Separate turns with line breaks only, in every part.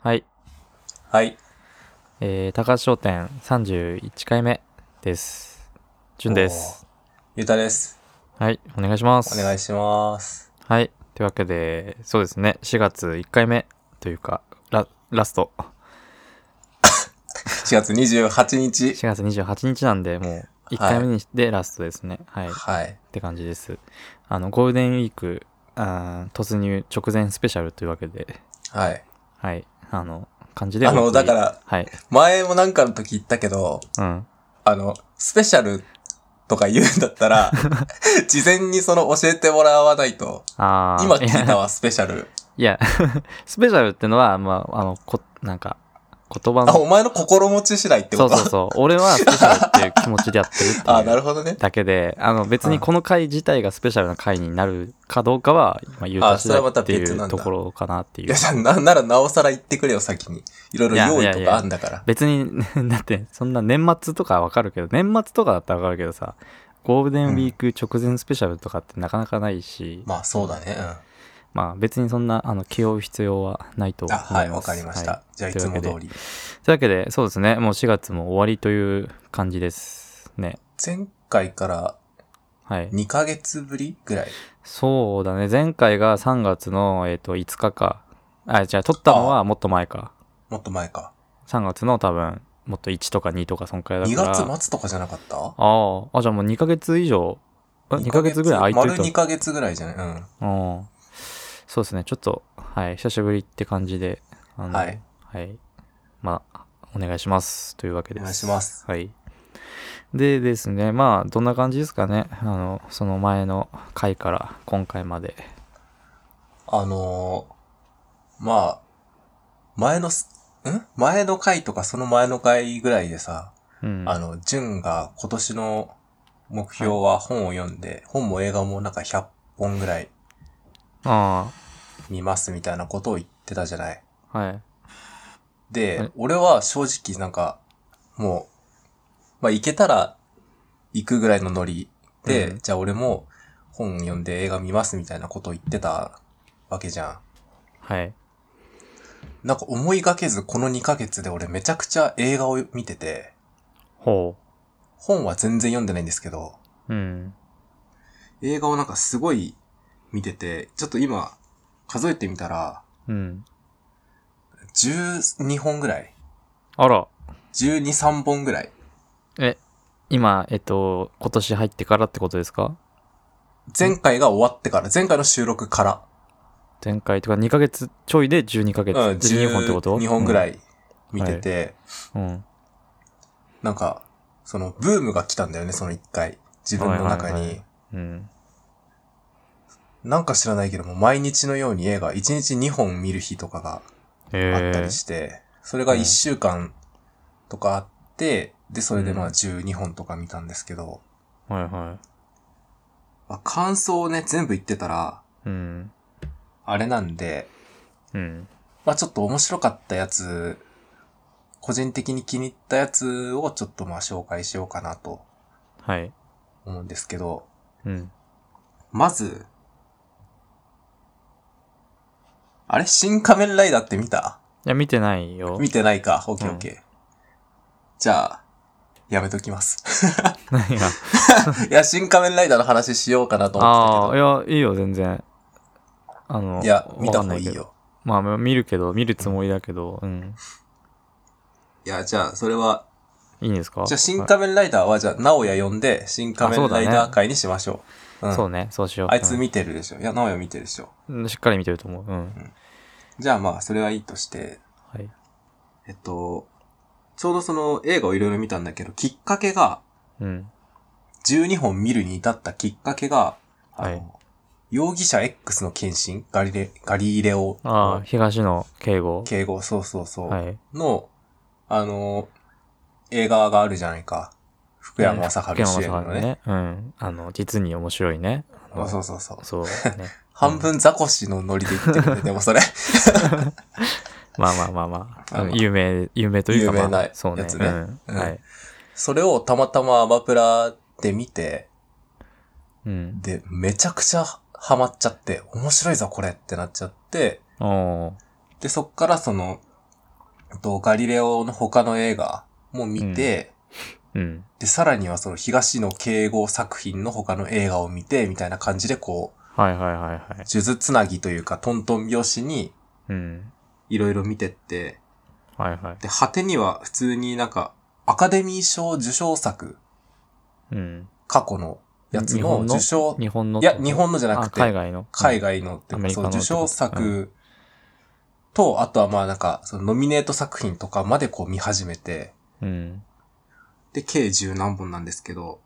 はい。
はい。
えー、高橋商店31回目です。じゅんです。
ゆうたです。
はい。お願いします。
お願い
し
します。
ます。はい。というわけで、そうですね。4月1回目というか、ララスト。
4月28日。
4月28日なんで、もう1回目にしてラストですね。はい。っ
はい。
て感じです。あの、ゴールデンウィーク、あー突入直前スペシャルというわけで、
はい。
はい。あの、感じで。
あの
お送り
だから
はい。
前もなんかの時言ったけど、
うん。
あの、スペシャルとか言うんだっ たら、事前にその教えてもらわないと、
あー
今聞いたわ、スペシャル。
いや、 スペシャルってのは、まあ、あの、こ、なんか、言葉の。
あ、お前の心持ち次第って
そ
こ
う
と
そうそう。俺はスペシャルっていう気持ちでやってるっていう
あ、なるほどね。
だけで、あの、別にこの回自体がスペシャルな回になるかどうかは、まあ、言うた
あ
し
それはまた
ってい
別なん
う
だ
ところかなってい
いう や、。じゃあな、ならなおさら言ってくれよ、先に。いろい
い
ろ用
や
意
いやい
と
や
かあんだから。
別に、だって、そんな年末とかわかるけど、年末とかだったらわかるけどさ、ゴールデンウィーク直前スペシャルとかってなかなかないし、
まあ、そうだね。う
まあ別にそんな、あの、気負う必要はないと
ん。
思い
あ、
ます。
はい、わかりました。じゃあ、いつも
という
通
わけでと
り。
いうわけで、そうですね、もう4月も終わりという感じですね。
前回から
はい。
2ヶ月ぶりぐらい。
そうだね。前回が3月の、えっと5日か。あ、じゃあ撮ったのはもっと前か。
もっと前か。
3月の多分、もっと1とか2とか、そんくらい
2
だから。あ
月末とかじゃなかった
あ、あ、じゃあもう2ヶ月以上、2ヶ月ぐらい空いて
丸
る
2ヶ月ぐらいじゃないうん。
と。うん。そうですね。ちょっと、はい、久しぶりって感じで。あの
はい。
はい。まあ、お願いします。というわけです。
お願いします。
はい。でですね、まあ、どんな感じですかね。あの、その前の回から今回まで。
あのー、まあ、前のす、ん前の回とかその前の回ぐらいでさ、
うん。
あの、純が今年の目標は本を読んで、本も映画もなんか100本ぐらい
あ
見ますみたいなことを言ってたじゃない。
あ、はい。
で
え、
俺は正直なんか、もう、まあ行けたら行くぐらいのノリで、
うん
じゃあ俺も本読んで映画見ますみたいなことを言ってたわけじゃん。
はい。
なんか思いがけずこの2ヶ月で俺めちゃくちゃ映画を見てて、
ほ
本は全然読んでないんですけど、
う。うん。
映画をなんかすごい見てて、ちょっと今数えてみたら、
うん。
12本ぐらい
あら。
?12、3本ぐらい
え、今、えっと、今年入ってからってことですか
前回が終わってから、前回の収録から。
前回とか2ヶ月ちょいで12ヶ月。
うん、
12本ってこと
2本ぐら
い。
い見てて、
うん。うん
なんか、そのブームが来たんだよね、その1回。自分の中に。
はいはいはいうん。
なんか知らないけども、毎日のように映画、1日2本見る日とかがあった
え
りして、それが1週間とかあって、で、それでまあ12本とか見たんですけど、
ー。はいは
まあ、感想をね、全部言ってたら、
い。うん。
あれなんで、
うん。
まあちょっと面白かったやつ、個人的に気に入ったやつをちょっとまあ紹介しようかなと
はい。
思うんですけど、
うん。
まず、あれ新仮面ライダーって見た
いや、見てないよ。
見てないか。オッケー
うん
オッケー。じゃあ、やめときます。
何が。
いや、新仮面ライダーの話しようかなと思
ああ、
っ
い
て
や、いいよ、全然。あの、
たけど。いや、見
わ
た
かんな
方がいい
けど。
よ。
まあ、見るけど、見るつもりだけど、うん。
いや、じゃあ、それは、
いいんですか
じゃあ、新仮面ライダーは、じゃあ、直哉呼んで、新仮面ライダー会にしましょう。う
面そ
ん。
うね、そうしよう。
あいつ見てるでしょ。いや、直哉見てるでしょ。
うんしっかり見てると思う。うん。
じゃあ、まあ、それはいいとして、
はい。
えっと、ちょうどその映画をいろいろ見たんだけど、きっかけが、
うん。
12本見るに至ったきっかけが、あの
はい
容疑者 X の献身、ガリレ、ガリレオ
ああ、
の
東野敬吾。
敬語、そうそうそう、
はい。
の、あの、映画があるじゃないか。福山雅治
福
主演
山
のね。
雅治ね。うん。あの、実に面白いね。あの
そうそうそう。
そうね。
半分ザコシのノリで言ってるね。でもそれ、
まあまあまあまあ。
あ
うん
まあ
有名、有名というか、
有名
ま
な
あ、そうね。
やつね
うん
うん
はい。
それをたまたまアマプラで見て、
うん。
で、めちゃくちゃハマっちゃって、面白いぞこれってなっちゃって、
おー
で、そっからその、えっと、ガリレオの他の映画も見て、
うん。
で、さらにはその東野敬吾作品の他の映画を見て、みたいな感じでこう、
はいはいはいはい。
数珠つなぎというか、トントン拍子に
うん。
いろいろ見てって、
はいはい。
で、果てには普通になんか、アカデミー賞受賞作、
うん。
過去のやつ
日
の
本の
受賞、
日本の。
いや、日本のじゃな
あ
くて、
海外の。
海外のって
ア
い
メ
うか、
リカ
そ
の
の受賞作と、あとはまあなんか、そのノミネート作品とかまでこう見始めて、
うん。うん。
で、計十何本なんですけど、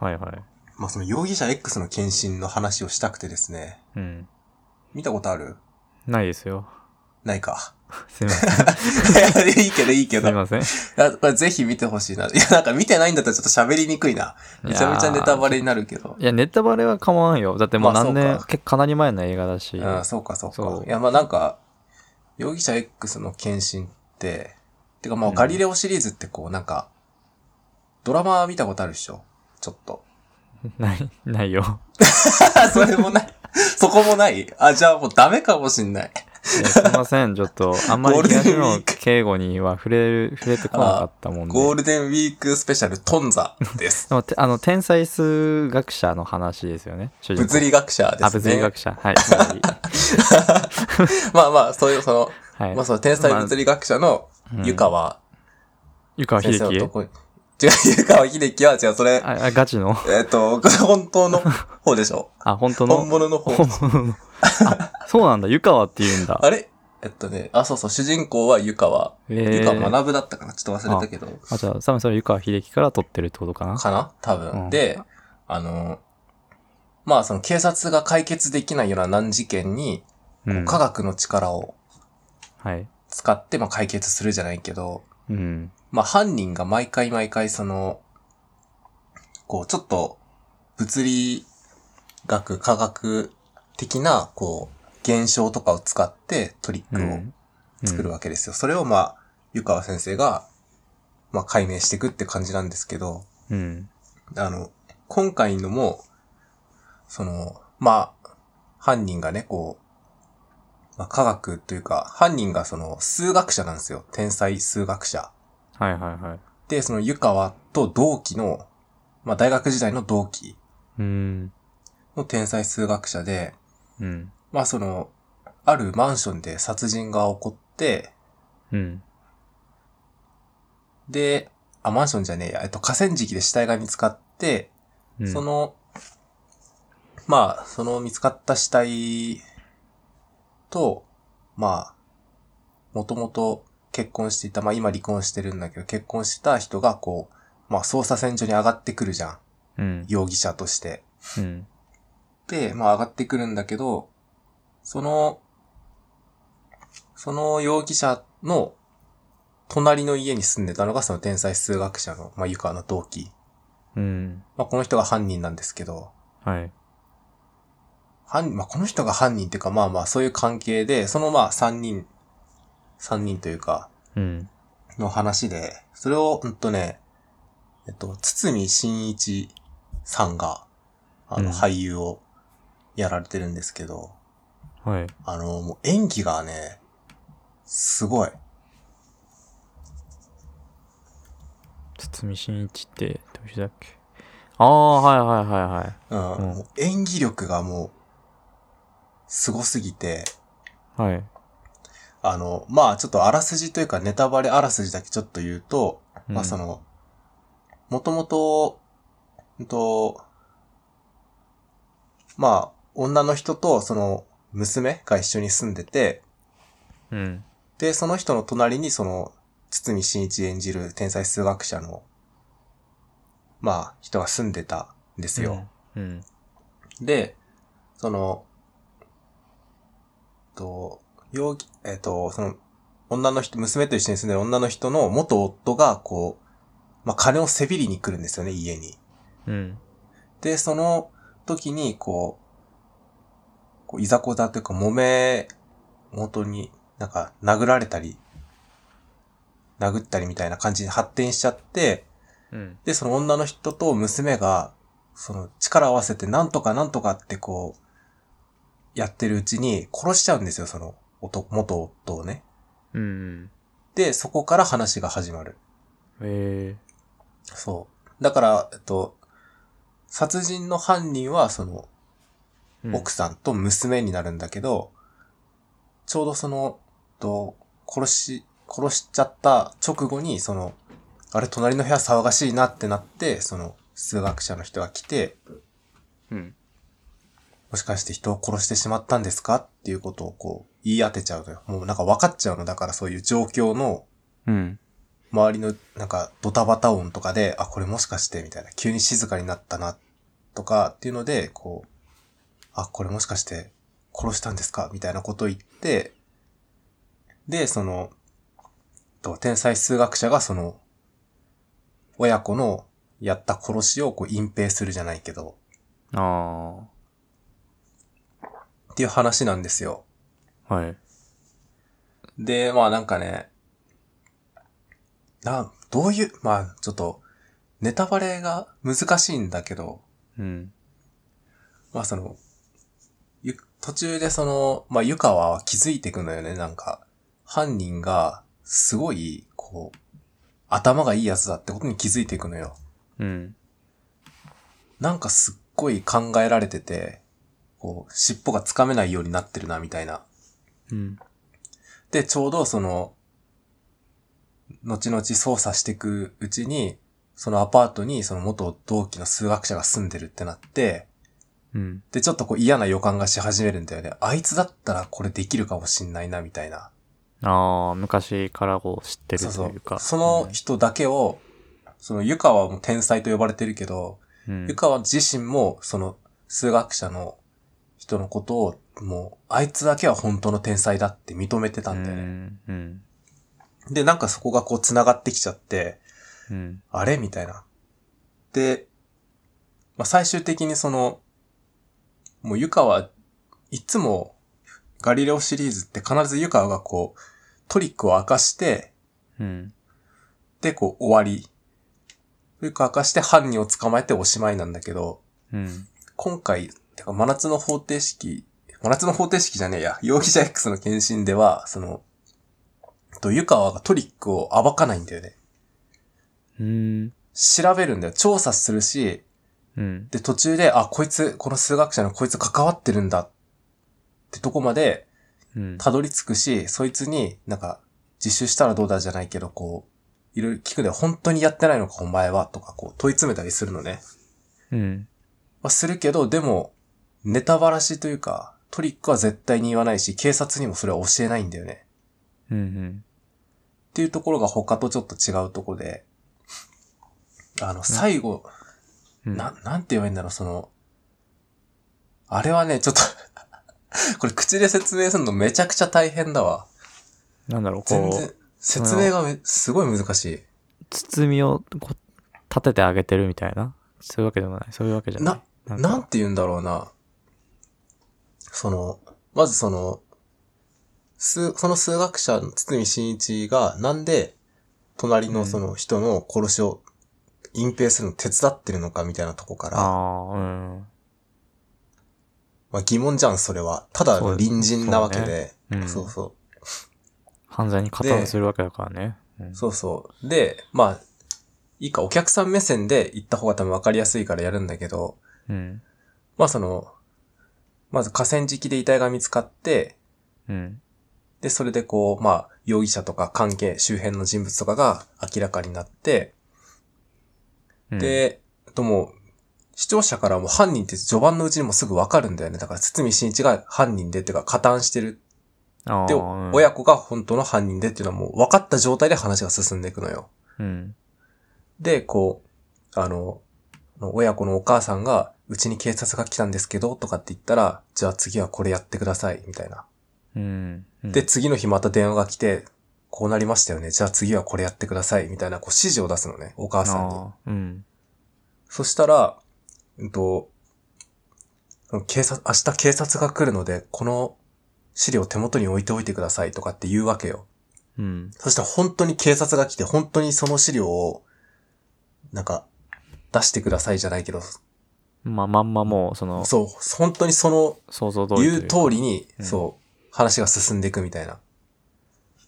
はいはい。
まあその容疑者 X の献身の話をしたくてですね、
うん。
見たことある
ないですよ。
ないか。
すいません。
いいけどいいけ
すい
ど。
ません。
あこれぜひ見てほしいな。いや、なんか見てないんだったらちょっと喋りにくいな。 めちゃめちゃネタバレになるけど。
いや、ネタバレは構わんよ。だってもう
まあ
何年、
そうか
結構かなり前の映画だし。
うん、そうかそうか。
そう
いや、まあなんか、容疑者 X の献身って、てかまあガリレオシリーズってこうなんか、ドラマ見たことあるでしょちょっ と。
ない、ないよ。
あそれもない。そこもないあ、じゃあもうダメかもしんない。
いやすいませ ん、ちょっと、あんまり
ゴールデンウ
東
ィーク
野敬吾には触れる、触れてこなかったもんで。
ゴールデンウィークスペシャル、トンザです。
でもてあの、天才数学者の話ですよね。主人公
物理学者ですね。
あ、物理学者。 はい。まあいい
まあまあ、そういう、その、
はい。
まあその天才物理学者の
まあうん
湯川
湯川
先
秀
生のと
樹
こに、違う、湯川秀樹は違う、それ、
あ、あガチの
えっと、これ本当の方でし ょ
あ、本当の
本物の方。
本物のあ、そうなんだ。湯川って言うん だ。
あれえっとね、あ、そうそう、主人公は湯川。
え
湯
え
川
ー。
学だったかなちょっと忘れたけど。
あ、じゃあ、多分それ湯川秀樹から取ってるってことかな。
かな多
うん
分。で、あの、まあその警察が解決できないような難事件に、
うん。
科学の力を
はい。
使って、まあ、解決するじゃないけど、
うん。
まあ、犯人が毎回毎回その、こう、ちょっと、物理学、科学的な、こう、現象とかを使ってトリ
う
ック
ん。
を作るわけですよ。それをまあ、湯川先生が、まあ、解明していくって感じなんですけど、
うん。
あの、今回のも、その、まあ、犯人がね、こう、まあ、科学というか、犯人がその、数学者なんですよ。天才数学者。
はいはいはい。
で、その、湯川と同期の、まあ、大学時代の同期
うん。
の天才数学者で、
うん。
まあ、その、あるマンションで殺人が起こって、
うん。
で、あ、マンションじゃねえや、えっと、河川敷で死体が見つかって、
うん
そ、の、まあ、その見つかった死体と、まあ、もともと結婚していた、まあ今離婚してるんだけど、結婚してた人がこう、まあ捜査線上に上がってくるじゃん。
うん。
容疑者として。
うん。
で、まあ上がってくるんだけど、その、その容疑者の隣の家に住んでたのがその天才数学者の、まあ湯川の同期。
うん。
まあこの人が犯人なんですけど、
はい。
犯人、まあ、この人が犯人っていうか、まあまあ、そういう関係で、そのまあ、三人、三人というか、
うん。
の話で、それを、うんとね、えっと、堤真一さんが、あ
う
の、
ん
俳優をやられてるんですけど、
はい。
あの、もう演技がね、すごい。
堤真一って、どうしだっけああ、はいはいはいはい。
うん。
うん
もう演技力がもう、すごすぎて、
はい。
あの、まあ、ちょっとあらすじというか、ネタバレあらすじだけちょっと言うと、
うん
まあその、もともと、うんと、まあ、女の人とその娘が一緒に住んでて、
うん。
で、その人の隣にその、堤真一演じる天才数学者の、まあ、人が住んでたんですよ。
うん。
で、その、と、容疑、えっ、と、その、女の人、娘と一緒に住んでる女の人の元夫が、こう、まあ、金をせびりに来るんですよね、家に。
うん。
で、その時に、こう、こういざこざというか、揉め元に、なんか、殴られたり、殴ったりみたいな感じに発展しちゃって、
うん。
で、その女の人と娘が、その力を合わせてなんとかなんとかってこう、やってるうちに殺しちゃうんですよ、その男、元夫をね。
うん。
で、そこから話が始まる。
え
そう。だから、えっと、殺人の犯人は、その、
え
奥さんと娘になるんだけど、ちょうどその、と、殺し、殺しちゃった直後に、その、あれ、隣の部屋騒がしいなってなって、その、数学者の人が来て、
うん。
もしかして人を殺してしまったんですかっていうことをこう、言い当てちゃうのよ。もうなんか分かっちゃうの。だからそういう状況の
うん。
周りのなんかドタバタ音とかで、あ、これもしかしてみたいな、急に静かになったな、とかっていうので、こう、あ、これもしかして殺したんですかみたいなことを言って、で、その、と天才数学者がその、親子のやった殺しをこう隠蔽するじゃないけど、
あ
っていう話なんですよ。
あ。はい。
で、まあなんかね、な、どういう、まあちょっと、ネタバレが難しいんだけど、
うん。
まあその、ゆ、途中でその、まあ湯川は気づいてくのよね、なんか。犯人が、すごい、こう、頭がいいやつだってことに気づいていくのよ。
うん。
なんかすっごい考えられてて、こう、尻尾がつかめないようになってるな、みたいな。
うん。
で、ちょうどその、後々捜査していくうちに、そのアパートにその元同期の数学者が住んでるってなって、
うん。
で、ちょっとこう嫌な予感がし始めるんだよね。あいつだったらこれできるかもしんないな、みたいな。
ああ、昔からこう知って
そ
る
うそ
というう。か。
その人だけを、その湯川も天才と呼ばれてるけど、
うん、
湯川自身もその数学者の人のことを、もう、あいつだけは本当の天才だって認めてたんだよね。
うん。うん。
で、なんかそこがこう繋がってきちゃって、
うん。
あれみたいな。で、まあ、最終的にその、もうユカはいつもガリレオシリーズって必ずユカがこう、トリックを明かして、
うん。
で、こう、終わり。トリックを明かして犯人を捕まえておしまいなんだけど、
うん。
今回、てか真夏の方程式、真夏の方程式じゃねえや、容疑者 X の検診では、その、と、湯川がトリックを暴かないんだよね。
うん。
調べるんだよ。調査するし、
うん。
で、途中で、あ、こいつ、この数学者のこいつ関わってるんだってとこまで
うん。
たどり着くし、そいつになんか、自習したらどうだじゃないけど、こう、いろいろ聞くで、本当にやってないのかお前はとか、こう、問い詰めたりするのね。
うん。
まあ、するけど、でも、ネタばらしというか、トリックは絶対に言わないし、警察にもそれは教えないんだよね。
うん。
っていうところが他とちょっと違うとこで、あの、最後、
うん。
な、なんて言えばいいんだろう、その、あれはね、ちょっと、これ口で説明するのめちゃくちゃ大変だわ。
なんだろう、
全
こ
然
う、、
説明がめすごい難しい。
包みをこう立ててあげてるみたいな。そういうわけでもない。そういうわけじゃない。な
なん
か
て言うんだろうな。その、まずその、数、その数学者の堤真一がなんで隣のその人の殺しを隠蔽するの手伝ってるのかみたいなとこから、
ああ、うん。
まあ疑問じゃん、それは。ただの隣人なわけで、
そうね
そううんそう。
犯罪に加担するわけだからね。うん
そうそう。で、まあ、いいか、お客さん目線で言った方が多分分かりやすいからやるんだけど、
うん。
まあその、まず河川敷で遺体が見つかって、
うん。
で、それでこう、まあ、容疑者とか関係、周辺の人物とかが明らかになって、
うん、
で、あともう、視聴者からも犯人って序盤のうちにもすぐ分かるんだよね。だから、堤真一が犯人でっていうか、加担してる
あ
で、
ー、
親子が本当の犯人でっていうのはもう分かった状態で話が進んでいくのよ。
うん。
で、こう、あの、親子のお母さんが、うちに警察が来たんですけど、とかって言ったら、じゃあ次はこれやってください、みたいな。
うん。うん
で、、次の日また電話が来て、こうなりましたよね。じゃあ次はこれやってください、みたいな、こう指示を出すのね、お母さんに。
あーうん。
そしたら、うんと、警察、明日警察が来るので、この資料を手元に置いておいてください、とかって言うわけよ。
うん。
そしたら本当に警察が来て、本当にその資料を、なんか、出してくださいじゃないけど、
まあ、まんまもう、その、
そう、本当にその
想像通りと
言
いうう
通りに、
うん
そう、話が進んでいくみたいな。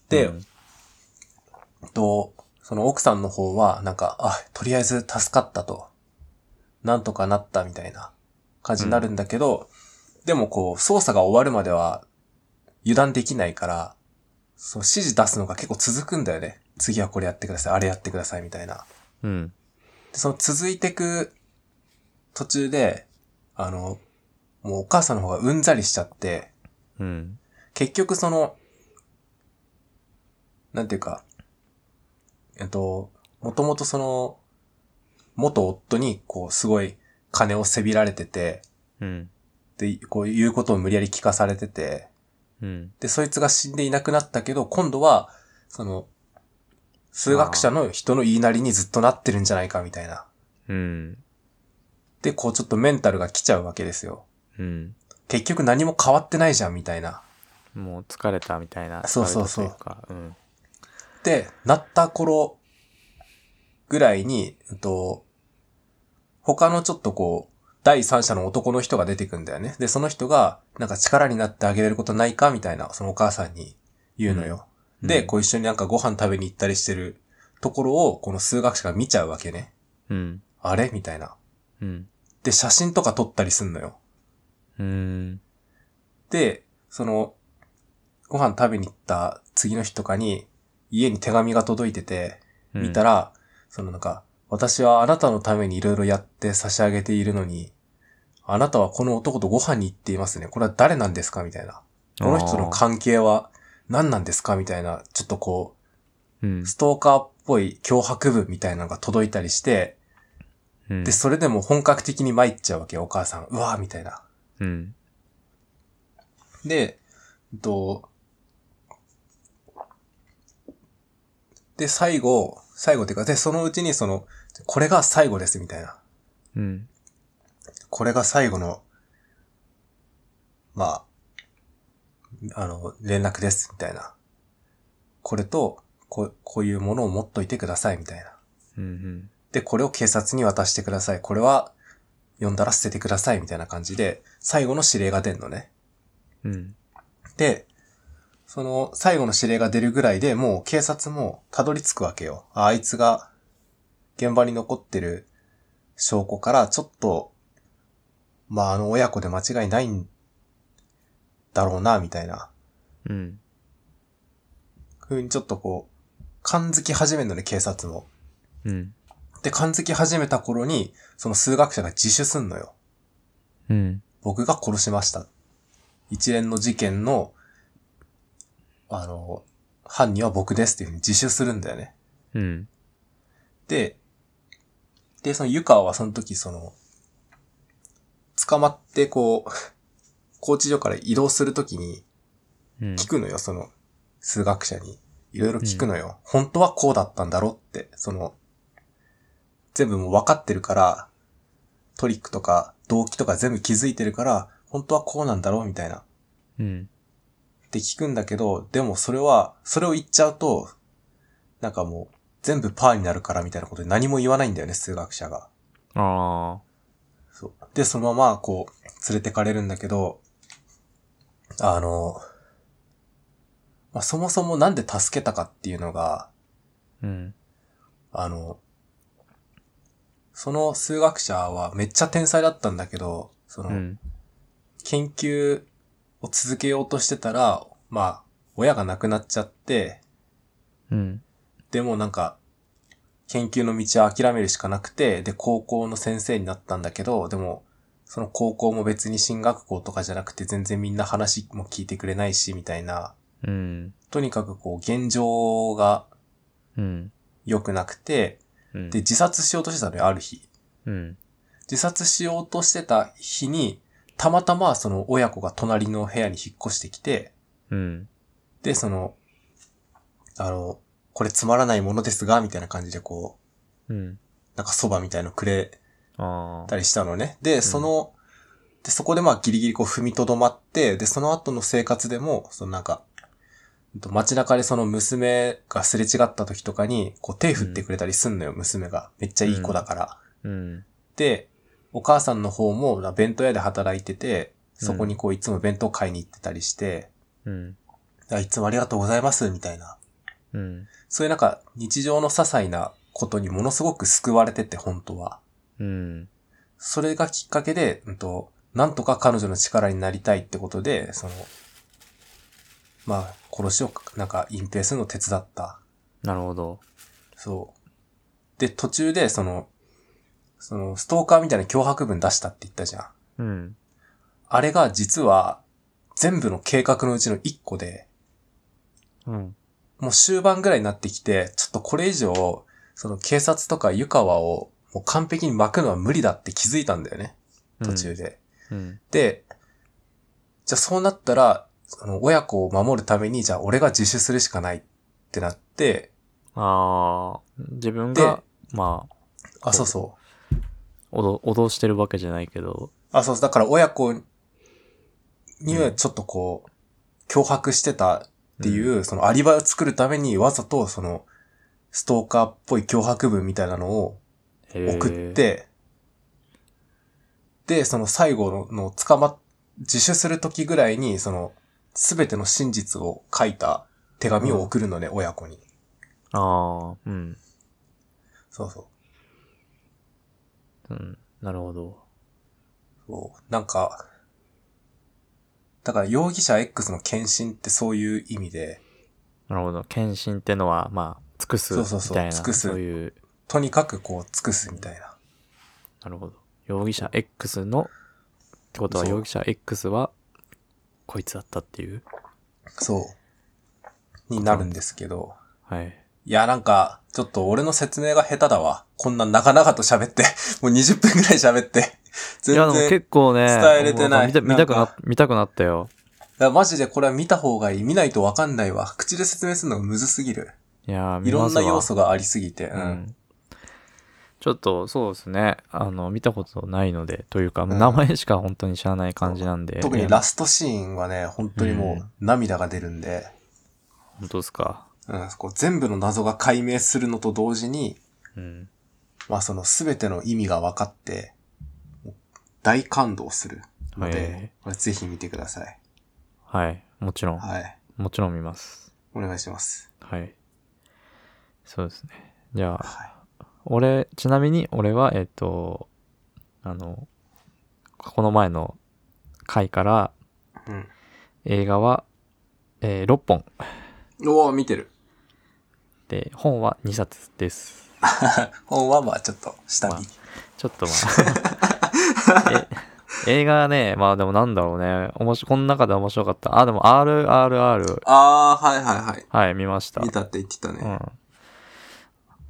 で、
うん
と、その奥さんの方は、なんか、あ、とりあえず助かったと、なんとかなったみたいな感じになるんだけど、でもこう、捜査が終わるまでは油断できないから、そう、指示出すのが結構続くんだよね。次はこれやってください、あれやってくださいみたいな。
うん。
で、その続いてく途中で、あの、もうお母さんの方がうんざりしちゃって、
うん。
結局その、なんていうか、えっと、もともとその、元夫に、こう、すごい金をせびられてて、
うん。
で、こういうことを無理やり聞かされてて、
うん。
で、そいつが死んでいなくなったけど、今度は、その、数学者の人の言いなりにずっとなってるんじゃないか、みたいな。
うん。
で、こうちょっとメンタルが来ちゃうわけですよ。
うん。
結局何も変わってないじゃん、みたいな。
もう疲れたみたいな。
そうそうそう
疲れたといか
ってなった頃ぐらいに、えっと、他のちょっとこう、第三者の男の人が出てくんだよね。で、その人が、なんか力になってあげれることないかみたいな、そのお母さんに言うのよ。
うん
で、
うん
こう一緒になんかご飯食べに行ったりしてるところを、この数学者が見ちゃうわけね。
うん。うん。
あれみたいな。
うん。
で、写真とか撮ったりすんのよ。
うん。
で、その、ご飯食べに行った次の日とかに、家に手紙が届いてて、
うん
見た。ら、そのなんか、私はあなたのためにいろいろやって差し上げているのに、あなたはこの男とご飯に行っていますね。これは誰なんですかみたいな。この人との
あー
関係は何なんですかみたいな、ちょっとこ
うん
う、ストーカーっぽい脅迫文みたいなのが届いたりして、
うん。
で、それでも本格的に参っちゃうわけよ、お母さん。うわーみたいな。
うん。
で、えっと、で、最後、最後っていうか、で、そのうちにその、これが最後です、みたいな。
うん。
これが最後の、まあ、あの、連絡です、みたいな。これと、こう、こういうものを持っといてください、みたいな。
うん。
で、これを警察に渡してください。これは、読んだら捨ててください、みたいな感じで、最後の指令が出んのね。
うん。
で、その、最後の指令が出るぐらいでもう警察もたどり着くわけよ。ああいつが、現場に残ってる証拠から、ちょっと、まあ、あの親子で間違いないんだろうな、みたいな。
うん。
風にちょっとこう、感づき始めるのね、警察も。
うん。
で、感づき始めた頃に、その数学者が自首すんのよ。
うん。
僕が殺しました。一連の事件の、あの、犯人は僕ですっていうふうに自首するんだよね。
うん。
で、で、その湯川はその時その、捕まってこう、拘置所から移動するときに
うん。
聞くのよ、その、数学者に。いろいろ聞くのよ。本当はこうだったんだろって、その、全部もう分かってるから、トリックとか動機とか全部気づいてるから、本当はこうなんだろうみたいな。
うん。
って聞くんだけど、でもそれは、それを言っちゃうと、なんかもう、全部パーになるからみたいなことで何も言わないんだよね、数学者が。
ああ。
そう。で、そのまま、こう、連れてかれるんだけど、あの、まあ、そもそもなんで助けたかっていうのが、
うん。
あの、その数学者はめっちゃ天才だったんだけど、その、
うん。
研究を続けようとしてたら、まあ、親が亡くなっちゃって、
うん。
でもなんか、研究の道は諦めるしかなくて、で、高校の先生になったんだけど、でも、その高校も別に進学校とかじゃなくて、全然みんな話も聞いてくれないし、みたいな。
うん。
とにかくこう、現状が
うん。
良くなくて、
うん。
で、自殺しようとしてたのよ、ある日。
うん。
自殺しようとしてた日に、たまたまその親子が隣の部屋に引っ越してきて、
うん。
で、その、あの、これつまらないものですが、みたいな感じでこう、
うん。
なんかそばみたいのくれ
あ
た
あ。
りしたのね。で、その、で、そこでまあギリギリこう踏みとどまって、で、その後の生活でも、そのなんか、うんと街中でその娘がすれ違った時とかに、こう手振ってくれたりすんのよ、娘が。めっちゃいい子だから。
うん。
で、お母さんの方もな弁当屋で働いてて、そこにこういつも弁当買いに行ってたりして、
うん。
あいつもありがとうございます、みたいな。
うん。
そういうなんか日常の些細なことにものすごく救われてて、本当は。
うん。
それがきっかけで、うんと、なんとか彼女の力になりたいってことで、その、まあ、殺しをなんか隠蔽するのを手伝った。
なるほど。
そう。で、途中で、その、その、ストーカーみたいな脅迫文出したって言ったじゃん。
うん。
あれが実は、全部の計画のうちの一個で、
うん。
もう終盤ぐらいになってきて、ちょっとこれ以上、その警察とか湯川をもう完璧に巻くのは無理だって気づいたんだよね。途中で。
うん。
で、じゃあそうなったら、その親子を守るために、じゃあ俺が自首するしかないってなって、
ああ、自分
で
が、まあ、
あ、そうそう。
おど脅してるわけじゃないけど、
あ、そうそう。だから親子にはちょっとこう、脅迫してたっていう、そのアリバイを作るためにわざとその、ストーカーっぽい脅迫文みたいなのを
へー
送っ、て、で、その最後のの捕まっ、自首する時ぐらいに、その、すべての真実を書いた手紙を送るのね、親子に。
ああ、うん。
そうそう。
うん。なるほど。
そうなんか、だから容疑者 X の献身ってそういう意味で、
なるほど。献身ってのは、まあ、尽くす
そ
み
うそうそう
たいな、
尽くす
そういう、
とにかくこう尽くすみたいな。
なるほど。容疑者 X の、ってことは
そう
容疑者 X は、こいつだったっていう。
そう。になるんですけど。
はい。
いや、なんか、ちょっと俺の説明が下手だわ。こんな長々と喋って、 もう20分ぐらい喋って。
い
全
や、でも
然。
結構ね、
伝えれてな
も
い
う見た見たく
なん
な
か、
見たくなったよ。
いやマジでこれは見た方がいい。見ないとわかんないわ。口で説明するのがむずすぎる。
いやー、
い
見
ろ
ま
ん
す
な
わ
要素がありすぎて。うん。
うんちょっと、そうですね。あの、見たことないので、というか、
ん
名前しか本当に知らない感じなんで。
特
い
に
や
ラストシーンはね、本当にもう涙が出るんで、
本当ですか。
うん、こう全部の謎が解明するのと同時に、
うん。
まあその全ての意味が分かって、大感動するので
へ、
これぜひ見てください。
はい。もちろん。
はい。
もちろん見ます。
お願いします。
はい。そうですね。じゃあ、
はい。
俺、ちなみに俺は、えっ、と、あの、この前の回から
うん。
映画は、え6本。
おお見てる。
で、本は2冊です。
本はまあちょっと下
ま
に。
ちょっとまあ。 え映画はね、まあでもなんだろうね。面白この中で面白かった。あ、でも RRR、
ああー、はいはいはい。
はい、見ました。
見たって言ってたね。
うん。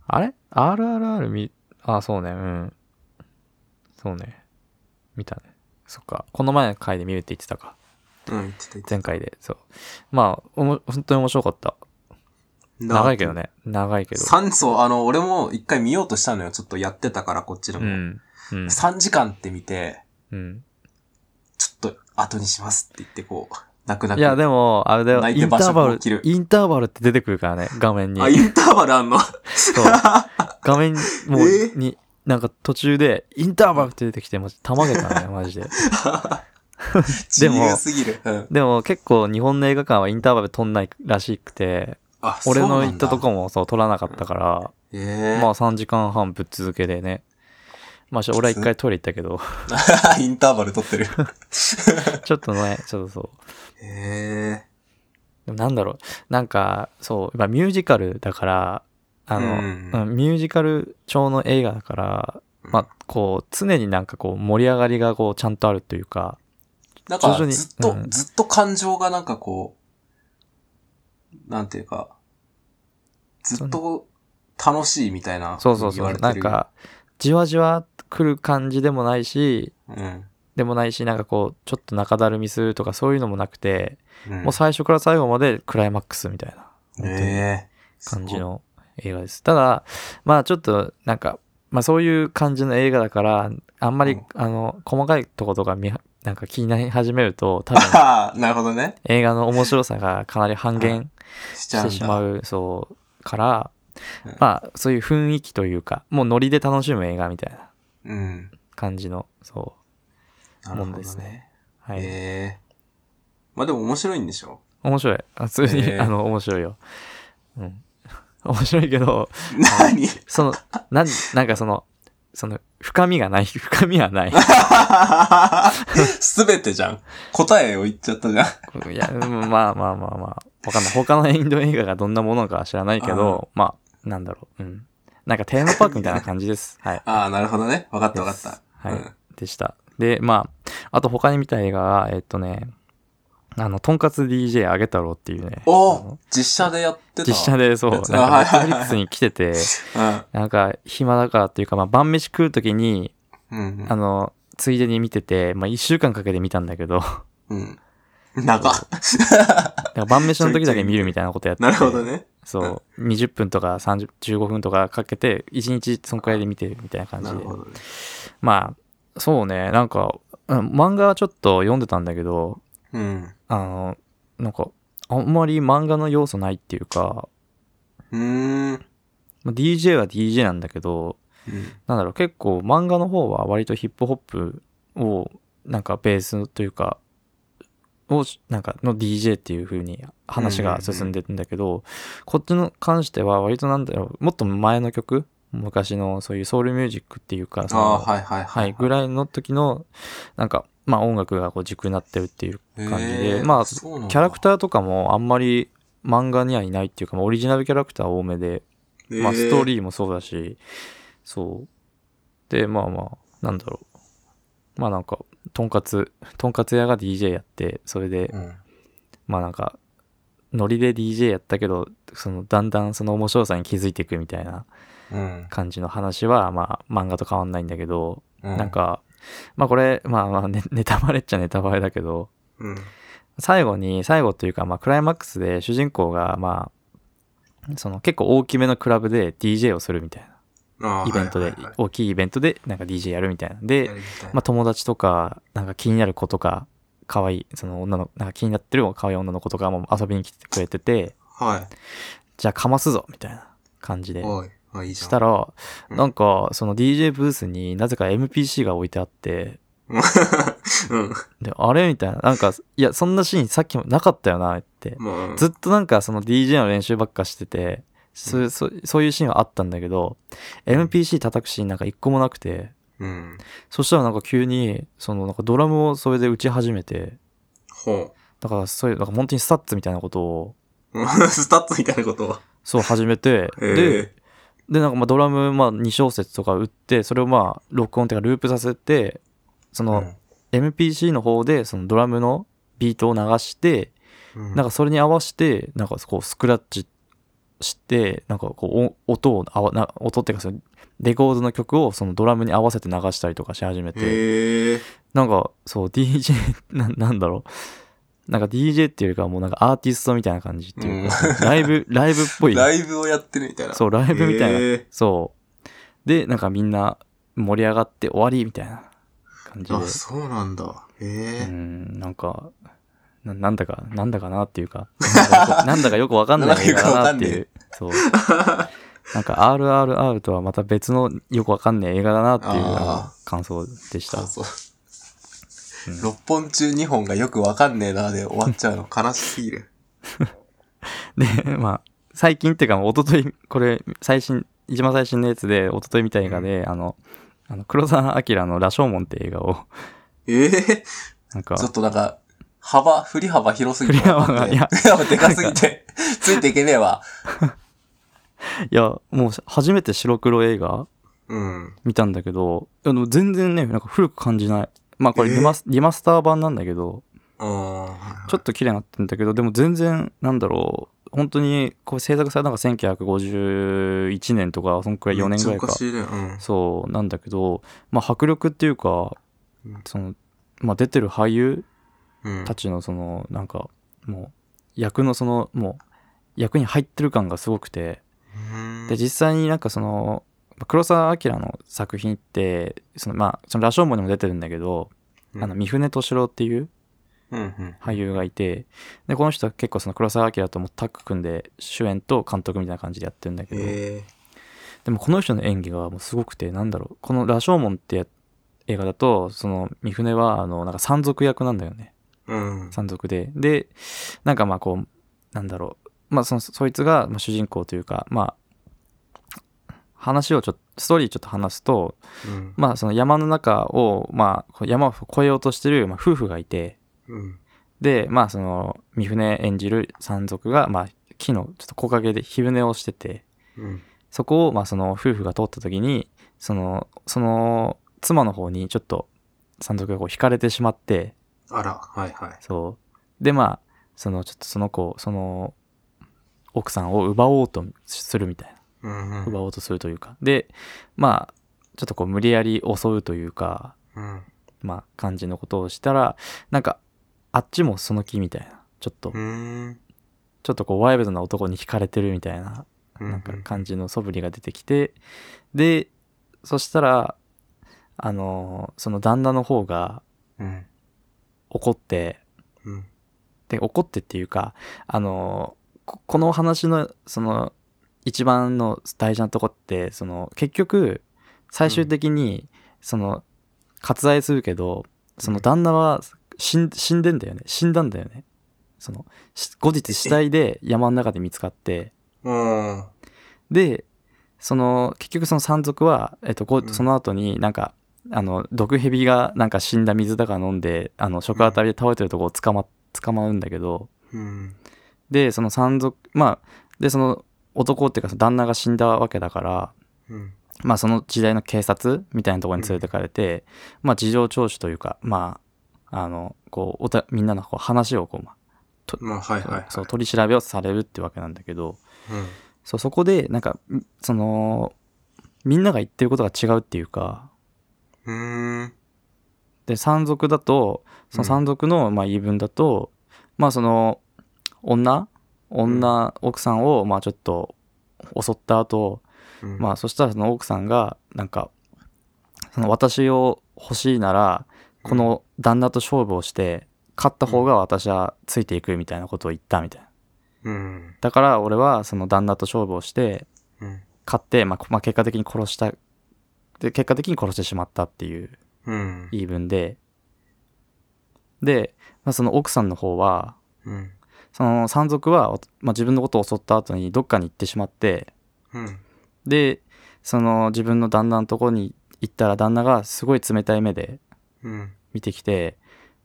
あれ ?RRR 見、あ、そうね、うん。そうね。見たね。そっか。この前の回で見るって言ってたか。
うん、言ってた言って
前回で。そう。まあ、おも、本当に面白かった。
た。
長いけどね。長いけど。
三層、あの、俺も一回見ようとしたのよ。ちょっとやってたから、こっちで
う
も。
ん。うん。
3時間って見て、
うん。
ちょっと後にしますって言って、こう、泣く泣く。
いや、でも、あれだよ。
泣い
イ
て
ン
場
タ
所
ーバル
を切る、
インターバルって出てくるからね。画面に。
あ、インターバルあんの
そう。画面、も
え
う、に、なんか途中で、インターバルって出てきて、マジ、たまげたね、 マジで。
自
でも
由すぎる。うん。
でも結構日本の映画館はインターバル取んないらしくて、
あ、
俺
そう
の
なん
行ったとこもそう取らなかったから、
だ。ええ
まあ3時間半ぶっ続けでね。まあし俺は一回トイレ行ったけど、
インターバ ル撮ってる。
ちょっとね、ちょっとそう。
ええ
でもなんだろう、なんか、そう、まあミュージカルだから、あの、
うん
うんミュージカル調の映画だから、まあこう、常になんかこう盛り上がりがこうちゃんとあるというか、
なんか、
徐々に
ずっと、
うん
ずっと感情がなんかこう、なんていうか、ずっと楽しいみたいな。
そうそうそう、なん。か、じわじわ来る感じでもないし、
うん。
でもないし、なんかこう、ちょっと中だるみするとかそういうのもなくて、
うん
もう最初から最後までクライマックスみたいな本当に
ええ
感じの映画です。ただ、まあちょっとなんか、まあそういう感じの映画だから、あんまり、
うん
あの、細かいとことか見は、なんか気になり始めると、多分
ああ、なるほどね。
映画の面白さがかなり半
う
減
しち
し
ゃう
て
んだ。
しまう、そう、から
うん、
まあそういう雰囲気というか、もうノリで楽しむ映画みたいな
うん。
感じの、そ
なるほ
もん
ど
です
ね
ね。う、はい。
ええまあでも面白いんでしょ
面白い。あ普通に、
えー
あの、面白いよ。うん。 面白いけど、
何
その、なん、なんかその、その、深みがない、 深みはない。
すべてじゃん。答えを言っちゃったじゃん。
いや、うんまあまあまあまあ、わかんない。他のインド映画がどんなものかは知らないけど、まあ、なんだろう。うん。なんかテーマパークみたいな感じ です。はい。
ああ、なるほどね。わかったわかっ
です
た。
はい、
うん
でした。で、まあ、あと他に見た映画が、えっとね、あの、とんかつ DJ あげ太郎っていうね。
お
あ
ー
の
実写でやってた。
実写でそう、なんかネ
あはい
ット
は
フ
い
リッ
はい
クスに来て て、
う
なんか暇だからっていうか、まあ晩飯食う時に、
ん。うん
あの、ついでに見てて、まあ一週間かけて見たんだけど、だ か
うん。長。
ら晩飯の時だけ見るみたいなことやってて
なるほどね。
そう、20分とか30 15分とかかけて、1日そんくらいで見てるみたいな感じ
な
で
る。ほどね。
まあ、そうね、なんか、うん漫画はちょっと読んでたんだけど、
うん。
あの、なんか、あんまり漫画の要素ないっていうか、
うーん。
まあ DJ は DJ なんだけど、
うん
なんだろう、結構漫画の方は割とヒップホップを、なんかベースというか、を、なんかの DJ っていう風に話が進んでるんだけど、こっちの関しては割となんだろう、もっと前の曲昔のそういうソウルミュージックっていうか、そ
あ
の
あ、はいはい
は、
はいい。
ぐらいの時の、なんか、まあ音楽がこう軸になってるっていう
へー
感じで、まあ、キ
そうなんだ
ャラクターとかもあんまり漫画にはいないっていうか、まあオリジナルキャラクター多めで、まあストー
ー。
リーもそうだし、そう。で、まあまあ、なんだろう。まあなんか、とんかつ、とんかつ屋が DJ やって、それで、
うん
まあなんか、ノリで DJ やったけど、その、だんだんその面白さに気づいていくみたいな
うん。
感じの話は、まあ漫画と変わんないんだけど、
う
なん、か、まあこれ、まあまあネネタバレっちゃネタバレだけど、
うん。
最後に、最後というか、まあクライマックスで主人公が、まあ、その結構大きめのクラブで DJ をするみたいな。
あー
イベント
はい
で
はいは、い
大きいイベントでなんか DJ やるみたいな。
や
で、
りたい
まあ友達とか、なんか気になる子とか、可愛い、その女の、なんか気になってる可愛い女の子とかも遊びに来てくれてて、
はい。
じゃあかますぞみたいな感じで。
おい。あ、いいじゃん。
したら、
うん
なんか、その DJ ブースになぜか MPC が置いてあって、
うん。
で、あれみたいな。なんか、いや、そんなシーンさっきもなかったよな、って。
まあ、
ずっとなんかその DJ の練習ばっかしてて、そううそうそういうシーンはあったんだけど、MPC 叩くシーンなんか一個もなくて、
うん。
そしたらなんか急に、そのなんかドラムをそれで打ち始めて、
ほ
だからそういう、なんか本当にスタッツみたいなことを、
う。 スタッツみたいなことは。
そう始めて、
えー
で、、で、なんかまあドラムまあ2小節とか打って、それをまあ録音っていうかループさせて、その MPC の方でそのドラムのビートを流して、
う
なん
ん、か、
かそれに合わせて、なんかこうスクラッチして、なんかこうお音を合わ、な音っていうかそのレコードの曲をそのドラムに合わせて流したりとかし始めて、
へえ。
なんかそう DJ な、なんだろう。なんか DJ っていうよりかはもうなんかアーティストみたいな感じっていうか、ライ ブ、ライブっぽい。
ライブをやってるみたいな。
そう、ライブみたいな。
へ
そう。で、なんかみんな盛り上がって終わりみたいな感じ
ー
で。
あ、そうなんだ。へ
う
え。
ん、なんか、ななんだか、なんだかなっていうか、なんだかよくなんだかよく わかんない映画だなっていう。そう。なんか RRR とはまた別のよくわかんない映画だなっていう
あー
あの感想でした
あ。そう
うん
6本中2本がよくわかんねえなで終わっちゃうの悲しすぎる。
で、 まあ、最近っていうか、もう一昨日これ、最新、一番最新のやつで、一昨日見た映画で、あの、あの黒澤明の羅生門って映画を、
ええ。
なんか
ちょ、っとなんか、幅、振り幅広すぎてわかんな。
振り幅がいや
振り 幅でかすぎ て、ついていけねえわ。
いや、もう初めて白黒映画
うん。
見たんだけど、あの全然ね、なんか古く感じない。まあこれリマス、リマスター版なんだけど、
あ
ちょっと綺麗になってんだけど、でも全然、なんだろう、本当に、こう制作されたのが1951年とか、そんく
あ
らい4年ぐらいか
めっちゃお。しいね。うん。
そう、なんだけど、まあ迫力っていうか
うん、
その、まあ出てる俳優
うん
たちのその、なんか、もう、役のその、もう、役に入ってる感がすごくて、
うん
で実際になんかその黒澤明の作品ってそのまあその羅生門にも出てるんだけど、
うん
あの三船敏郎っていう
うんうん。
俳優がいてでこの人は結構その黒澤明ともタッグ組んで主演と監督みたいな感じでやってるんだけど、
え
でもこの人の演技がもうすごくてなんだろうこの羅生門ってや映画だとその三船はあのなんか山賊役なんだよね
え。うん。
山賊ででなんかまあこうなんだろうまあ、そのそいつがまあ主人公というか、まあ、話をちょっとストーリーちょっと話すと、
うん。
まあ、その山の中を、まあ、こう山を越えようとしてる、まあ、夫婦がいて
うん。
で、まあ、その三船演じる山賊が、まあ、木のちょっと木陰で昼寝をしてて
うん。
そこを、まあ、その夫婦が通った時にそのその妻の方にちょっと山賊がこう惹かれてしまって
あら、はいはい。
そうでまあそのちょっとその子その奥さんを奪おうとするみたいな。
うんうん。
奪おうとするというか、でまあちょっとこう無理やり襲うというか
うん。
まあ感じのことをしたらなんかあっちもその気みたいなちょっと、
うん。
ちょっとこうワイルドな男に惹かれてるみたいな
うん
なんか感じの素振りが出てきてでそしたらあのその旦那の方が
うん。
怒って
うん。
で怒ってっていうかあのここの話のその一番の大事なとこってその結局最終的にその割愛するけどその旦那は死ん死んでんだよね死んだんだよねそのし後日死体で山の中で見つかって
うん。
でその結局その山賊は、えっと、こ
うん
うその後になんかあの毒蛇がなんか死んだ水だから飲んであの食あたりで倒れてるとこを捕ま捕まうんだけど、
うん。
でその山賊まあでその男っていうかその旦那が死んだわけだから
うん。
まあその時代の警察みたいなところに連れてかれて、まあ事情聴取というかまああのこうおたみんなのこう話をこう、ま
まあ、はい
あ
はい。
そう取り調べをされるってわけなんだけど
うん。
そうそこでなんかんそのみんなが言ってることが違うっていうか
うん。
で山賊だとその山賊のまあ言い分だと、まあその女女、奥さんをまあちょっと襲った後、
うん
まあそしたらその奥さんがなんかその私を欲しいならこの旦那と勝負をして勝った方が私はついていくみたいなことを言ったみたいな
うん。
だから俺はその旦那と勝負をして
うん。
勝って、まあこまあ、結果的に殺したで結果的に殺してしまったっていう
うん。
言い分でで、まあ、その奥さんの方は
うん。
その山賊は、まあ、自分のことを襲った後にどっかに行ってしまって
うん。
でその自分の旦那のところに行ったら旦那がすごい冷たい目で
うん。
見てきて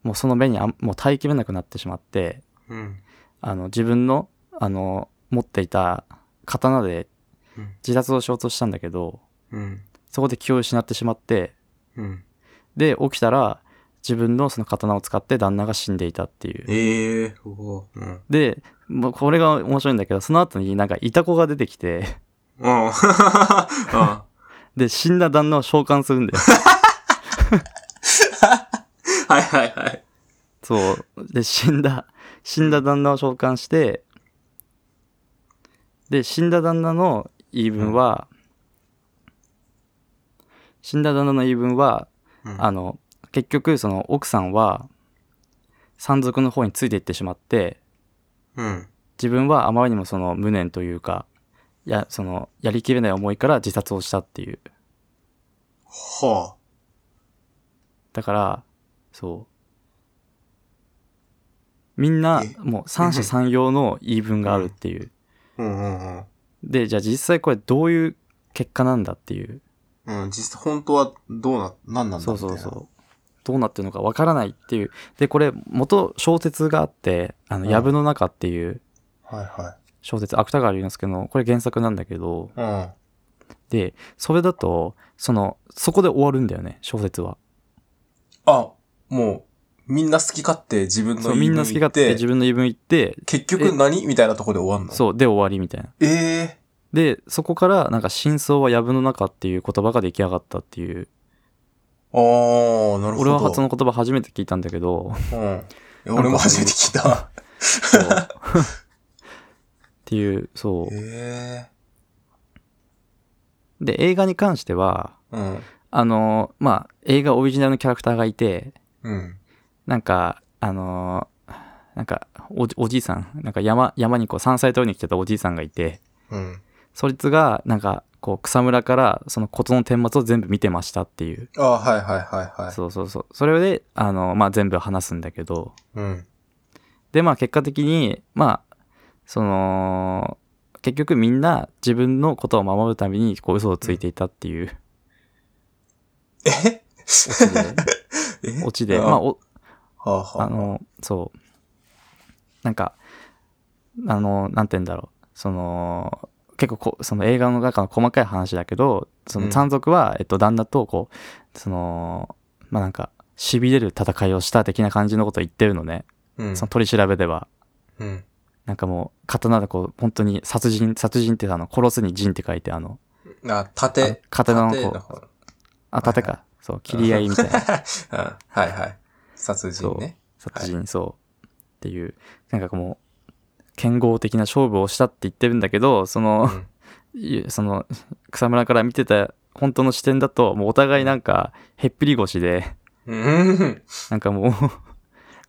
もうその目にあんもう耐えきれなくなってしまって
うん。
あの自分のあの持っていた刀で
うん
自殺をしようとしたんだけど
うん。
そこで気を失ってしまって
うん。
で起きたら自分のその刀を使って旦那が死んでいたっていう
ええー、おーうん。
で、まあ、これが面白いんだけどその後になんかイタコが出てきて
うん。は
で死んだ旦那を召喚するんだよ
いはいはい。
そうで死んだ死んだ旦那を召喚してで死んだ旦那の言い分は、死んだ旦那の言い分は
うん
あの結局その奥さんは山賊の方についていってしまって
うん。
自分はあまりにもその無念というかやそのやりきれない思いから自殺をしたっていう
は
だからそうみんな
え
もう三者三様の言い分があるっていう
あ。うんうんうん。
でじゃあ実際これどういう結果なんだっていう
うん、実際本当はどうな、なんなんだ
そう
みたい
そ
な
うそうどうなってるのかわからないっていうでこれ元小説があって「あの
うん
藪の中」っていう
はいは
小説芥川龍之介のこれ原作なんだけど
い。うん。
でそれだとそのそこで終わるんだよね小説は。
あ、もう、みんな好き勝手自分の
そうみんな好き勝手自
分。
分の言い分言って
結局何みたいなところで終わんのう。
そうで終わりみたいな
ええ
でそこからなんか真相は藪の中っていう言葉が出来上がったっていう
ー。ああ、なるほど。
俺はその言葉初めて聞いたんだけど
うん。え俺も初めて聞いた。
そうっていうそ
え
うで映画に関しては
えうん。
あのまあ映画オリジナルのキャラクターがいて
うん。
なんかあのなんかおじおじいさんなんか山山にこう山菜取りに来てたおじいさんがいて
うん。
そいつがなんかこう草むらからその事の顛末を全部見てましたっていう
ああ、はいはいはいはい。
そうそうそう。それで、あの、まあ、全部話すんだけど、
うん。
で、まあ、結果的に、まあ、その結局みんな自分のことを守るためにこう嘘をついていたっていう
え
オチで
え
オチでまあお
あ、はあは
あの、そう。なんか、あの、なんて言うんだろう。その、結構こ、その映画の中の細かい話だけど、そうの
ん
山賊は、えっと、旦那と、こう、その、まあ、なんか、痺れる戦いをした的な感じのことを言ってるのね。
うん
その取り調べでは。
うん。
なんかもう、刀でこう、本当に殺人、殺人ってあの、殺すに人って書いて、あの、
あ、
あ
縦。
刀のこ
縦の
う、
方
あ、盾
は
か。そう、切り合いみたいな。
うんはいはい。殺人ね。
殺人、そう。っていう、なんかもう、剣豪的な勝負をしたって言ってるんだけど、その、
うん
いその、草むらから見てた本当の視点だと、もうお互いなんか、へっぴり腰で、
うん。
なんかもう、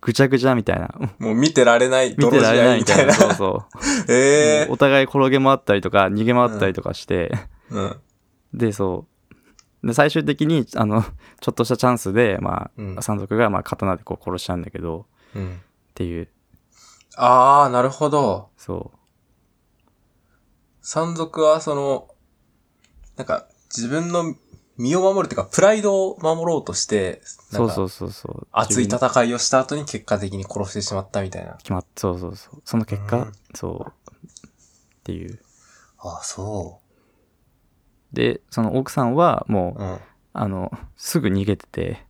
ぐちゃぐちゃみたいな。
もう見てられない、
見
泥
てら
試
れない
合み
みた
た
い
いな
な。。そうそう。
ええ
もうお互い転げ回ったりとか、逃げ回ったりとかして、
うん。
で、そう。で、最終的に、あの、 ちょっとしたチャンスで、まあ、
うん
山賊が、まあ、刀でこう殺しちゃうんだけど、
うん。
っていう、
ああ、なるほど。
そ
山賊は、その、なんか、自分の身を守るというか、プライドを守ろうとして、。
う。そうそううそうそう。
熱い
自分の
戦いをした後に結果的に殺してしまったみたいな。
決まっそうそうそうその結果、
うん
そうっていう
ああ、そ
でその奥さんはも
う。
う、
うん。あ
あのすぐ逃げてて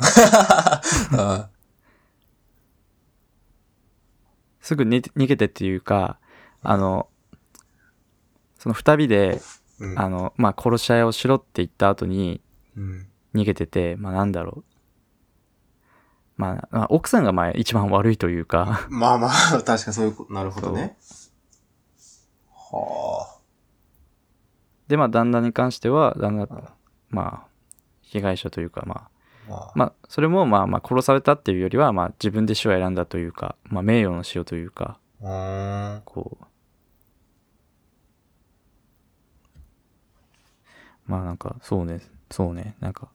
あ
すぐに逃げてっていうかあのその二人で、
うん
あのまあ殺し合いをしろって言った後に
うん。
逃げててまあなんだろうまあ、まあ奥さんがまあ一番悪いというか
まあまあ、確かにそういうこと、なるほどね。は
でまあ旦那に関しては旦那
うん
まあ被害者というかまあ
あ。まあ、
まあ、それもまあまあ殺されたっていうよりは、まあ、自分で死を選んだというか、まあ、名誉の死をというか
うーん。
こうまあなんかそうねそうねなんか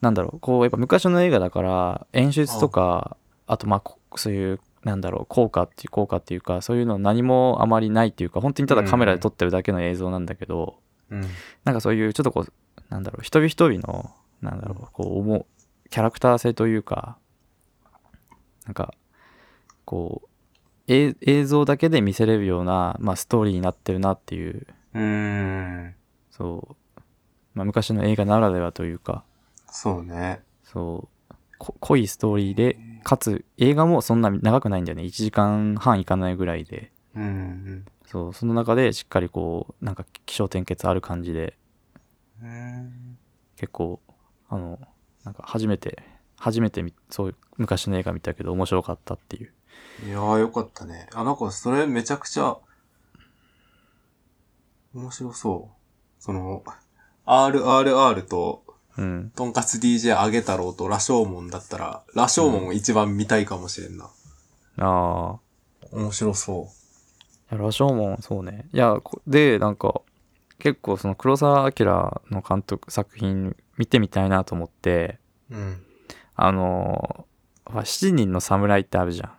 なんだろうこうやっぱ昔の映画だから演出とかあとまあこそういうなんだろう効果っていう効果っていうかそういうの何もあまりないっていうか本当にただカメラで撮ってるだけの映像なんだけど、
うん。
なんかそういうちょっとこうなんだろう一人一人のなんだろうこう思うキャラクター性というかなんかこうえ映像だけで見せれるような、まあ、ストーリーになってるなっていう
うーん。
そう、まあ、昔の映画ならではというか
そうね。
そうこ濃いストーリーでかつ映画もそんな長くないんだよね1時間半いかないぐらいで
うんうん。
そうその中でしっかりこうなんか気象転結ある感じで
うーん
結構あのなんか初めて初めてみそういう昔の映画見たけど面白かったっていう
いやーよかったね。あ、なんかそれめちゃくちゃ、面白そう。その、RRR と、
うん
とんかつ DJ あげ太郎と羅生門だったら、羅生門を一番見たいかもしれんな。
あ
面白そ
あ羅生門そうねいやこでなんか結構その黒澤明の監督作品見てみたいなと思って
う。うん。
あのーまあ七人の侍ってあるじゃん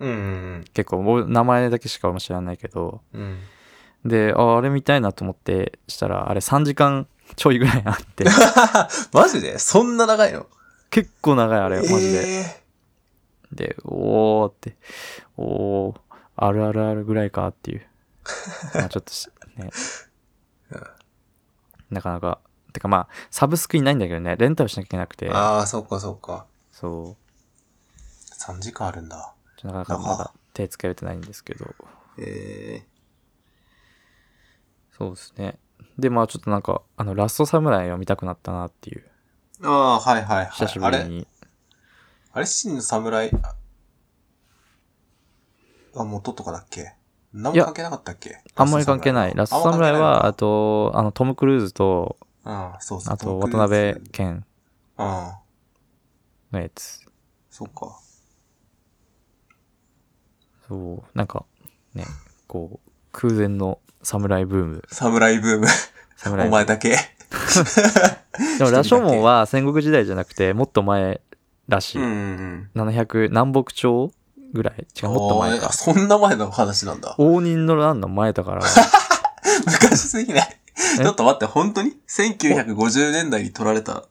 うんうん
結構もう名前だけしか俺も知らないけど
うん。うん。
でああれ見たいなと思ってしたらあれ3時間ちょいぐらいあって
マジでそんな長いの
結構長いあれマジで。
え
で、おーって、おー、あるあるあるぐらいかっていう。まあちょっとし、ね。なかなか。てかまあ、サブスクいないんだけどね、レンタルしなきゃいけなくて
ー、ああ、そっかそっか。
そう
3時間あるんだ。、
ちょっとなかなかまだ手つけれてないんですけど、
え
そうですね。で、まあちょっとなんか、あの、ラストサムライを見たくなったなっていう、
ー、ああ、はいはいはい。
久しぶ
あ
り
れ
に。
あれ、真の侍は元とかだっけ何
いや
も関係なかったっけ
あんまり関係ない。ラストサムライは、あ、と、あの、トム・クルーズと、
あんま関係ないのかうん、そうそう。
あと、
トムクル
渡
ーズ
辺謙
うん、
のやつ。
そっか。
そう、なんか、ね、こう、空前の侍ブーム。
侍ブーム。
侍
お
ブー
前
ム
だけ。
でも、羅生門は戦国時代じゃなくて、もっと前らしい。
うんうんうん。
700、南北朝ぐらい違う、もっと前
あー
か
え。そんな前の話なんだ。
応仁の乱の前だから、
昔すぎない。
え
ちょっと待って、本当に ?1950 年代に撮られた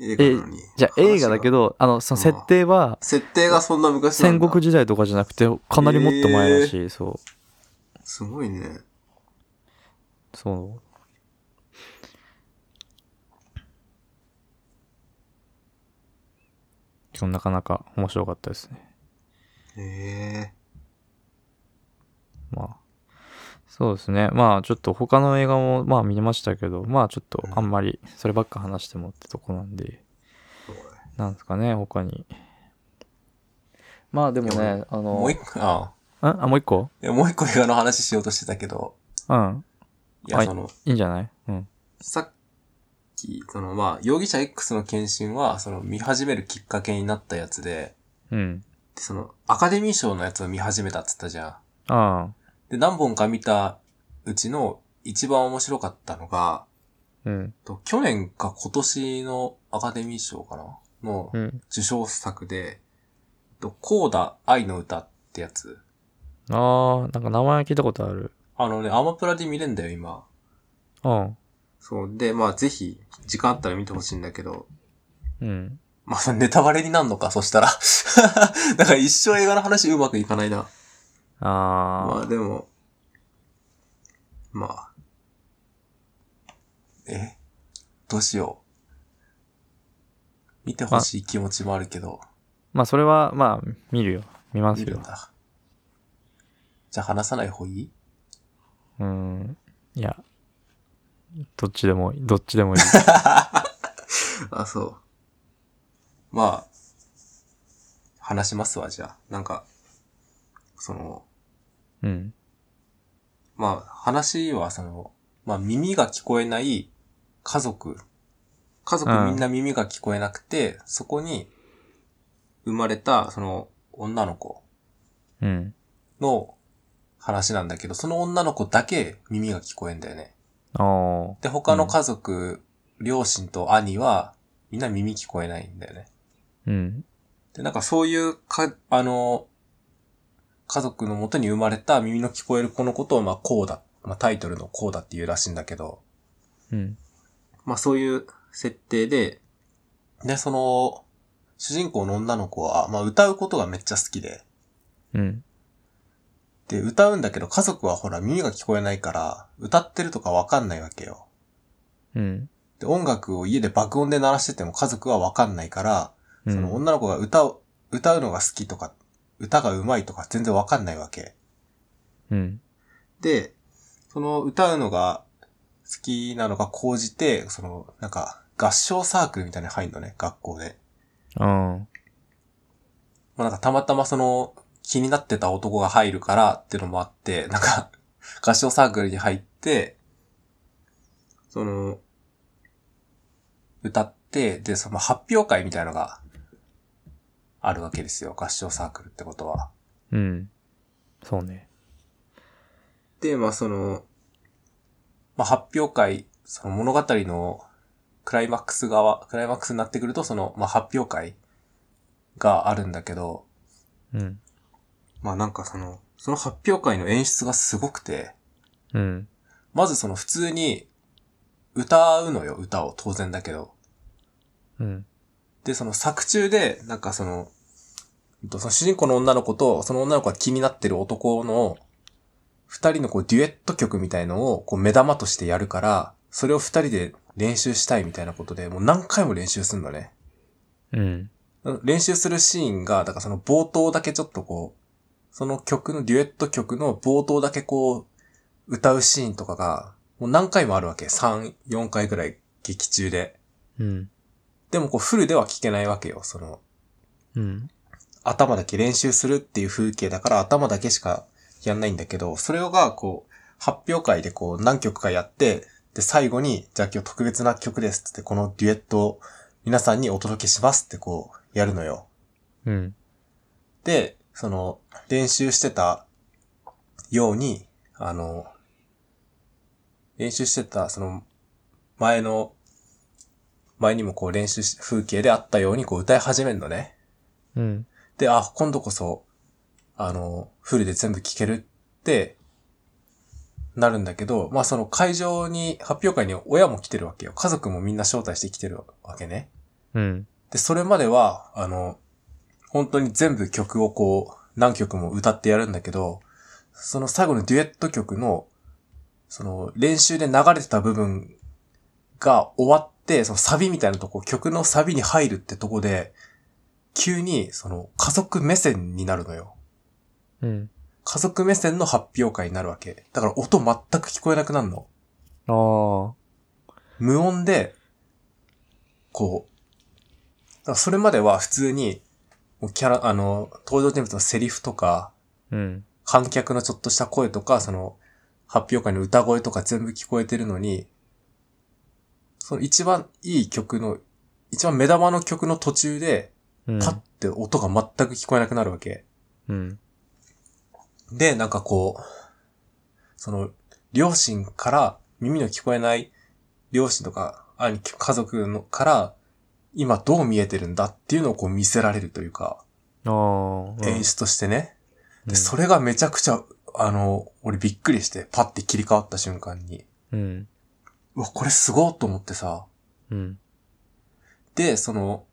映画なのに。
じゃあ映画だけ
ど。
ど、あの、その設定は、
設定がそんな昔なん
戦
だ。
国時代とかじゃなくて、かなりもっと前だし、そう。
すごいね。
そう。今日なかなか面白かったですね。
ええ
まあ。そうですね。まあちょっと他の映画もまあ見れましたけど、まあちょっとあんまりそればっか話してもってとこなんで、なんですかね、他に。まあでもね、あの、
もう一個、ああ
んあ、もう一個
いやもう一個映画の話しようとしてたけど、
うん。
いや、
はい
その、
いいんじゃないうん。
さっき、その、まあ、容疑者 X の検診は、その、見始めるきっかけになったやつで、
うん。
でその、アカデミー賞のやつを見始めたっつったじゃん。
ああ。
で、何本か見たうちの一番面白かったのが、
うん。
と去年か今年のアカデミー賞かなの
うん。
受賞作で、とコーダ愛の歌ってやつ。
ああ、なんか名前聞いたことある。
あのね、アマプラで見れんだよ、今。
うん。
そう。で、まあ、ぜひ、時間あったら見てほしいんだけど、
うん。
まあ、それネタバレになるのか、そしたら。 だから一生映画の話うまくいかないな。ま
あ
あ、でも、まあ、えどうしよう。見てほしい気持ちもあるけど、
あ、まあそれは、まあ、見るよ。見ます
見る
よ
ん。だ。じゃあ話さない方がい い
うん。いや、どっちでもいい。どっちでも いい。
あ、そう。まあ、話しますわ、じゃあ。なんか、その、
うん。
まあ、話はその、まあ、耳が聞こえない家族。家族
うん
みんな耳が聞こえなくて、そこに生まれた、その、女の子
うん。
の話なんだけど、その女の子だけ耳が聞こえんだよね。
ああ。
で、他の家族、両親と兄は、みんな耳聞こえないんだよね。
うん。
で、なんかそういう、か、あの、家族のもとに生まれた耳の聞こえる子のことを、まあ、こうだ。まあ、タイトルのこうだっていうらしいんだけど、
うん。
まあそういう設定で、で、その、主人公の女の子は、まあ歌うことがめっちゃ好きで、
うん。
で、歌うんだけど家族はほら耳が聞こえないから、歌ってるとかわかんないわけよ。
うん。
で、音楽を家で爆音で鳴らしてても家族はわかんないから、
う
その
ん。
女の子が歌を、歌うのが好きとか、歌が上手いとか全然わかんないわけ。
うん。
で、その歌うのが好きなのが高じて、その、なんか、合唱サークルみたいなのに入るのね、学校で。
うん。
まあなんかたまたまその気になってた男が入るからっていうのもあって、 なんか合唱サークルに入って、その、歌って、で、その発表会みたいなのがあるわけですよ。合唱サークルってことは。
うん。そうね。
で、まあその、まあ発表会、その物語のクライマックス側、クライマックスになってくると、その、まあ発表会があるんだけど、
うん。
まあなんかその、その発表会の演出がすごくて、
うん。
まずその普通に歌うのよ、歌を当然だけど。
うん。
で、その作中で、なんかその、うんとその主人公の女の子と、その女の子が気になってる男の、二人のこうデュエット曲みたいのをこう目玉としてやるから、それを二人で練習したいみたいなことで、もう何回も練習すんのね。
うん。
練習するシーンが、だからその冒頭だけちょっとこう、その曲のデュエット曲の冒頭だけこう、歌うシーンとかが、もう何回もあるわけ。3、4回ぐらい劇中で。
うん。
でもこうフルでは聴けないわけよ。その、
うん。
頭だけ練習するっていう風景だから頭だけしかやんないんだけど、それがこう、発表会でこう何曲かやって、で、最後に、じゃあ今日特別な曲ですってって、このデュエットを皆さんにお届けしますってこう、やるのよ。
うん。
で、その、練習してたように、あの、練習してた、その、前の、前にもこう練習し、風景であったようにこう歌い始めるのね。
うん。
で、あ、今度こそ、あの、フルで全部聴けるって、なるんだけど、まあその会場に、発表会に親も来てるわけよ。家族もみんな招待して来てるわけね。
うん。
で、それまでは、あの、本当に全部曲をこう、何曲も歌ってやるんだけど、その最後のデュエット曲の、その練習で流れてた部分が終わって、そのサビみたいなとこ、曲のサビに入るってとこで、急にその家族目線になるのよ。
うん。
家族目線の発表会になるわけ。だから音全く聞こえなくなるの。
ああ。
無音で、こう、だからそれまでは普通に、もうキャラ、あの、登場人物のセリフとか、
うん。
観客のちょっとした声とか、その、発表会の歌声とか全部聞こえてるのに、その一番いい曲の、一番目玉の曲の途中で、
うん。
パッて音が全く聞こえなくなるわけ。
うん。
で、なんかこう、その、両親から、耳の聞こえない両親とか、兄貴、家族のから、今どう見えてるんだっていうのをこう見せられるというか、
ああ。
演出として
う
ね。
ん
で、それがめちゃくちゃ、あの、俺びっくりして、パッて切り替わった瞬間に、
うん。
うわ、これすごっと思ってさ、
うん。
で、その、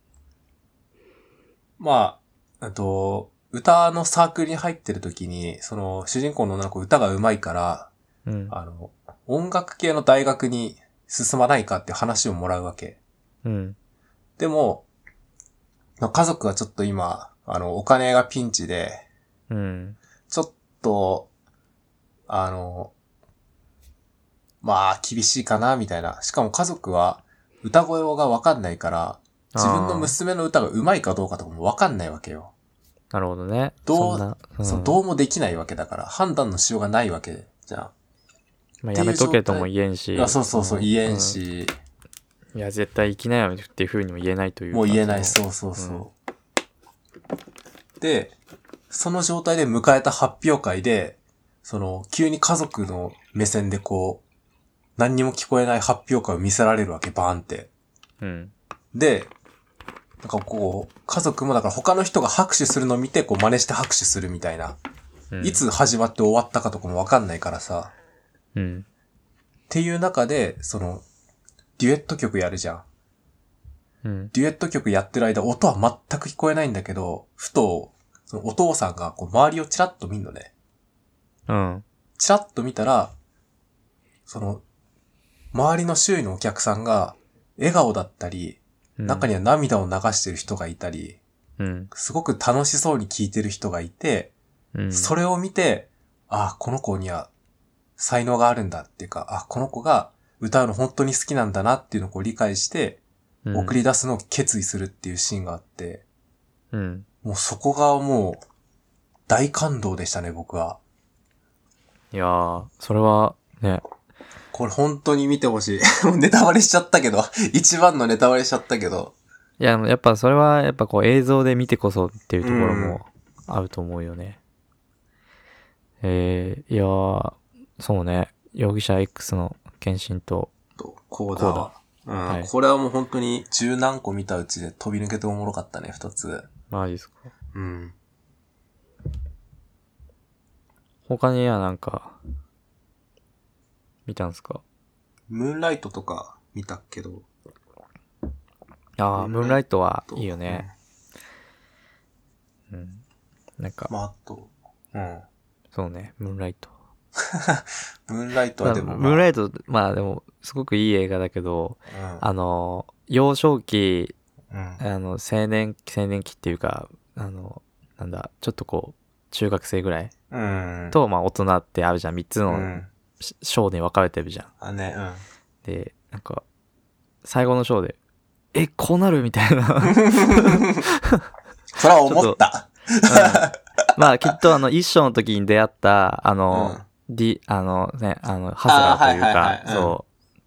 まあ、えっと、歌のサークルに入ってる時に、その、主人公の女の子歌が上手いから、
うん。
あの、音楽系の大学に進まないかって話をもらうわけ。
うん。
でも、まあ家族がちょっと今、あの、お金がピンチで、
うん。
ちょっと、あの、まあ、厳しいかな、みたいな。しかも家族は、歌声がわかんないから、自分の
あ
娘の歌が上手いかどうかとかもわかんないわけよ。
ーなるほどね。
ど
そ
う
んな、ん
そのどうもできないわけだから、判断のしようがないわけじゃん。
まあ
って
や
いう
めとけとも言えんし。
あそうそうそう、
ん
言えん。し、
うんいや、絶対生きなよっていうふうにも言えないというか
もう言えない、
その
そうそうそう。で、その状態で迎えた発表会で、その、急に家族の目線でこう、何にも聞こえない発表会を見せられるわけ、バーンって。
うん。
で、なんかこう、家族もだから他の人が拍手するのを見て、こう真似して拍手するみたいな。
うん
いつ始まって終わったかとかもわかんないからさ。
うん。
っていう中で、その、デュエット曲やるじゃん。
うん。
デュエット曲やってる間、音は全く聞こえないんだけど、ふと、そのお父さんがこう周りをチラッと見るのね。
うん。
チラッと見たら、その、周りの周囲のお客さんが、笑顔だったり、
うん
中には涙を流してる人がいたり、
うん。
すごく楽しそうに聴いてる人がいて、
うん。
それを見て、ああ、この子には才能があるんだっていうか、あこの子が歌うの本当に好きなんだなっていうのをこう理解して、
うん
送。り出すのを決意するっていうシーンがあって、
うん。
もうそこがもう、大感動でしたね、僕は。
いやー、それは、ね。
これ本当に見てほしい。 もうネタバレしちゃったけど、 一番のネタバレしちゃったけど。
いや、あのやっぱそれは、やっぱこう映像で見てこそっていうところもあると思うよね。えー、いやー、そうね。容疑者 X の献身と、
と、コーダは。うん、
はい
これはもう本当に十何個見たうちで飛び抜けておもろかったね、二つ。
マジですか。
うん。
他にはなんか、見たんすか
ムーンライトとか見たけど。
ああ、ムーンライトはいいよ
うん
ね。。うん。なんか、
まあ、あと、うん。
そうね、ムーンライト。
ムーンライトはでも、
まあムーンラ
イ
イト、まあでも、すごくいい映画だけど、
ト、うん、
あの、幼少期
うん、
あの、青年、青年期っていうか、あの、なんだ、ちょっとこう、中学生ぐらい
うん。、
と、まあ、大人ってあるじゃん。3つ
う
の
ん。
し章に分かれてるじゃん。
あ、ね、うん。
で、なんか、最後の章で、え、こうなるみ たいな。
それは思った。
まあ、きっと、あの、一章の時に出会った、あの、
うん
ディ、あの、ね、あの、ハズラーという
あーはいはい
か、
はいうん
そ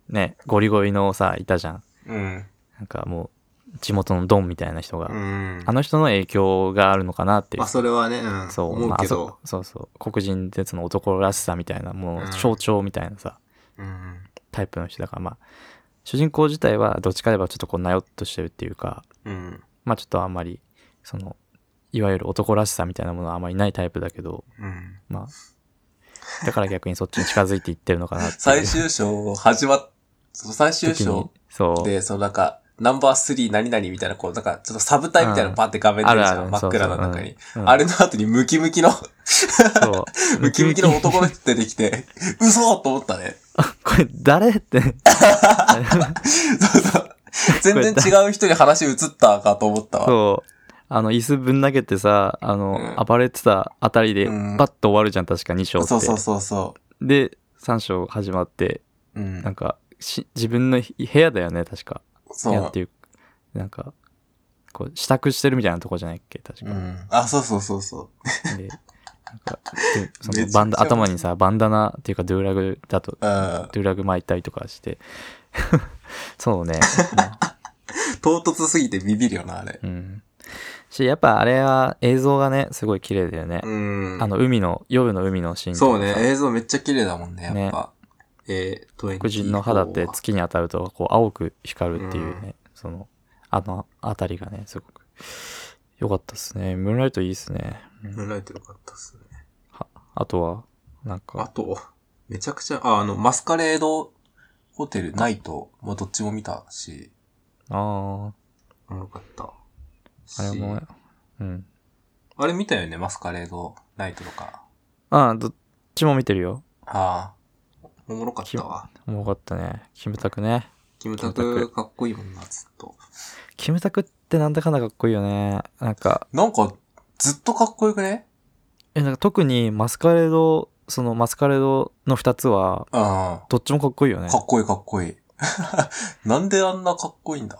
う、ね、ゴリゴリのさ、いたじゃん。
うん。
なんかもう、地元のドンみたいな人が。
うん。
あの人の影響があるのかなっていう
まあ、それはね、うん。
そう、
思う
まあ、
け
あ
ど。
そそうそう黒人絶の男らしさみたいなも
うん
う象徴みたいなさ、
うん。
タイプの人だからまあ主人公自体はどっちかでばちょっとこうなよっとしてるっていうか
うん。
まあちょっとあんまりそのいわゆる男らしさみたいなものはあまりないタイプだけど、
うん。
まあ、だから逆にそっちに近づいていってるのかなっていう。
最終章始まっ、その最終
時に
章
そう。
で、そのなんか、ナンバー3何々みたいな、こう、なんか、ちょっとサブタイみたいなのバって画面出るじゃ。
うんん
真
あるある
っ暗な中に。
うん
あれの後にムキムキの、
そう
ムキムキの男の人出てきて、 嘘と思ったね。
これ誰って。
そうそう。全然違う人に話移ったかと思ったわ。
そう。あの、椅子ぶん投げてさ、あの、
うん
暴れてたあたりで、
うん
バッと終わるじゃん、確か2章って。
そうそうそうそ
で、3章始まって、
う。うん
なん。か、し自分のひ部屋だよね、確か。部
そ
屋っ
う。
ていう、なんか、こう、支度してるみたいなとこじゃないっけ、確
う
か。
ん。あ、そうそうそうそ
で、なんか、でそ
めちゃく
の
ちゃ
バンダ、頭にさ、バンダナっていうか、ドゥーラグだと、
う。う
ド
ん。
ゥーラグ巻いたりとかして。 そう ね。
唐突すぎてビビるよな、あれ。
うん。し、やっぱあれは映像がね、すごい綺麗だよね。
うん。
あの、海の、夜の海のシーンとか
そうね、
さ
映像めっちゃ綺麗だもんね、やっぱ。えー、
黒人の肌って月に当たると、こう、青く光るっていうね、その、あの、あたりがね、すごく、良かったっすね。ムーンライトいいっすね。うん
ムーンライトよかったっすね。
あとは、なん
あ
か、
と、めちゃくちゃ、あ、あの、マスカレードホテル、ナイト、まあ、どっちも見たし、
あ
おもろかったし。
あ、あれも、うん。
あれ見たよね、マスカレード、ナイトとか。
ああ、どっちも見てるよ。
ああ、おもろかったわ。
もうかったね。キムタクね。
キムタ
キムタ
クかっこいいもんな、ずっと。
キムタクってなんだかんだかっこいいよね。なんか、
なんか、ずっとかっこよくね
え、なんか特にマスカレード、そのマスカレードの二つは、
うん。か
どっちもかっこいいよね。
っこいいかっこい い。なんであんなかっこいいんだ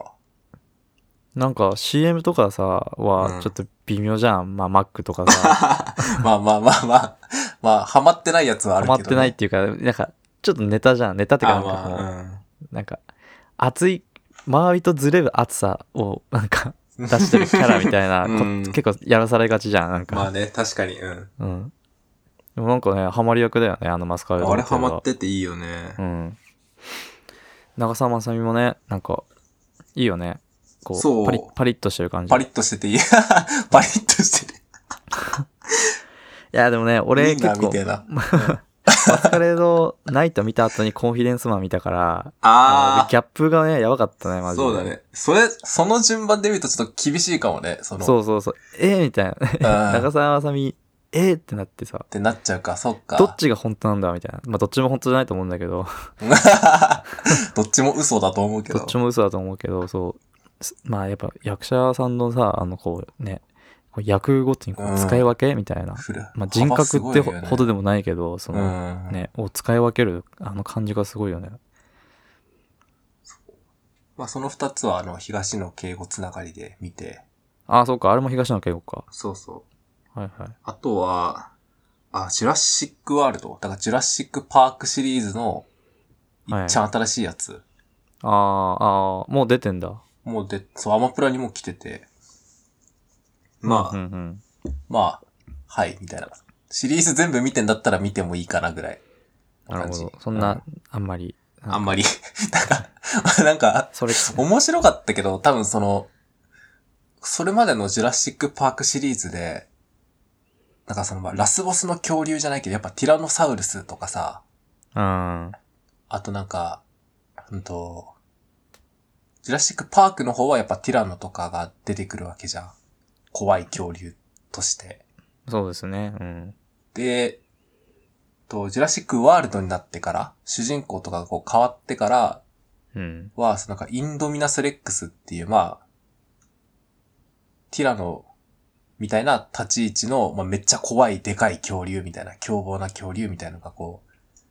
なんか CM とかさ、
うん
はちょっと微妙じゃん。まあ Mac とかさ、
まあまあまあまあ、まあ、ハマってないやつ はあ
ハ
るけ
マ
ど、
ってないっていうか、なんかちょっとネタじゃん。ネタっていうかな
あ
んかもう、
まあ
なんか熱い、周りとずれる熱さをなん か
うん
出してるキャラみたいな、こ
うん
結構やらされがちじゃん。なんか。
まあね、確かに。うん。
うん。でもなんかね、ハマり役だよね、あのマスカレード
あれ
ってい
ハ
うのは
マってていいよね。
うん。長澤まさみもね、なんか、いいよね。こう、
そう
パリッパリッとしてる感じ。
パリッとしててい い。パリッとしてて。
いや、でもね、俺
ウィン
結
ナー
構
み、たいな。
マスカレードナイト見た後にコンフィデンスマン見たから、
あ
ギャップがね、やばかったね、マ
あ。
ジで。
そうだ。ね。それ、その順番で見るとちょっと厳しいかもね。その、
そうそうそう。えー、みたいな。
うん。っ
長澤まさみ、えー、ってなってさ、
てなっちゃうか、そっか。
どっちが本当なんだみたいな。まあ、どっちも本当じゃないと思うんだけど、
どっちも嘘だと思うけど。
どっちも嘘だと思うけど、そう。すまあ、やっぱ役者さんのさ、あの、こうね、こう役ごとにこ
う
うん使い分け、みたいな。
フル
まあ、人格ってほ,、ほど
で
でもないけど、そ
も。う
の、
ん。
ね、を使い分ける、あの感じがすごいよね。
まあその二つは、あの、東野敬語つながりで見て。
ああ、そうか、あれも東野圭吾か。
そうそう。
はいはい。
あとは、あ、ジュラシックワールド。だからジュラシックパークシリーズの、い
はい
っちゃん新しいやつ。
ああ、ああ、もう出てんだ。
もうで、そう、アマプラにも来てて。ま
うん
あ、
うん。
まあ、はい、みたいな。シリーズ全部見てんだったら見てもいいかなぐらい。
なるほど
感。じ
そんな、、あんまり。
うんあんまり。 なんか、 なんか、
それ、
面白かったけど、多分その、それまでのジュラシックパークシリーズで、なんかその、まあ、ラスボスの恐竜じゃないけど、やっぱティラノサウルスとかさ、
うん。
あとなんか、うんと、ジュラシックパークの方はやっぱティラノとかが出てくるわけじゃん。怖い恐竜として。
そうですね。うん。
で、と、ジュラシックワールドになってから、主人公とかがこう変わってから
うん。
は、そのなんかインドミナスレックスっていう、まあ、ティラノみたいな立ち位置の、まあめっちゃ怖いでかい恐竜みたいな、凶暴な恐竜みたいなのがこ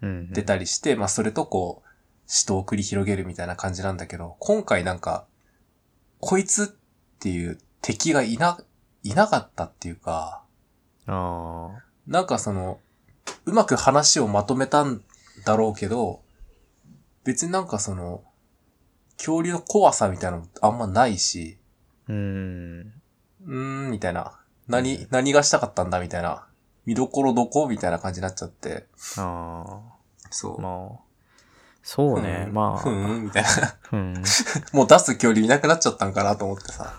う、
うん。
出たりして、まあそれとこう、死闘を繰り広げるみたいな感じなんだけど、今回なんか、こいつっていう敵がいな、いなかったっていうか、
ああ。
なんかその、うまく話をまとめたんだろうけど、別になんかその、恐竜の怖さみたいなのもあんまないし、
うん。
うーん、みたいな。何、何がしたかったんだみたいな。見どころどこみたいな感じになっちゃって。
あ
そ
あ。まあ。そうね。
ん
ま
ふ
あ。
ーん、みたいな。
うん。
もう出す恐竜いなくなっちゃったんかなと思ってさ。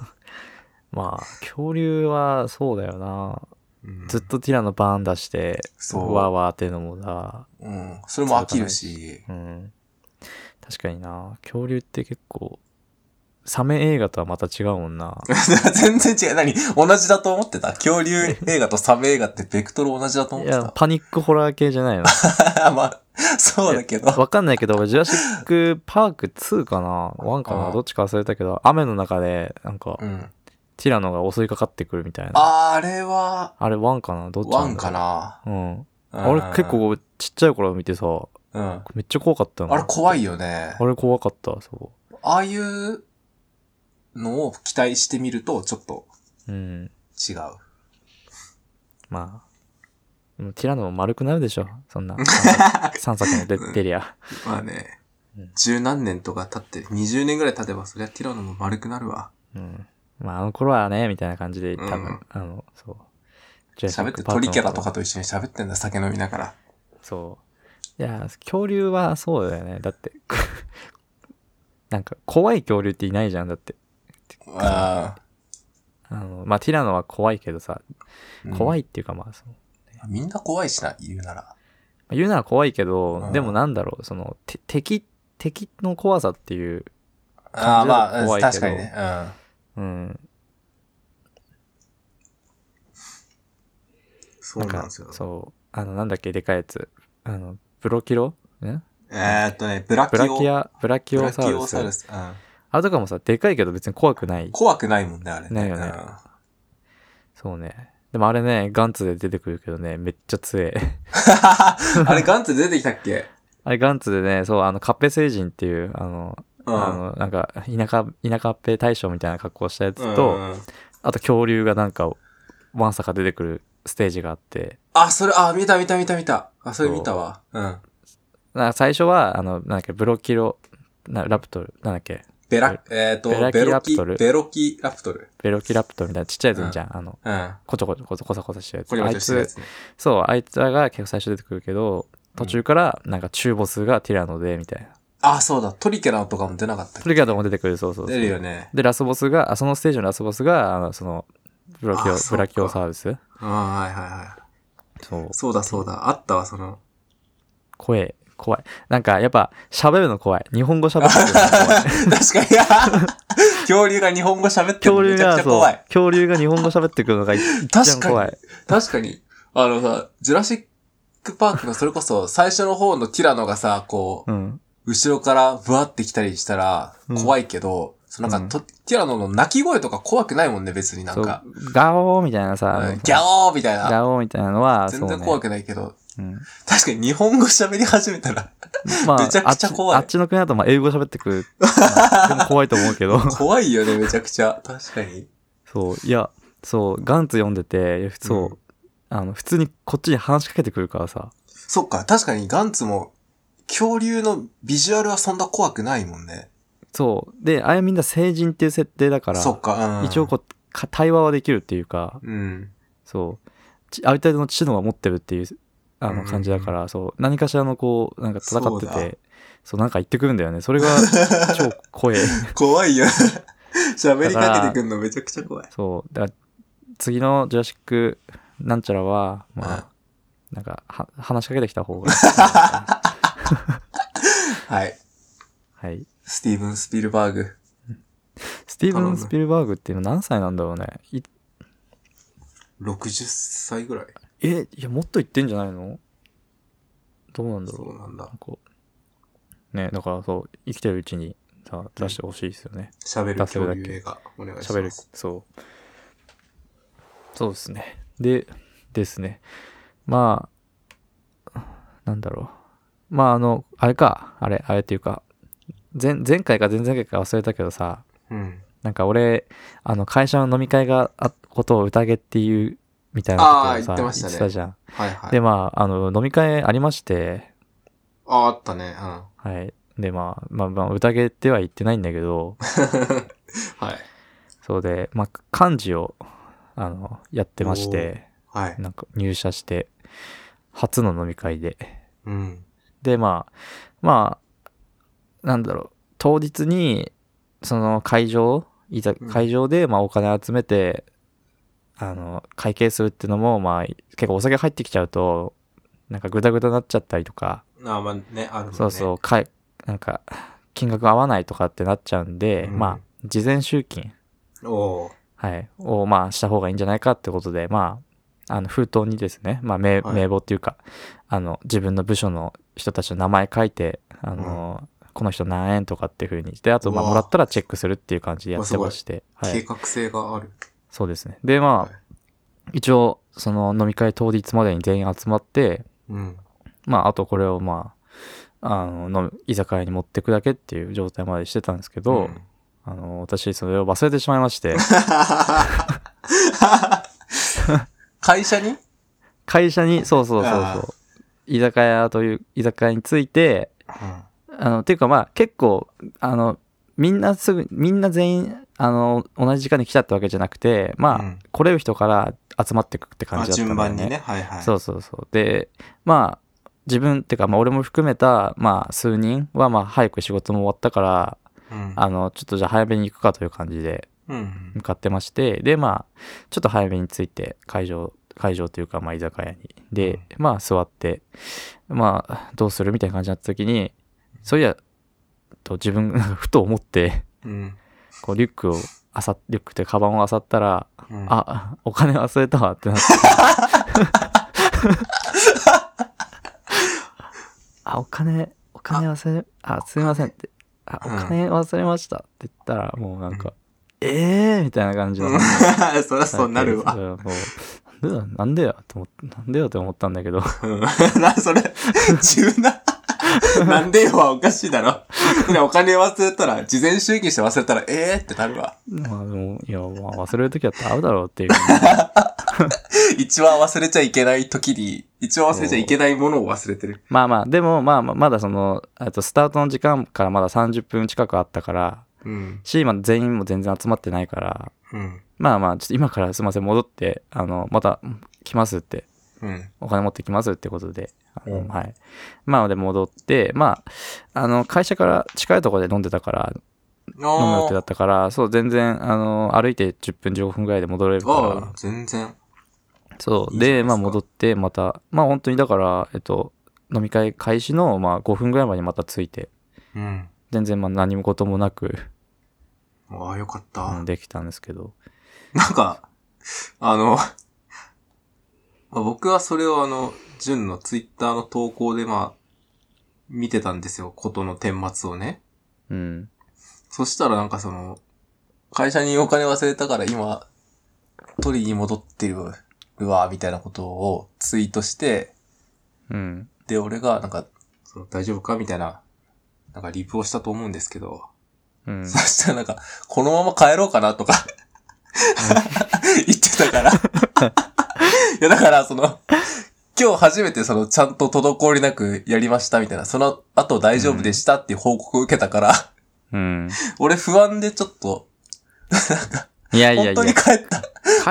まあ、恐竜はそうだよな。
うん
ずっとティラノバーン出して、
そう
わーわーってのもだ。
うん。それも飽きるし、
うん。確かにな。恐竜って結構、サメ映画とはまた違うもんな。
全然違う。何同じだと思ってた恐竜映画とサメ映画ってベクトル同じだと思
い
ってた。
や、パニックホラー系じゃないの。
まあ、そうだけど。
わかんないけど、俺、ジュラシック・パーク2かな ?1 か
あ
な
ー
どっちか忘れたけど、雨の中で、なんか、
うん。
ティラノが襲いかかってくるみたいな。
あーあれは、
あれ、1かなどっち
ワ
なん
ン
だ
かな
ろううん。
あ
俺、結、構、ちっちゃい頃見てさ、
うん。あ
めっちゃ怖かったよな
れ怖いよね。
あれ怖かった、そ
ああいうのを期待してみると、ちょっと
う。うん。
違う。
まあ。でもティラノも丸くなるでしょ、そ んな。3作も出てりゃ。
まあね
うん、
十何年とか経って、20年ぐらい経てば、そりゃティラノも丸くなるわ。
うん。まあ、あの頃はね、みたいな感じで、多分、
うん
あの、そう。ジュラシッ
喋っ
ク
て、
パークの
鳥キャラとかと一緒に喋ってんだ、酒飲みながら。
そう。いや、恐竜はそうだよね。だって、 なんか怖い恐竜っていないじゃん。だって。
あ
あの、まあ、ティラノは怖いけどさ、
ー
怖
い、
いっていうかまあ、その
うんみんな怖いしな、言うなら。
まあ言うなら怖いけど、
うん
でもなんだろう、その、て敵、敵の怖さっていう、
ああー、まあ、
怖いけど
確かにね。う
う
ん。
ん、
そ
な
うんなん
か、
ですよ。
そう、あの、なんだっけ、でかいやつ、あの、ブロキロん
えーっとね、ブラ
ブ
キ
ラ
オ。
キア、ブラキ
ブ
オ
ラ
サウ
キ
ル
オ
ス。
サウルス。うん
あれとかもさ、でかいけど別に怖くない。
怖くないもん ね、あれね。
ないよねそうね。でもあれね、ガンツで出てくるけどね、めっちゃ強え。
うん、あれ、ガンツ出てきたっけ
あれガンツでね、そう、あの、カッペ星人っていう、あの、
うん。
あの、なんか、田舎、田舎っぺ大将みたいな格好したや
う
つ
ん
と、あと恐竜がなんか、ワンサか出てくるステージがあって、
あ、それ、あ、見た見た見た見た。あ、それ見たわ。うん。
な最初は、あの、なんだっけ、ブロキロ、なラプトル、なんだっけ、
ベラ、えーっと、
ベラキ
ベロ
ラプ
キ
トル、
ベロキラプトル。
ベロキラプトルみたいなちっちゃいやついるじゃん、あの、
うん。
こちょこちょこちょこさこさしてるやつ。
これ
あい
してるや
つ、
つね。
そう、あいつらが結構最初出てくるけど、途中から、なんか中ボスがティラノで、みたいな。
あ、そうだ。トリケラとかも出なかった
ト
っけ
リガードも出てくる、そうそうそう
出るよね。
で、ラスボスが、あそのステージのラスボスが、あの、その、ブラキオ
あ、そ
ブ
っか
ラキオサウルス
うん、はいはいはい。
そう。
そうだそうだ。あったわ、その。
声、怖い。なんか、やっぱ、喋るの怖い。日本語喋ってるの 怖い。
確かに、いや恐竜が日本語喋って
恐
るの
竜
めちゃく
が、
ち
そ
ゃ
う
怖い。、
恐竜が日本語喋ってくるのが一番
確かに
怖い。
確かに、あのさ、ジュラシックパークのそれこそ最初の方のティラノがさ、こう、
うん。
後ろからブワってきたりしたら
うん
怖いけど、そのなんかと、ティラノの鳴き声とか怖くないもんね、別になん
そう
か。、
ガオーみたいな
う
さ、あの
んギャオーみたいな。
ガオーみたいなのは、
全然
そう
怖
ね。
くないけど、
うん
確かに日本語喋り始めたら
まあ、
めちゃくちゃ怖い
あっちあっちの国だとまあ英語喋ってく る。でも怖いと思うけど。
怖いよね、めちゃくちゃ。確かに。
そう、いや、そう、ガンツ読んでて、いやそう、
うん
あの、普通にこっちに話しかけてくるからさ。
そっか、確かにガンツも恐竜のビジュアルはそんな怖くないもんね。
そう。で、あれみんな成人っていう設定だから、
そっか、うん。
一応こう、か対話はできるっていうか、
うん。
そう、ちある程度の知能は持ってるっていう、あ
うんうん
の
うん
感じだから、そう、何かしらのこう、なんか戦って
そうだ
て、そう、なんか言ってくるんだよね。それ が、超怖い。
怖いよ。 喋りかけてくんのめちゃくちゃ怖い。
そう。だから次のジュラシックなんちゃらは、まあ、
うん
なんかは、話しかけてきた方 が。
はい。
はい。
スティーブン・スピルバーグ。
スティー
頼
ブ
む
ン・スピルバーグっていうの何歳なんだろうね。い
60歳ぐらい。
え、いや、もっと言ってんじゃないのどうなんだ
そ
ろう。
うなんだ
なん。かね、だからそう、生きてるうちにさ、出してほしいですよね。
喋る
出せる
恐
だけ
竜映画。お願いし
喋
ま
る
す。、
そう。そうですね。で、ですね。まあ、なんだろう。まあ、あの、あれか、あれ、あれっていうか、前前回か前々回か忘れたけどさ、
うん。
なんか俺、あの、会社の飲み会があことを宴っていう、みたいな
あ
ことを
ー
さ、
言ってましたね
じゃん。
はいはい。
で、まあ、あの、飲み会ありまして、
あ、あったね。うん。 は
はい。で、まあ、まあ、まあ、宴っては言ってないんだけ ど、
い。
そうで、まあ、漢字を、あの、やってまして、
はい。
なんか入社して、初の飲み会で。
うん。
で、まあ、まあ、なんだろう、当日に、その会場いざ
うん
会場でまあお金集めて、あの会計するってのもまあ結構お酒入ってきちゃうとなんかグダグダなっちゃったりとか、
ああ、まあね、あるもんね。
そうそうかいなんか金額合わないとかってなっちゃうんで、
うん
まあ事前集金、
う。おー
はい、をまあした方がいいんじゃないかってことでまああの封筒にですね、まあ名
はい
名簿っていうかあの自分の部署の人たちの名前書いてあの、この人何円とかっていうふうにしてあとまあ
うわ
もらったらチェックするっていう感じでやってまして、は
計
い、
画性がある。
そうですねでまあ、
はい
一応その飲み会当日までに全員集まって
うん。
まああとこれをまああの飲む居酒屋に持ってくだけっていう状態までしてたんですけど、
ん
あの私それを忘れてしまいまして
会社に
会社にそうそうそう
あ
そう居酒屋という居酒屋についてあのっていうかまあ結構あのみんなすぐみんな全員あの同じ時間に来ちゃったわけじゃなくてまあ、
うん
来れる人から集まってくって感
あ
じだったんだよね。
順番にね。はいはい。
そうそうそう。で、まあ、自分ってか、まあ、俺も含めた、まあ、数人は、まあ、早く仕事も終わったから、
うん。
あの、ちょっとじゃあ早めに行くかという感じで
うん。
向かってまして、で、まあ、ちょっと早めに着いて、会場、会場というか、まあ、居酒屋に。で、まあ、座って、まあ、どうするみたいな感じになった時に、そういや、と自分、なんかふと思って、
うん。
こう、リュックを、あさ、リュックってカバンをあさったら、
うん、
あ、お金忘れたわ ってなって。あ、お金、お金忘れ、あ、すいませんって。あ、お
うん
金忘れましたって言ったら、もうなんか、
う
ええー、みたいな感じの。
うん そりゃそうなるわ。
もう。なんでだ、なんでやと思って、なんでよって思ったんだけど、
うん な、それ、自分な。 なんでよはおかしいだろ。ねお金忘れたら、事前集金して忘れたら、ええー、ってなるわ。
まあでも、いや、まあ忘れるときだって会うだろうって いう。
一番忘れちゃいけない時に、一番忘れちゃいけないものを忘れてる。
まあまあ、でも、まあまあ、まだその、あとスタートの時間からまだ30分近くあったから、
うん。
し、今全員も全然集まってないから、
うん。
まあまあ、ちょっと今からすいません、戻って、あの、また来ますって、
うん。
お金持ってきますってことで、あの
うん
はい。まあ、で、戻って、まあ、あの、会社から近いところで飲んでたから、飲む予定だ
あ
ったから、そう、全然、あの、歩いて10分、15分ぐらいで戻れる
あ。ああ
か、
全然。
ら、そ、
いういじゃない
で、
ですか
まあ、戻って、また、まあ、本当にだから、えっと、飲み会開始の、まあ、5分ぐらいまでまた着いて、
うん。
全然、まあ、何事もなく、
ああ、よかった。
うんできたんですけど、
なんか、あの、まあ僕はそれをあの、純のツイッターの投稿でまあ、見てたんですよ。ことの顛末をね。
うん。
そしたらなんかその、会社にお金忘れたから今、取りに戻ってるわ、みたいなことをツイートして、
うん。
で、俺がなんか、その大丈夫かみたいな、なんかリプをしたと思うんですけど、
うん。
そしたらなんか、このまま帰ろうかなとか、言って たから。いや、だから、その、今日初めてその、ちゃんと滞りなくやりましたみたいな、その後大丈夫でしたっていう報告を受けたから、
うん。
俺不安でちょっと、
いやいやいや。
本当に帰った。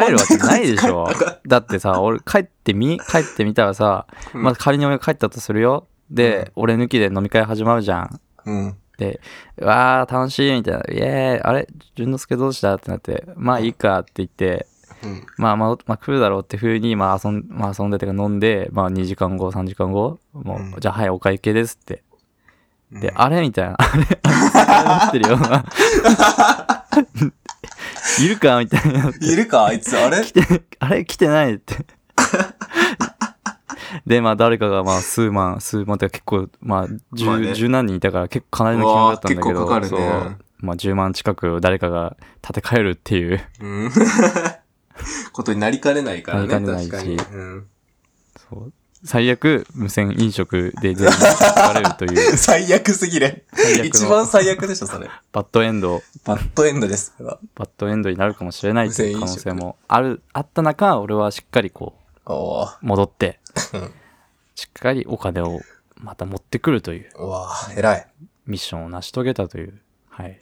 帰るわけないでしょ
本当に帰ったか。
だってさ、俺帰ってみ、帰ってみたらさ、
うん
まあ仮に俺帰ったとするよ。で、俺抜きで飲み会始まるじゃん。
うん。
で、うわー楽しいみたいな、イエーイ、あれ淳之介どうしたってなって、まあいいかって言って、
うん。
まあまあ、まあ来るだろうって風に、まあ遊ん、まあ遊んでてか飲んで、まあ2時間後、3時間後、も
うん
う、じゃあはい、お会計ですって。で、
うん
あれみたいな、 あれ、あれ、ってる よう な。いるかみたいな。
いるかあいつ、 あれ
来て、あれ来てない って。で、まあ誰かがまあ数万、数万ってか結構、まあ十、
まあね
十何人いたから結構かなりの金額だったんだけ
う
ど、
わー結構かかるね
そうまあ10万近く誰かが立て替えるっていう、
うん。ことになりかねないからね、
なりかねない
確
し
かに。うん。
そう最悪無線飲食で全員立れるという
最悪すぎる。
最悪
一番
の
最悪でしょ、それ。
バッドエンド、
バッドエンドです、それは。
バッドエンドになるかもしれないという可能性
無線
もある、あった中、俺はしっかりこ
おー。
う戻って
うん、
しっかりお金をまた持ってくるという。
うわあ偉い。
ミッションを成し遂げたという、はい、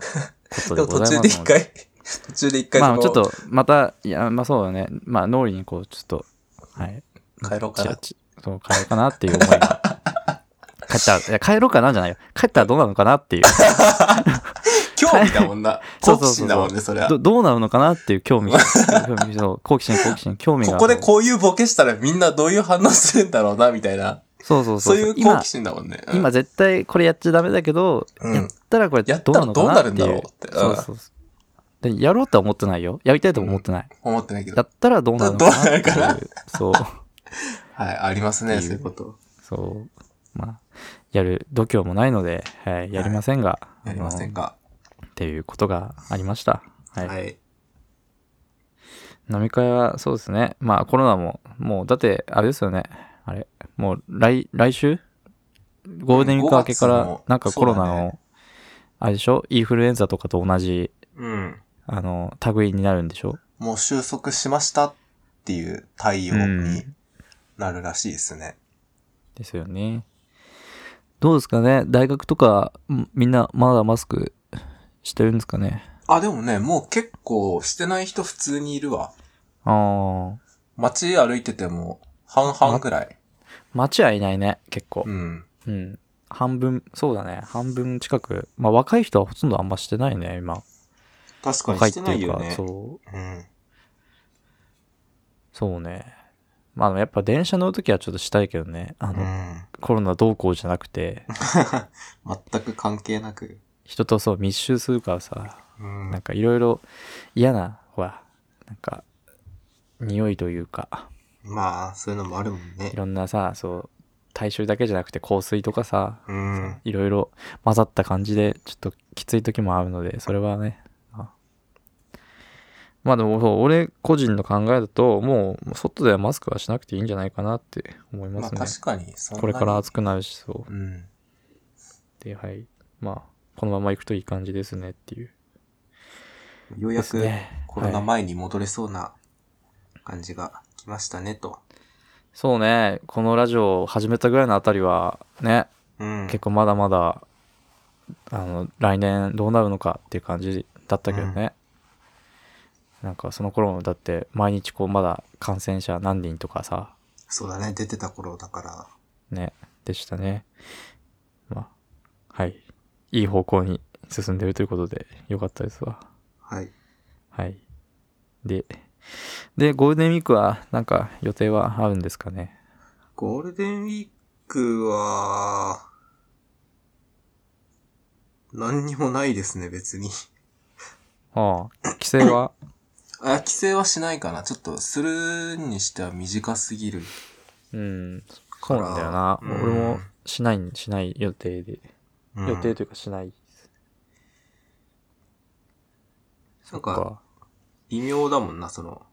こと
で
で
も
ご
途
ざい
中
ま
で
の
す一
で。
回、途中で一回そ
ま
の、
あちょっと、また、いや、まあそうだね。まあ脳裏にこう、ちょっと、はい。
帰ろうか
チ
な
ラ。チラそう、帰ろうかなっていう思いが。 帰ったら、いや、帰ろうかなじゃないよ。帰ったらどうなのかなっていう。
興味だもん な。
そう
好
そう
奇
そうそう
心だもんね、そりゃ。
どどうなるのかなっていう興味興味 そう好奇心好奇心興味
こ
が
こでこういうボケしたらみんなどういう反応するんだろうな、みたいな。
そうそうそ
そうういう好
今
奇心だもんね。うん
今絶対これやっちゃダメだけど、
うん
やったらこれ
やっ
ど
た
うな
ら
の
ど
か
う
な
な
ってい
る
うん
だろうって。う
そうそうそうでやろうとは思ってないよやりたいとも思ってない、
ん思ってないけ
や
ど。
ったらどうなるのかなって
どうなる
いうそう
はい、あります
っ
ね、
てい
そうういうこと。
そうまあやる度胸もないので、はい、やりませんが、
やりません
あ
か。
のっていうことがありましたはい、
はい。
飲み会はそうですねまあコロナももうだってあれですよねあれもう来来週ゴールデンウィーク明けか
うん5月
ら
の
なんかコロナ
そうだ
の、あれでしょインフルエンザとかと同じ
うん。
あの類になるんでしょ
もう収束しましたっていう対応になるらしいですね。
ですよね。どうですかね大学とかんみんなまだマスクしてるんですかね
あ、でもね、もう結構してない人普通にいるわ。
ああ。
街歩いてても半々ぐらい。
街はいないね、結構
う。ん。
うん。半分、そうだね。半分近く。まあ若い人はほとんどあんましてないね、今。
確かに
若い
し
って
てない
いう
よ
か、
ね。
そう。
うん。
そうね。まあでもやっぱ電車乗るときはちょっとしたいけどね。あ
う
の、
ん。
コロナどうこうじゃなくて、
全く関係なく。
人とそう密集するからさ。
うん
なんかいろいろ嫌な、ほら、なんか、匂いというか、
まあ、そういうのもあるもんね
い。ろんなさ、そう、大衆だけじゃなくて香水とかさ、
うん。
いろいろ混ざった感じで、ちょっときつい時もあるので、それはね。まあまあでもそう、俺個人の考えだと、もう外ではマスクはしなくていいんじゃないかなって思いま
まあ
すね。
確かに、そんなに
これから暑くなるし、そう。
うん。
で、はい。まあ、このまま行くといい感じですねっていう。
ようや
です
く
ね
コロナ
はい
前に戻れそうな感じが来ましたね、と。
そうね、このラジオを始めたぐらいのあたりは、ね、
うん。
結構まだまだあの来年どうなるのかっていう感じだったけどね、なんかその頃もだって毎日こうまだ感染者何人とかさ
そうだね、出てた頃だから。
ねでしたねまあはいいい方向に進んでるということでよかったですわ
はい。
はいででゴールデンウィークはなんか予定はあるんですかね
ゴールデンウィークは、何にもないですね、別に。
ああ規制は
あ、規制はしないかな。ちょっと、するにしては短すぎる。
うんそうなんだよな
うん
俺もしないしない予定で
うん
予定というかしないです。
なんか、微妙だもんな、その、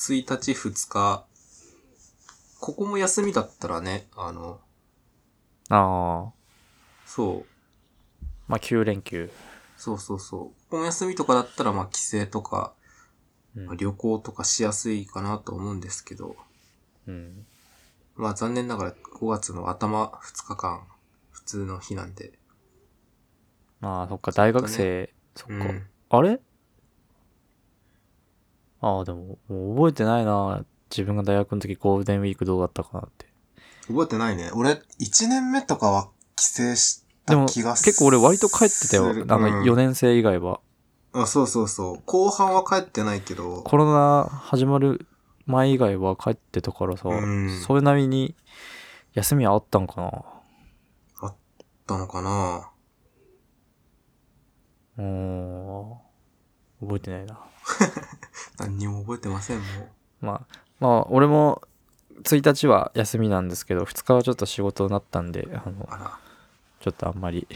1日、2日、ここも休みだったらね、あの、
ああ。
そう、
まあ、9連休。
そうそうそう。ここも休みとかだったら、まあ、帰省とか、
うん
まあ旅行とかしやすいかなと思うんですけど、
うん。
まあ、残念ながら5月の頭2日間、普通の日なんで。
まあ、そっか、大学生、そっか。
うん。
あれああ、でも、もう覚えてないな。自分が大学の時ゴールデンウィークどうだったかなって。
覚えてないね。俺、1年目とかは帰省し
で
た
も、
気がす
結構俺割と帰ってたよ。あ
する
の、
うん
4年生以外は。
あ、そうそうそう。後半は帰ってないけど、
コロナ始まる前以外は帰ってたからさ、
うん
それなりに休みはあったんかな。
だったのかな
うーん。覚えてないな。
何にも覚えてません、もう。
まあ、まあ、俺も1日は休みなんですけど、2日はちょっと仕事になったんで、あの、
あら。
ちょっとあんまり。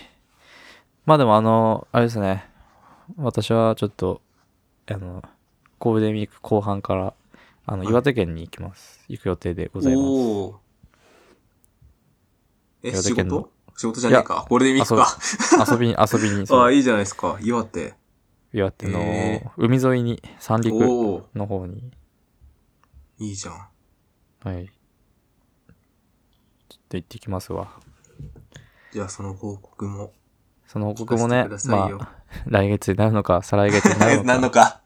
まあでも、あの、あれですね。私はちょっと、あの、ゴールデンウィーク後半から、あの、
はい
岩手県に行きます。行く予定でございます。
おおー。え、
岩手
仕
県の
事仕事じゃねえか。ゴールデンウィークか。
遊 びに、遊びに、
あ
そ
あ、
う
いいじゃないですか。岩手。
岩手の
へ
海沿いに、三陸
おお
の方に、
ー。いいじゃん。
はい。ちょっと行ってきますわ。
じゃあ、その報告も。
その報告もね
聞か、せてくださ
ま
いよ
あ、 来月になるのか、再来月になるのか。
何のか。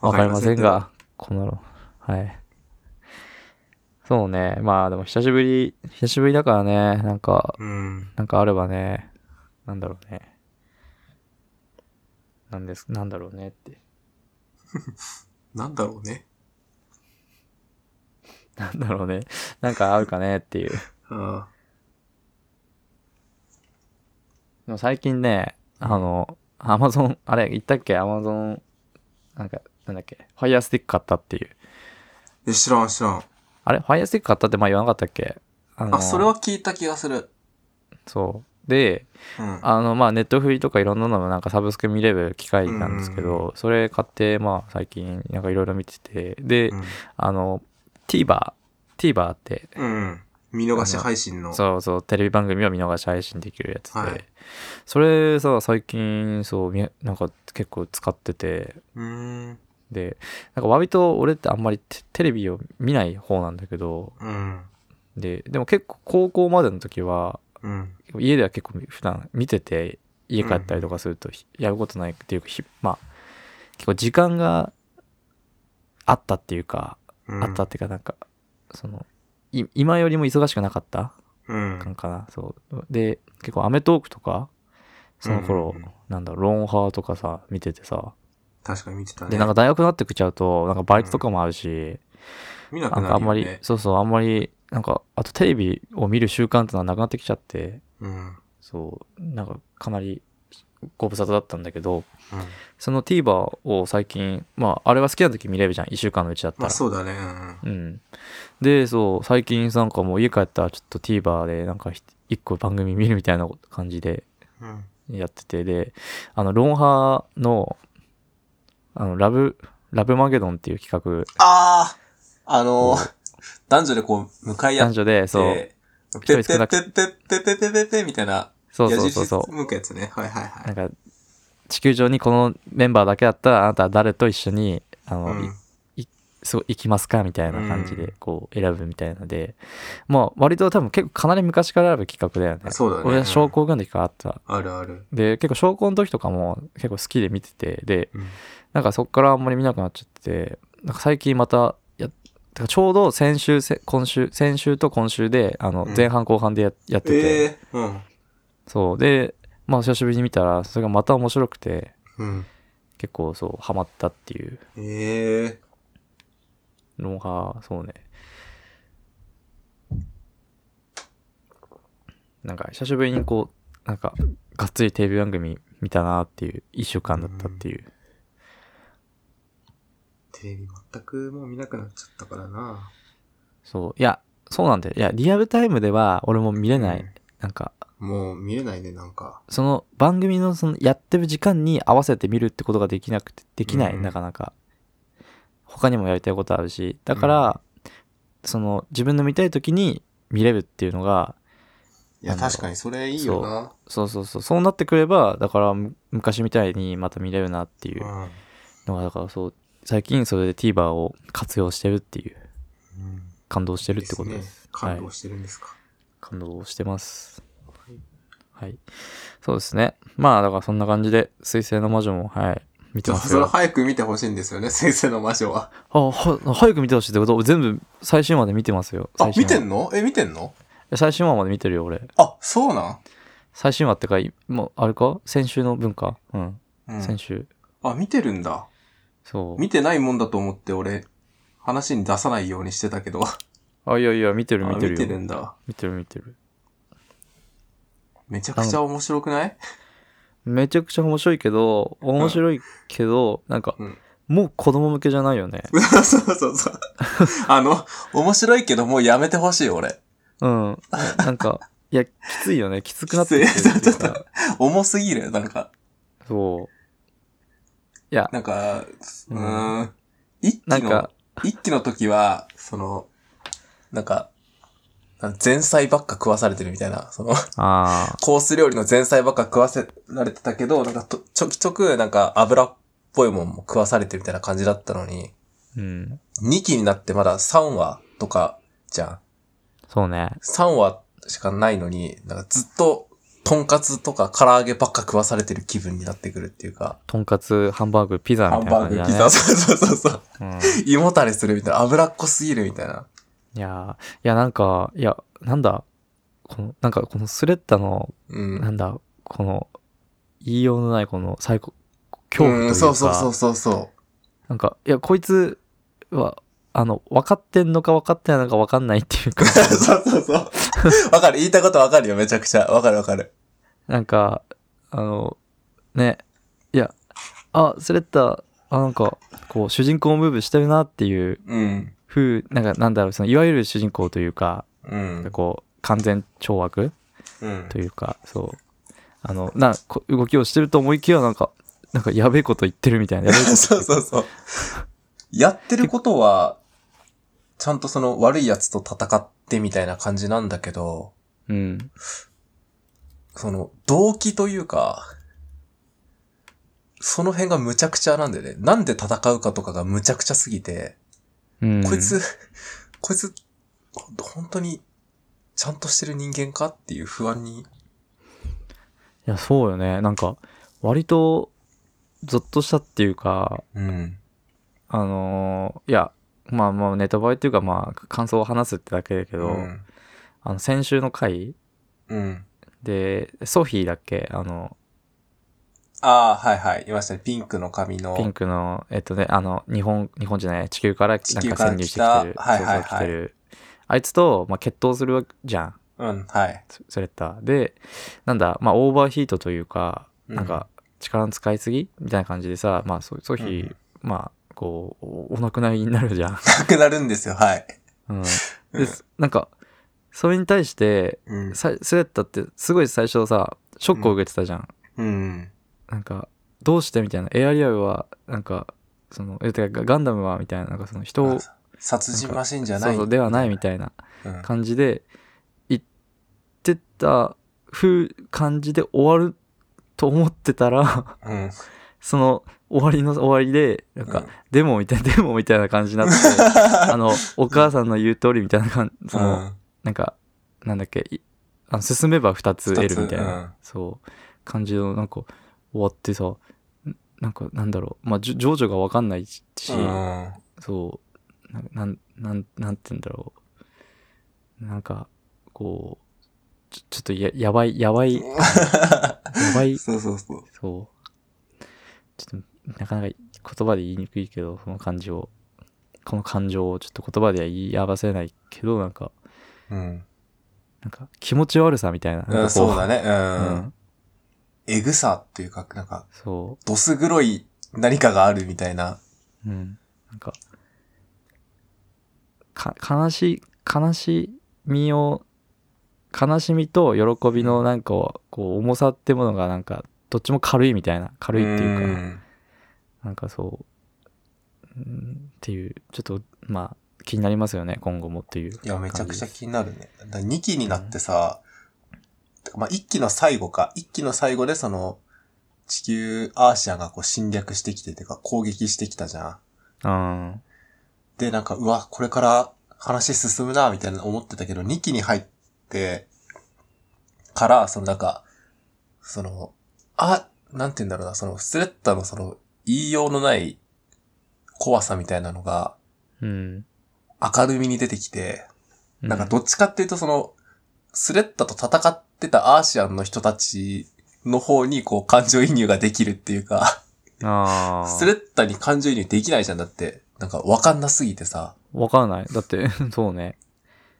わかりません
わか
が、この、はい。そうね、まあでも久しぶり、久しぶりだからね、なんか、
りませんけど。うん。
なんかあればね、なんだろうね。なんです、なんだろうねって。
なんだろうね。
なんだろうね。なんか合うかねっていう。
うん。
でも最近ね、あの、アマゾン、あれ、言ったっけアマゾン、なんか、なんだっけ、ファイヤースティック買ったっていう。
え、知らん知らん。
あれファイヤースティック買ったって前言わなかったっけあの
あ、それは聞いた気がする。
そう。で、
うん。
あの、まあ、ネットフリとかいろんなのもなんかサブスク見れる機会なんですけ
うん
ど、それ買って、まあ、最近なんかいろいろ見てて、で
う、ん
あの、TVer、TVer って、
うん。見逃し配信の。
そうそう、テレビ番組を見逃し配信できるやつで、
はい
それさ、最近、そう、みなんか結構使ってて、
うーん。
で、なんか割と俺ってあんまりテテレビを見ない方なんだけど、
うん。
で、でも結構高校までの時は、
うん。
家では結構普段見てて、家帰ったりとかするとひやることないっていうか、ひまあ、結構時間があったっていうか、
うん
あったっ。ていうかなんか、その、い今よりも忙しくなかった
うん。
感かな、そう。で、結構アメトーークとか、その頃、
うん
なんだろう、ロンハーとかさ、見ててさ、
確かに見てたね。
で、なんか大学になってきちゃうと、なんかバイトとかもあるし、
見な
な
く
ん
な
かあん
る
ま
よ
り、
ね。
そうそう、あんまり、なんか、あとテレビを見る習慣ってのはなくなってきちゃって、
うん。うん。
そう、なんかかなりご無沙汰だったんだけど、その TVer を最近、まあ、あれは好きな時見れるじゃん、1週間のうちだった
ま
ら。
あそうだね。うん
うん。で、そう、最近なんかもう家帰ったらちょっと TVer でなんかひ一個番組見るみたいな感じで
うん。うん。
やってて、で、あの、ロンハーの、あの、ラブ、ラブマゲドンっていう企
あああ
こ
のー、男女でこう、向か
画、
い合
男
っ
女で、そう、
て、ペ
一人
ッ
少
ペ
な
ッ
く
ペッペッペッペッペッペッペッみたいな、
そう
矢
そうそう
印
そう。
向くやつね。はいはいは
ないん。か、地球上にこのメンバーだけだったら、あなたは誰と一緒に、あの、
うん
いすごい行きますかみたいな感じ
うん
で、こう、選ぶみたいなので、まあ、割と多分結構かなり昔からある企画だよね。
そうだね
俺は小高校の時からあった。
あるある。
で、結構小高の時とかも結構好きで見てて、で、
うん
なんかそっからあんまり見なくなっちゃってて、なんか最近また、やてかちょうど先週、せ今週、先週と今週で、あの
うん、
前半後半でや,、やってて、
ええー。
そう。で、まあ久しぶりに見たら、それがまた面白くて、
うん。うん。
結構そう、ハマったっていう、
ええ
ロンハー、そうね。なんか、久しぶりにこう、なんか、がっつりテレビ番組見たなっていう、一週間だったっていう。
テレビ全くもう見なくなっちゃったからな。
そう。いや、そうなんだよ。いや、リアルタイムでは俺も見れない。
うん
なんか、
もう見れないね、なんか。
その番組のそのやってる時間に合わせて見るってことができなくて、できない、
うん
なかなか。他にもやりたいことあるし、だから、その自分の見たい時に見れるっていうのが、
いや、
なんだろう
確かにそれいいよな。。
そうそうそう、そうなってくれば、だからむ昔みたいにまた見れるなっていううんのが、だからそう、最近それで TVer を活用してるっていう、
うん
感動してるってことです。
ね感動してるんですか。
感動してます。
はい
はい。そうですね。まあ、だからそんな感じで、水星の魔女も、はい、見て
そう
ます
それ
よ。
早く見てほしいんですよね、 先生の魔女は。
あ、は、早く見てほしいってこと全部最新話で見てますよ。
あ
最、新
見
話
てんのえ、見てんの
最新話まで見てるよ、俺。
あ、そうなん
最新話ってか、いもう、あれか先週の分か。うん。
うん
先週。
あ、見てるんだ。
そう。
見てないもんだと思って俺、話に出さないようにしてたけど。
あ、いやいや、見てる
あ
見てる
見て
よ。
るんだ。
見てる見てる。
めちゃくちゃ面白くない
めちゃくちゃ面白いけど、面白いけど、なんか
うん、
もう子供向けじゃないよね。
そうそうそう。あの、面白いけどもうやめてほしい、俺。
うん。なんか、いや、きついよね。きつくなってきてるっていうか。
重すぎる、なんか。
そう。いや、
なんか、う
うん
ーん。一
な
期
ん
の
か、、
一期の時は、その、なんか、なんか前菜ばっか食わされてるみたいな、その、
あ
コース料理の前菜ばっか食わせられてたけど、なんかとちょきちょく、なんか油っぽいもんも食わされてるみたいな感じだったのに、
ーうん。
2期になってまだ3話とかじゃん。
そうね。
3話しかないのに、なんかずっと、とんかつとか唐揚げばっか食わされてる気分になってくるっていうか、
とんかつ、ハンバーグ、ピザ
ハ
み
ン
たいな
バ
感
ー
じ
グ、
だ
ピ
ね。
ザ、そうそうそうそう。
うん、
胃もたれするみたいな、脂っこすぎるみたいな。
いやー、いや、なんか、いや、なんだ、この、なんか、このスレッタの、
うん。
なんだ、この、言いようのない、この、最高、恐怖というか、
んそうそうそうそう そ
なんか、いや、こいつは、あの、分かってんのか分かってないのか分かんないっていうか、
う。そうそうそう。わかる。言いたいことわかるよ、めちゃくちゃ。わかるわかる。
なんか、あの、ね、いや、あ、スレッタ、あ、なんか、こう、主人公ムーブしてるなっていう
うん。
風、なんか、なんだろう、その、いわゆる主人公というか、
う
なんか
ん。
こう、完全懲悪
うん
というか、そう、あの、な、こ動きをしてると思いきや、なんか、なんか、やべえこと言ってるみたいな、やべえこと
そうそうそう。やってることは、ちゃんとその悪い奴と戦ってみたいな感じなんだけど、
うん。
その動機というか、その辺がむちゃくちゃなんでね、なんで戦うかとかがむちゃくちゃすぎて、
うん。
こいつ、こいつ、ほんと本当に、ちゃんとしてる人間かっていう不安に、
いや、そうよね。なんか、割と、ゾッとしたっていうか、
うん。
あのーいや、まあまあ、ネタバレっていうか、まあ、感想を話すってだけだけ
う
ど、
ん。
あの、先週の回
うん。
で、ソフィーだっけあの、
ああ、はいはい。いましたね。ピンクの髪の。
ピンクの、えっとね、あの、日本、日本じゃない、地球からなんか
地球から
潜入してきてる
来。たはいは
そう
いはい
そう来てる。あいつと、まあ、決闘するわけじゃん。
うん、はい。
ススレッタでなんだまあオーバーヒートというか
うん
なんか力の使いすぎみたいな感じでさまあそソフィー、
うん
まあこうおお亡くなりになるじゃん、
な くなるんですよ、はい。
うん、
うん
でなんかそれに対して
うん。
さスレッタってすごい最初さショックを受けてたじゃん、
うん。
なんかどうしてみたいなエアリアルはなんかそのえてかガガンダムはみたいななんかその人を
殺人マシンじゃな
そ
いう
そうではないみたいな
うん
感じで言ってた風感じで終わると思ってたら
うん。
その終わりの終わりでなんか、
うん
でもみたい なでもみたいな感じになって あのお母さんの言う通りみたいな感じその、なんかなんだっけいあの進めば2つ得
二
る
つ
みたいな、そう感じのなんか終わってさんなんかなんだろうまあじょ情緒が分かんないし、
うん。うん
そう、ななん、なん、なんて言うんだろう。なんか、こう、ちょちょっとややばい、やばい、やばい、
そうそうそう。
そう。ちょっと、なかなか言葉で言いにくいけど、その感情、この感情をちょっと言葉では言い表せないけど、なんか、
うん。
なんか気持ち悪さみたいな。なんか
う
こ
んそうだね。
う
うんん。。えぐさっていうか、なんか、
そ
どす黒い何かがあるみたいな。
う。うん。なんか、か、悲しい、悲しみを、悲しみと喜びのなんかを、こう、重さってものがなんか、どっちも軽いみたいな、軽いっていうか、
うん
なんかそう、うんっていう、ちょっと、まあ、気になりますよね、今後もっていう。
いや、めちゃくち
感じ
ゃ
です
気になるね。2期になってさ、てかまあ、1期の最後か。1期の最後でその、地球アーシアがこう侵略してきててか攻撃してきたじゃん。
うん。
で、なんか、うわ、これから話進むな、みたいな思ってたけど、2期に入って、から、そのなんか、その、あ、なんて言うんだろうな、その、スレッタのその、言いようのない怖さみたいなのが、
うん。
明るみに出てきて、
う
なんかどっちかっていうとその、スレッタと戦ってたアーシアンの人たちの方にこう感情移入ができるっていうか、
ああ。
スレッタに感情移入できないじゃんだって、なんかわかんなすぎてさ、
わからない。だって、 そうね。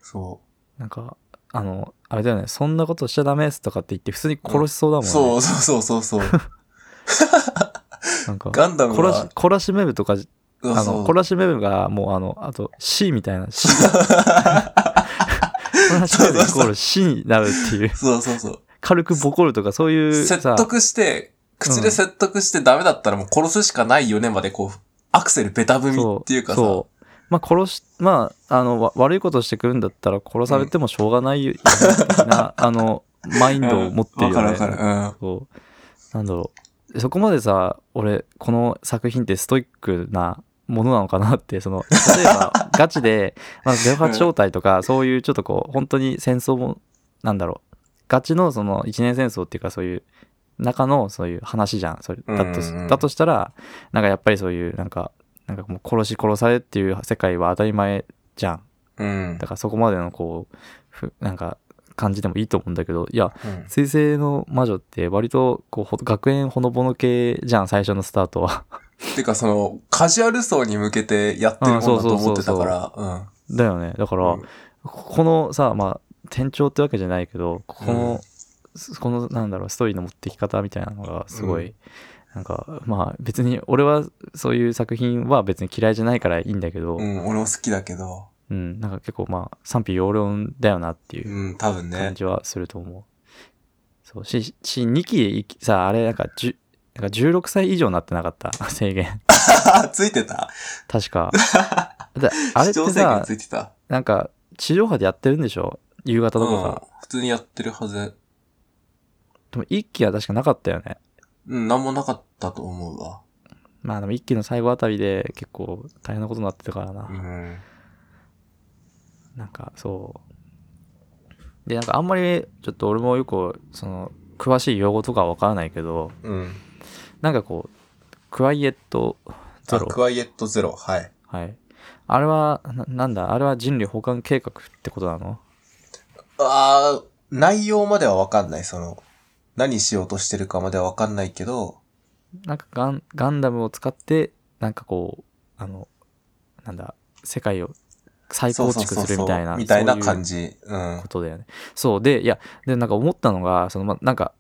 そう、
なんか、あの、あれだよね、そんなことしちゃダメですとかって言って、普通に殺しそうだもんね。
そうそうそうそう そう。
なんか、
ガンダム
懲らし
は、、
懲らしめるとかじ、
そう
あ
そ
の、
う
懲らしめるが、もうあの、あと C みたい な、C 懲らしめるイコール C になるって いう、
そうそうそう。
軽くボコるとか、そういう
説
さ、
得して、口で説得してダメだったらもう殺すしかないよねまでこう、アクセルベタ踏みっていうかさ、
そう。まあ、殺し、まあ、あの、わ悪いことしてくるんだったら殺されてもしょうがないよ、な、あの、マインドを持ってるよね。
わかるわか
そう。なんだろう。そこまでさ、俺、この作品ってストイックなものなのかなって、その、例え ば、ガチで、まあ、08招待とか、そういうちょっとこう、本当に戦争も、なんだろう。ガチのその、一年戦争っていうか、そういう、中のそういう話じゃん。それだと
うんうんうん
だとしたら、なんかやっぱりそういう、なんか、なんかもう殺し殺されっていう世界は当たり前じゃん。
うん。うん。
だからそこまでのこう、ふなんか、感じでもいいと思うんだけどいや
うん
水星の魔女って割とこうほ学園ほのぼの系じゃん最初のスタートは
てかその、カジュアル層に向けてやってるもんだと思ってたから、うん。
だよねだから、
うん
このさまあ転調ってわけじゃないけどここ
うん
の、すこのなんだろうストーリーの持ってき方みたいなのがすごい、
うん
なんかまあ別に俺はそういう作品は別に嫌いじゃないからいいんだけど、う
うんん、俺も好きだけど、
なんか結構まあ賛否両論だよなっていう
うん、多
感
分ね。
じはすると思う。そうし、し、2期でいきさ、あれ、なんか、じゅなんか16歳以上になってなかった 制限。
ついてた
確 か。だあれっ
視聴
て
制限
さ
つ、いてた。
なんか、地上波でやってるんでしょ夕方
う
と
ん
かさ。、
普通にやってるはず。
でも1期は確かなかったよね。
うん、なんもなかったと思うわ。
まあでも1期の最後あたりで結構大変なことになってたからな。
うん。
なんか、そう。で、なんかあんまり、ちょっと俺もよく、その、詳しい用語とかはわからないけど、
うん。
なんかこう、クワイエットゼ
あ
ロ。
クワイエットゼロ、はい。
はい。あれは、ななんだ、あれは人類保管計画ってことなの
あー、内容まではわかんない、その、何しようとしてるかまではわかんないけど、
なんかガンガンダムを使って、なんかこう、あの、なんだ、世界を再構築するみたいな、
みたいな
そうう
感じ。うん
こ。とだよね。そうで、いや、で、なんか思ったのが、その、ま、なんか、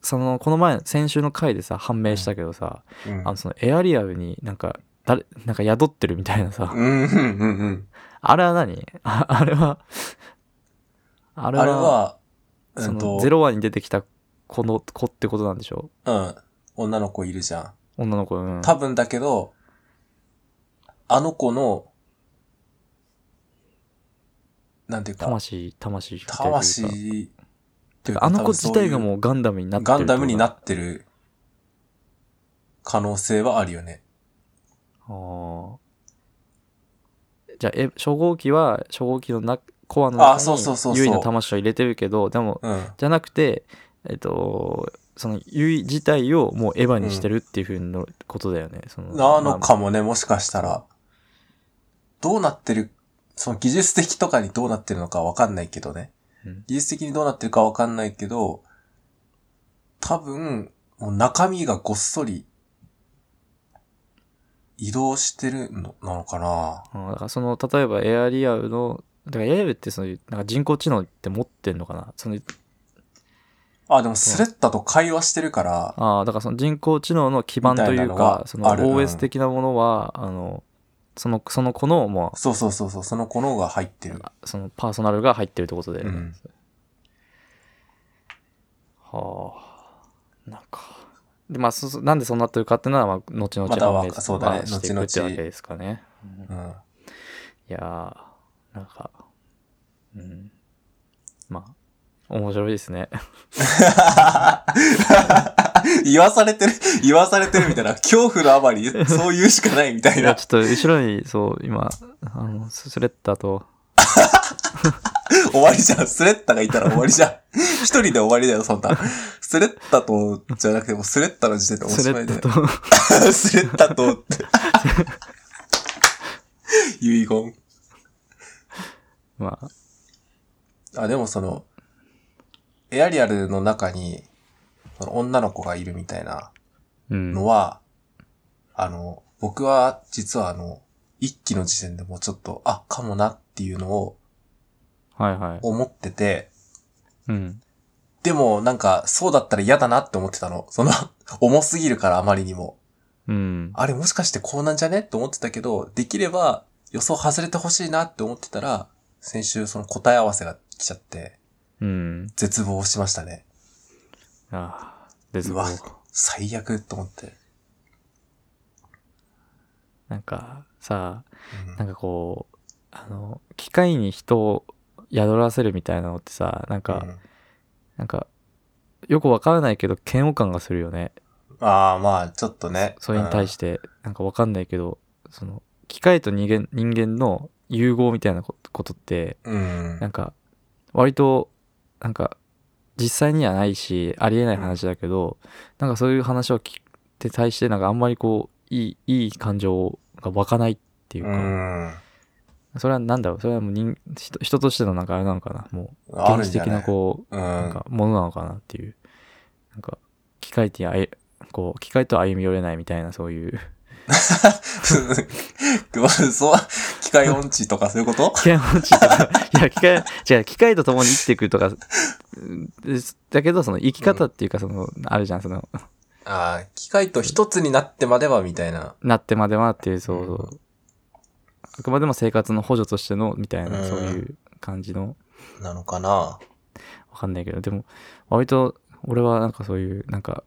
その、この前、先週の回でさ、判明したけどさ、
うん
あの、その、エアリアルになんか、誰、なんか宿ってるみたいなさ、
うん、うん、うんうん。
あれは何 ああれは、あれ
あれ
は、
は、う
そ
ん
の
と、、
ゼロ話に出てきた子の子ってことなんでしょ
うん。女の子いるじゃん。
女の子、うん。
多分だけど、あの子の、なんていうか、
魂、魂みたいな
魂
というか
という
あの子
多分
自
そうい
体
う
がもうガンダムになってる
ガンダムにな
て
ってる可能性はあるよね。
ことあーじゃあ、え、初号機は、初号機のなコアの
あ
中
そうそうそう
に、
そう
ユイの魂を入れてるけど、でも、
うん。
じゃなくて、えっと、そのユイ自体をもうエヴァにしてるっていうふうのことだよね。その
なの
まあ
かもね、もしかしたら。どうなってる、その技術的とかにどうなってるのかわかんないけどね。
うん
技術的にどうなってるかわかんないけど、多分、もう中身がごっそり移動してるのなのかな
あーだからその、例えばエアリアルの、だからエアリアルってその、なんか人工知能って持ってんのかなその、
あ、でもスレッタと会話してるから、
ああ、だからその人工知能の基盤と
みた
い
いな
う
の
か、
は
その
あるうん
OS 的なものは、あの、その、その子の、ま
そうそうそうそう、その子の方が入ってる。
あ、そのパーソナルが入ってるってことだよね。
うん
はあ、なんか。で、まあ、そそなんでそうなってるかっていうのは、まあ、後々
まだわ
明
そうだね
まあしていくって
後々
わけですかね。うん
うん。
いやー、なんか、うん。まあ、面白いですね。
言わされてる、 言わされてるみたいな、恐怖のあま り、そう言うしかないみたい
いや、
な
ちょ。っと後ろに、そう、今、あの、スレッタと、
終わりじゃん。スレッタがいたら終わりじゃん。一人で終わりだよ、そんな。スレッタと、じゃなくても、スレッタの時点でお
ス
し
レ
まい
ッ
だよ
タ。と、
スレッタとって。遺言。
まあ、
あ、でもその、エアリアルの中に、その女の子がいるみたいな
うん。
のは、あの、僕は実はあの、一期の時点でもうちょっと、あ、かもなっていうのを
はいはい。
思ってて、
うん。
でもなんか、そうだったら嫌だなって思ってたの。その、 重すぎるからあまりにも。
うん。
あれもしかしてこうなんじゃねって思ってたけど、できれば予想外れてほしいなって思ってたら、先週その答え合わせが来ちゃって、
うん。
絶望しましたね。
ああ、です
うわ、最悪と思って。
なんか、さ、
うん
なんかこう、あの、機械に人を宿らせるみたいなのってさ、なんか、
うん
なんか、よくわからないけど、嫌悪感がするよね。
ああ、まあ、ちょっとね。
それに対して、なんかわかんないけど、その、機械と人間人間の融合みたいなこことって、
うん。うん。
なんか、割と、なんか、実際にはないし、ありえない話だけど、なんかそういう話を聞いて対して、なんかあんまりこう、いい、いい感情が湧かないっていう
う
か、
ん。
それはなんだろう、それはもう人人人としてのなんかあれなのかな、もう、
あ
原
るん
始
じゃ
的
な
ないこう、
う
なん
ん。
かものなのかなっていう、なんか、機械ってあい、こう、機械と歩み寄れないみたいな、そういう、
そう、機械音痴とかそういうこと
機械音痴と か、いや、機械、違う、機械と共に生きていくとか、うんですだけど、その生き方っていうか、その、あるじゃん、その、
ああ、機械と一つになってまではみたいな。
なってまではっていう、そうそうう。あくまでも生活の補助としての、みたいな、
うん
そういう感じの、
なのかな
わかんないけど、でも、割と、俺はなんかそういう、なんか、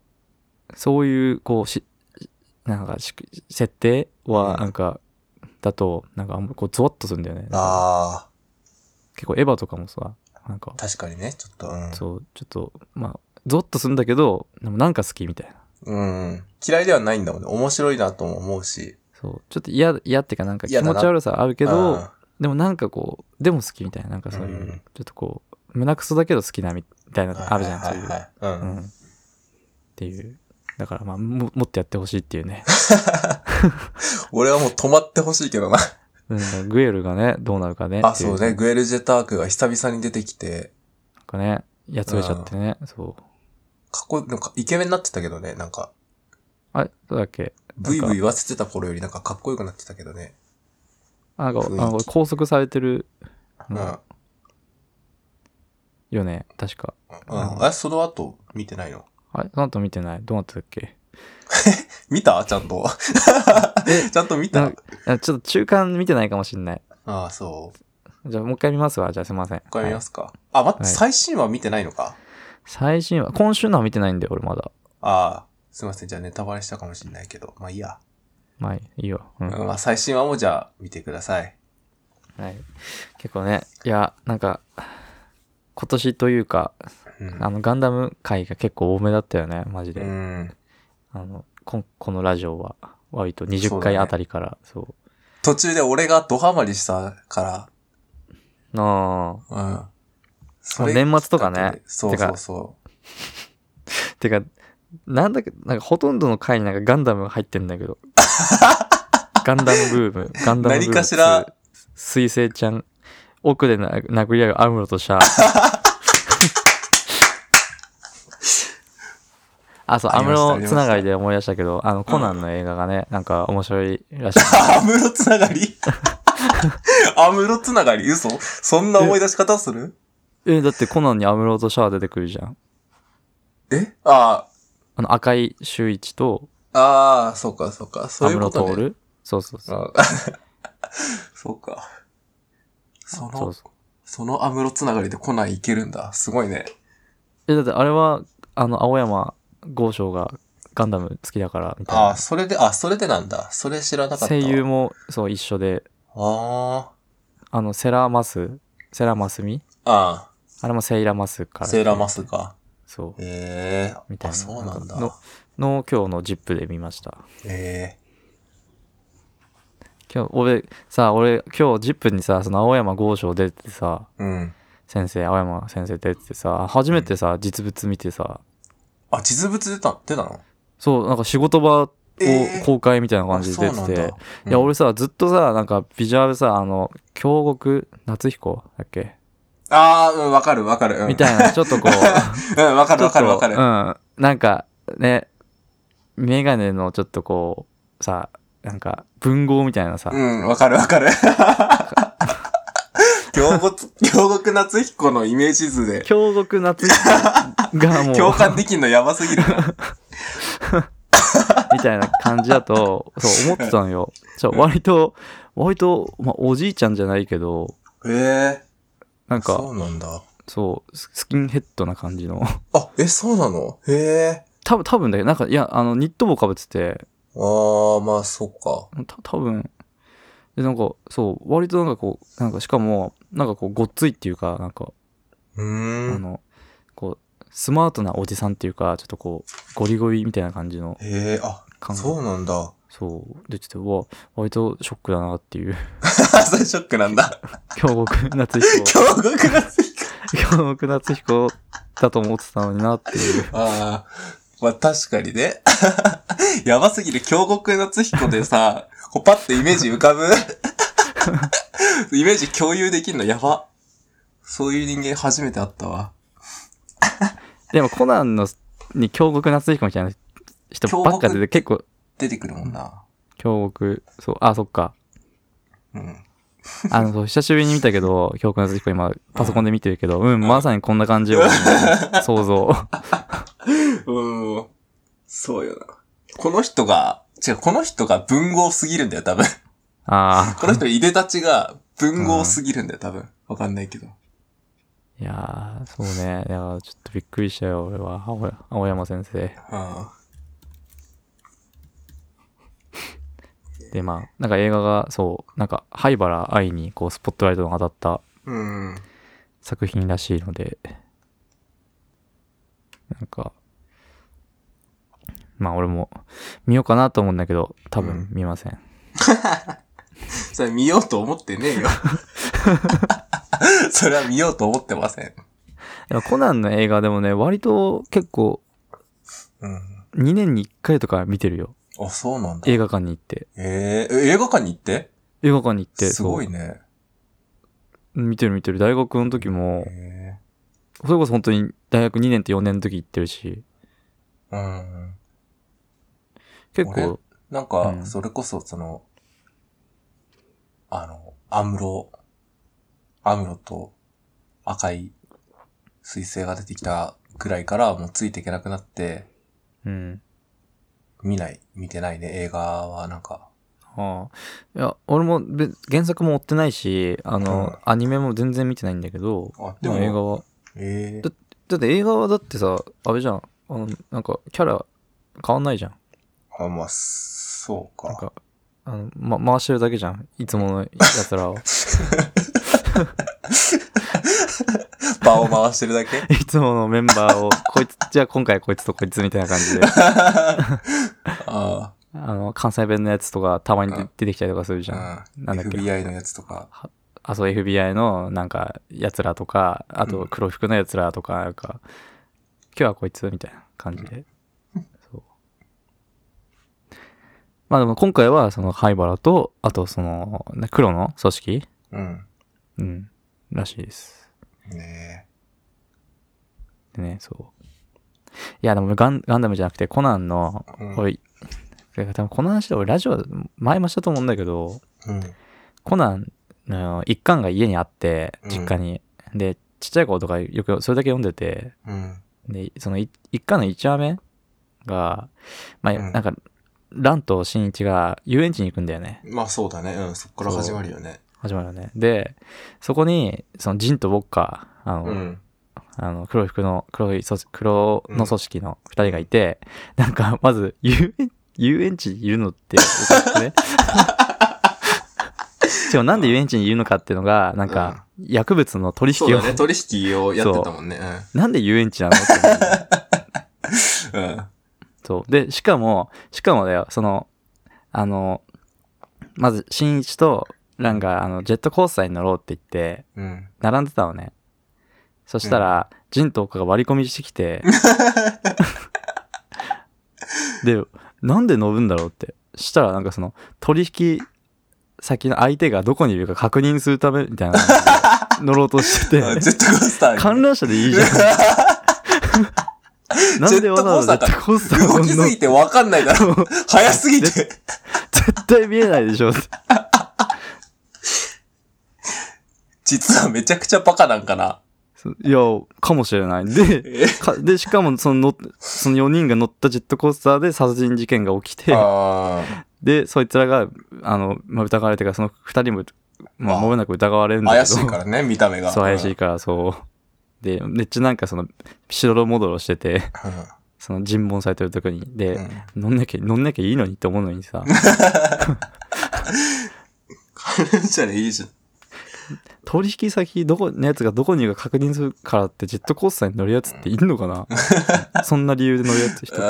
そういう、こう、し、なんかし、設定
うん
は、なんか、だと、なんかあんまこう、ゾワッとするんだよね。
あ
結構エヴァとかもさ、なんか
あ、、確かにね、ちょっと、うん。
そう、ちょっと、まあ、ゾワッとするんだけど、でもなんか好きみたいな。
うん。嫌いではないんだもんね。面白いなとも思うし。
そう、ちょっと嫌、嫌っていうかなんか気
嫌だな
持ち悪さあるけど、
うん
でもなんかこう、でも好きみたいな、なんかそういう、
うん
ちょっとこう、胸くそだけど好きなみたいなのあるじゃん、
は
そう
い
いう
はい。はいはいう。
うんん。っていう。だからまあ、ももっとやってほしいっていう ね。
俺はもう止まってほしいけど な。
うん、グエルがね、どうなるかね。
あ、
ってい
そうね。
なん
グエル・ジェタークが久々に出てきて、
かね、やつれちゃってね。そう。
かっこいい、なんかイケメンになってたけどね。なんか、
あれそうだっけ
ブイブイ言わせてた頃よりなんかかっこよくなってたけどね。
あなんか、
雰囲気
あの拘束されてる、う
うんん。うん。
よね。確か。ん
あ、その後、見てないの
あれその後見てないどうなってたっけ
見たちゃ んと。 ちゃんと見
な
た
んあちょっと中間見てないかもしんない。
ああ、そう。
じゃあもう一回見ますわ。じゃあすいません。
一回見ま
はい
すか。あ、待って、
はい
最新話見てないのか。
最新話、今週のは見てないんだよ、俺まだ。
ああ、すいません。じゃあネタバレしたかもしれないけど。まあいいや。
まあいいよ。うん。
うんまあ最新話もじゃあ見てください。
はい。結構ね、いや、なんか、今年というか、
うん
あの、ガンダム回が結構多めだったよね、マジで。
うん。
あの、こんこのラジオは、割と
そ
20
うだね
回あたりから、そう,、
途中で俺がドハマりしたか
なあ
ら、うん。そ
もう
れ
年末とかね。
そうそうそ
てか、なんだっけ、なんかほとんどの回になんかガンダム入ってんだけ ど。ガンダムブーム、ガンダムブーム2。
何かしら
水星ちゃん、奥でな殴り合うアムロとシ ャア。あ、そう、
あ
ア
り
ム
ました
ロつながりで思い出したけど、あの、コナンの映画がね、なんか面白いらしい。
う。 アムロつながりアムロつながり嘘そんな思い出し方する
え、だってコナンにアムロとシャア出てくるじゃん。
えあ
あの、赤い周一と、
あ、ああ、そうかそうか。そ
ア
うい
ム
うこ
ロ
と、
トー
ね。
ルそうそうそう。
あ そうか。その、
そうそう。
そのアムロつながりでコナンいけるんだ。すごいね。
え、だってあれは、あの、青山豪昌がガンダム好きだから、みたい
ああ、
な。
それで、あ、それでなんだ。それ知らなかったわ。
声優も、そう、一緒で、
あ
あの、セラマス、セラマスミ
あ。あ
あれもセイラマスか
あ、
ら。
セーラーマ。スか。
そう。
ええ
みたい
あ、
な。
そうなんだ。
の、の今日のジップで見ました。
ええ
今日、俺、さ、俺、今日ジップにさ、その青山豪昌出ててさ、
うん。
先生、青山先生出ててさ、初めてさ、実物見てさ、
あ、実物出た、出たの
そう、なんか仕事場を
えー
公開みたいな感じで
あ
出
そう
てて、
なんだうん
いや、俺さ、ずっとさ、なんかビジュアルさ、あの、京極夏彦だっけ
ああ、うん、わかるわかる。うん、
みたいな、ちょっ とこう、ち
うん、わかる
ょ
わ
っと
かるわかる。
うん、なんかね、メガネのちょっとこう、さ、なんか文豪みたいなさ、
うん、わかるわかる。 京極、京極夏彦のイメージ図で、
京極夏彦が もう、
共感できんのやばすぎる な。
みたいな感じだと、そう思ってたのよ。そう割と、割と、まあ、おじいちゃんじゃないけど、
ええ
なん
そ
か、
うなんだ。
そう、ススキンヘッドな感じの。
あ、え、そうなのへえ。
多分、多分だけど、なんか、いや、あの、ニット帽かぶってて、
ああ、まあ、そっか。
た多分で、なんか、そう、割となんかこう、なんか、しかも、なんかこう、ごっついっていうか、なんか、あ
うーん。
の、こう、スマートなおじさんっていうか、ちょっとこう、ゴリゴリみたいな感じの
へえ、あ、
感じ。
そうなんだ。
そう。で、ちょっと、うわ、割とショックだなっていう。
それショックなんだ。
京極夏 彦。
京極夏彦。
京極夏彦だと思ってたのになっていう。
ああ、まあ確かにね。 やばすぎる、京極夏彦でさ、こうパッてイメージ浮かぶイメージ共有できるのやば。そういう人間初めて会ったわ。
でもコナンのに京極夏彦みたいな人ばっか出て結構
出てくるもんな。
京極そうあそっか
うん。
あのそう久しぶりに見たけど京極夏彦今パソコンで見てるけどうんまさにこんな感じよ想像
うん。そうよな。この人が、違う、この人が文豪すぎるんだよ、多分。
あ
この人、いでたちが文豪すぎるんだよ、多分。わかんないけど。
あいやーそうねいやーちょっとびっくりしたよ俺は青青山先生
うん。
でまあなんか映画がそうなんか灰原愛にこうスポットライトが当たった
うん。
作品らしいので、なんか、まあ俺も見ようかなと思うんだけど、多分見ません。
それ見ようと思ってねえ よ。それは見ようと思ってません。
でもコナンの映画でもね、割と結構
うん。
2年に1回とか見てるよ。
あ、そうなんだ。
映
え
画館に行って。
ええ映画館に行って
映画館に行って、
すごいね。
そう。見てる見てる。大学の時も、
へ
それこそ本当に大学2年と4年の時行ってるし、
えうん。
結構、
なん
う
か、
ん
それこそ、その、あの、アムロ、アムロと赤い彗星が出てきたくらいから、もうついていけなくなって、
うん。
見ない、見てないね、映画はなんか。
ああ。いや、俺もべ原作も追ってないし、あの、
うん
アニメも全然見てないんだけど、
あ、
まあ映画は
ええ
だだって映画はだってさあれじゃんあのなんかキャラ変わんないじゃん
あ、まあ、そう
なん
か。
かあの、ま、回してるだけじゃんいつものやつらをい
場を回してるだけ
つものメンバーをこいつじゃあ今回はこいつとこいつみたいな感じで
ああ、
あの関西弁のやつとかたまにで
うん
出てきたりとかするじゃん、
うん。
なんだっけ
FBI のやつとか。
あそう FBI のなんかやつらとかあ
う
と
ん
黒服のやつらとかなんか今日はこいつみたいな感じでそうまあでも今回はその灰原とあとそのね黒の組織
うん。
うん。らしいです。
ね
でね、そう。いや、でもガンガンダムじゃなくて、コナンの、
え。うん。
俺、てか多分この話で俺ラジオ前もしたと思うんだけど、
うん。
コナンの一巻が家にあって
う、ん
実家に。で、ちっちゃい子とかよくそれだけ読んでて、
うん。
で、そのい一巻の一話目が、まあ、
うん
なんか、ランと新一が遊園地に行くんだよね。
まあそうだね。うん。そっから始まるよね。
始まるよね。で、そこに、そのジンとウォッカ、あの、
うん。
あの、黒い服の、黒い組織、黒の組織の二人がいて、なんか、まず、遊園、遊園地にいるのって、おかしく ね。しかもなんで遊園地にいるのかっていうのが、なんか、薬物の取
そう
引を、
だね。取引をやってたもんね。
なんで遊園地なのって思う。
うん。うん。
そう。で、しかも、しかもだよ、その、あの、まず、新一と、なんか、あの、ジェットコースターに乗ろうって言って、
うん。
並んでたのね。そしたら、ジンとオカが割り込みしてき て。で、なんで乗るんだろうって。したらなんかその、取引先の相手がどこにいるか確認するためみたいな感じで 乗ろうとして
あ
て。
ジェットコースターに。
観覧車でいいじゃ ん。なんでわざわざジェットコースター
動
に
き
乗
す
る
ぎてわかんない だろ。早すぎて。
絶対見えないでしょって。
実はめちゃくちゃバカなんかな。
そういや、かもしれない。で、
え
かで、しかもその乗っ、その4人が乗ったジェットコースターで殺人事件が起きて、
あー
で、そいつらが、あの、まあ、疑われてから、その二人も、まあ、
あ
もれなく疑われるんだけど。
怪しいからね、見た目が。
そう、怪しいから、そう。で、めっちゃなんかその、しどろもどろして て、その尋問されてる時に。
う
で、
ん。うん。
乗んなきゃ、乗んなきゃいいのにって思うのに さ、
観覧車でいいじゃん。
取引先どこのやつがどこにいるか確認するからって、ジェットコースターに乗るやつっているのかな そんな理由で乗るやつ人って。
あ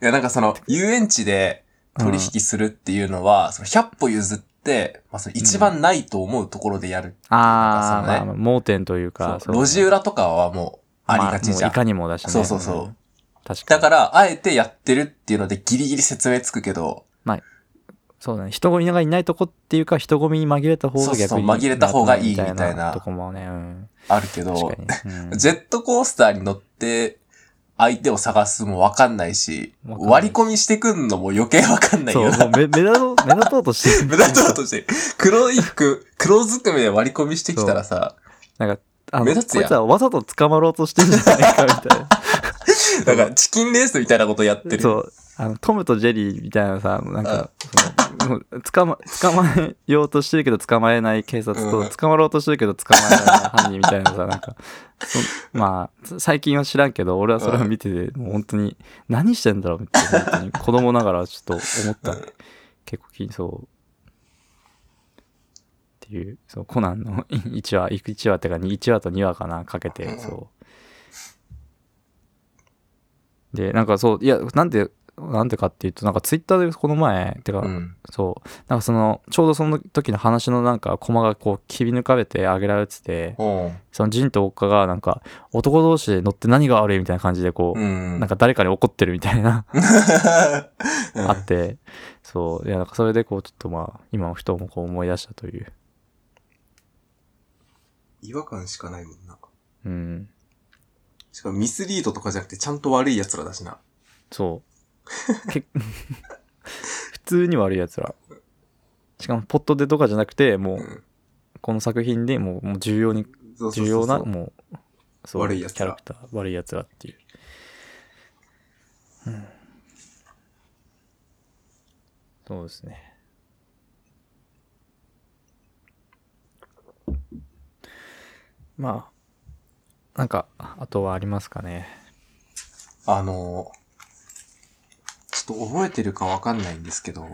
ーいや、なんかその、遊園地で取
うん
引するっていうのは、その100歩譲って、まあ、その一番ないと思うところでやる。
あー、
なんかそのね
まあまあ、盲点というか、
そう路地裏とかはもう、ありがちじゃ
まあもうい
ん。
かにもだしね。。
そうそうそうん
確か
だ
に。
から、あえてやってるっていうのでギリギリ説明つくけど、
まあ、そうだね人混みがいないとこっていうか人混みに紛れた方が
そうそ
逆
う
に
紛れた方がいいみたいな
楽とこもね、うん、
あるけど、
確かに、 うん
ジェットコースターに乗って、相手を探すもわかんないし、
わかんない
割り込みしてくんのも余計わかんない
そう
よ
も
な
う。目目立とう目立とうとしてる
目立とうとして、黒い服、黒ずくめで割り込みしてきたらさ、
なんかあの
目立つやん
こいつはわざと捕まろうとしてるんじゃないかみたいな
なんかチキンレースみたいなことやってる。
そう。あの、トムとジェリーみたいなさ、なんか、そのもう捕ま、 捕まえようとしてるけど捕まえない警察
うん
と、捕まろうとしてるけど捕まえない犯人みたいなさ、なんか、そまあ、最近は知らんけど、俺はそれを見てて、もう本当に、何してんだろうって、本当に子供ながらちょっと思った。結構気にそう。っていう、そう、コナンの 1話、1話ってか、1話と2話かな、かけ
うんう
て、
ん
そう。で、なんかそう、いや、なんで、なんでかっていうと、なんかツイッターでこの前、てか、
うん。
そう、なんかその、ちょうどその時の話のなんか、コマがこう、切り抜かれてあげられてて、
うん。
そのジンとオッカが、なんか、男同士で乗って何が悪いみたいな感じで、こう、
うん。
なんか誰かに怒ってるみたいな、
うん
あって、そう、いや、なんかそれでこう、ちょっとまあ、今の人もこう思い出したという。
違和感しかないもんな。
うん。
しかもミスリードとかじゃなくてちゃんと悪い奴らだしな。
そう。け 普通に悪い奴ら。しかも、ポットでとかじゃなくて、も
う
う、
ん。
この作品でもう、もう重要に、
そうそうそうそう
重要な、もう、そう
悪い奴ら
キャラクター、悪い奴らっていう。うん。そうですね。まあ、なんか、あとはありますかね。
あの、ちょっと覚えてるかわかんないんですけど、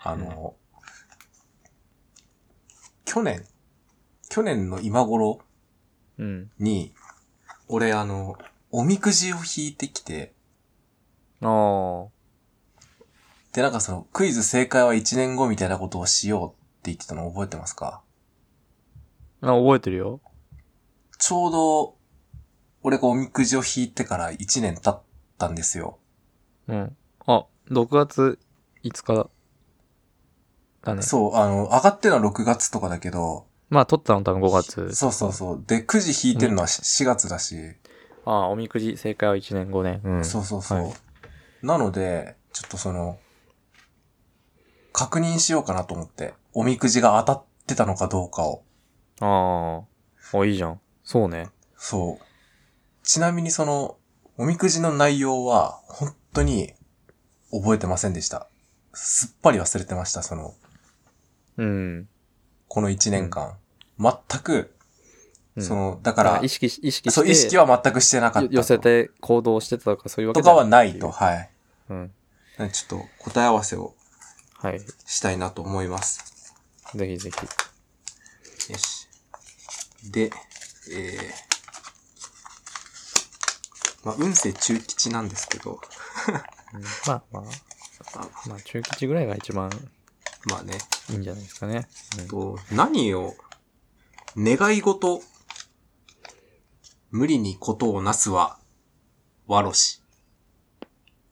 あの、去年、去年の今頃
うん。
に、俺あの、おみくじを引いてきて、
ああ。
で、なんかその、クイズ正解は1年後みたいなことをしようって言ってたの覚えてますか
あ、覚えてるよ。
ちょうど、俺がおみくじを引いてから1年経ったんですよ。
うん。あ、6月5日だ。だね。
そう、あの、上がってるのは6月とかだけど、
まあ、撮ったの多分5月。
そうそうそう。で、くじ引いてるのは4月だし、
ああ、おみくじ、正解は1年後ね。うん。
そうそうそう。
はい
なので、ちょっとその、確認しようかなと思って、おみくじが当たってたのかどうかを。
ああ。お、いいじゃん。そうね。
そう。ちなみにその、おみくじの内容は、本当に、覚えてませんでした。すっぱり忘れてました、その、
うん。
この1年間。全く、
うん
その、だから、
意識し、意識して。
そう、意識は全くしてなかった
よ
と。
寄せて行動してたとか、そういうわけ
と
じゃ
かはないと、
って
はい。
ううん。
なんでちょっと答え合わせを
はい。
したいなと思います。
ぜひぜひ。
よし。で、えー、まあ、運勢中吉なんですけど、
うんまあまあ、まあ、中吉ぐらいが一番
まあね、
いいんじゃないですかね。うん
と何を、願い事、無理にことをなすは、わろし。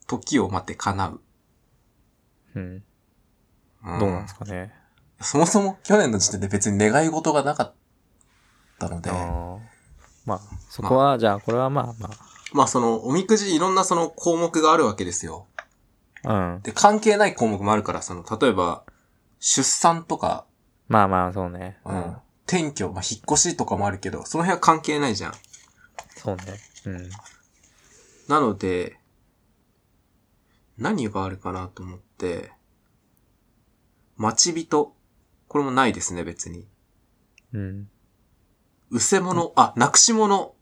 時を待て叶う。
うん。
うん
どうなんですかね。
そもそも去年の時点で別に願い事がなかったので、
ああ。まあ、そこは、じゃあ、これはまあまあ。
まあその、おみくじいろんなその項目があるわけですよ。
うん。
で、関係ない項目もあるから、その、例えば、出産とか、
まあまあ、そうね。
うん。転居、まあ、引っ越しとかもあるけど、その辺は関係ないじゃん。
そうね。うん。
なので、何があるかなと思って、待ち人。これもないですね、別に。
うん。
うせ物、あ、なくし物。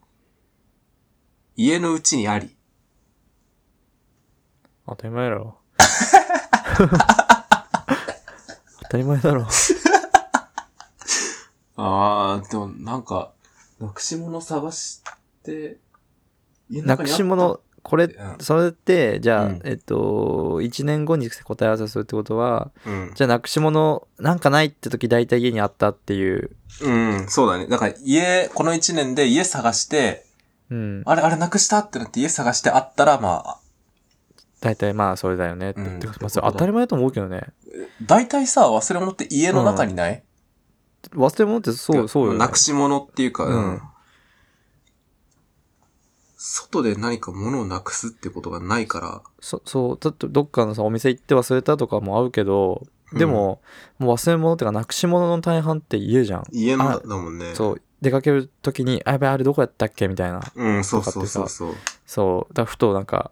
家のうちにあり。
当たり前だろ。当たり前だ ろ。
あー、でもなんか、なくし物探して、家の
な
中に
く
あっ
し物、これ
うん、
それって、じゃあ、
うん
えっと、1年後に答え合わせするってことは、
うん。
じゃあなくし物、なんかないって時大体家にあったっていう。
うん、そうだね。だから家、この一年で家探して、
うん。
あれ、あれなくしたってなって家探してあったら、まあ、
大体まあそれだよねって。
うん
てかまあ、それ当たり前だと思うけどね。
大体さ、忘れ物って家の中にない、
忘れ物ってそう、そうよ、ね。
なくし物っていうか、
うん
外で何か物をなくすってことがないから。
そそう、だってどっかのさ、お店行って忘れたとかもあるけど、でも、もう忘れ物ってか、なくし物の大半って家じゃん。
家の
あ
だもんね。
そう、出かけるときに、あ、やべ、あれどこやったっけみたいな。
うん、そうそうそうそう。
そう、だからふとなんか、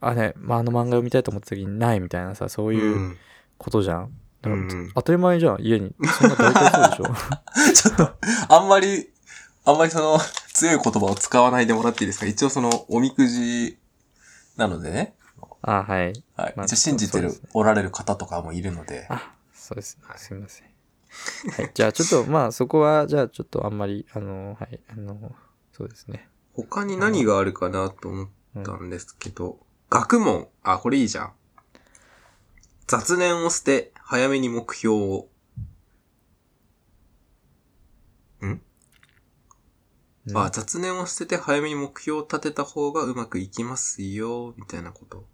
あれ、まあ、あの漫画読みたいと思った時にないみたいなさ、そう
う、
いうんことじゃん。だから
うん
当たり前じゃん、家に。そんな大体そうでしょ。
ちょっと、あんまり、あんまりその、 強い言葉を使わないでもらっていいですか一応その、おみくじなのでね。
あ、はい。
はい。
まあ
一応信じてる、
そうですね
おられる方とかもいるので。
あ、そうです。すみません。はい、じゃあちょっと、まあそこは、じゃあちょっとあんまり、あの、はい、あの、そうですね。
他に何があるかなと思っ
うん
たんですけど、学問。あ、これいいじゃん。雑念を捨て、早めに目標を。
うん
あ、雑念を捨てて早めに目標を立てた方がうまくいきますよ、みたいなこと。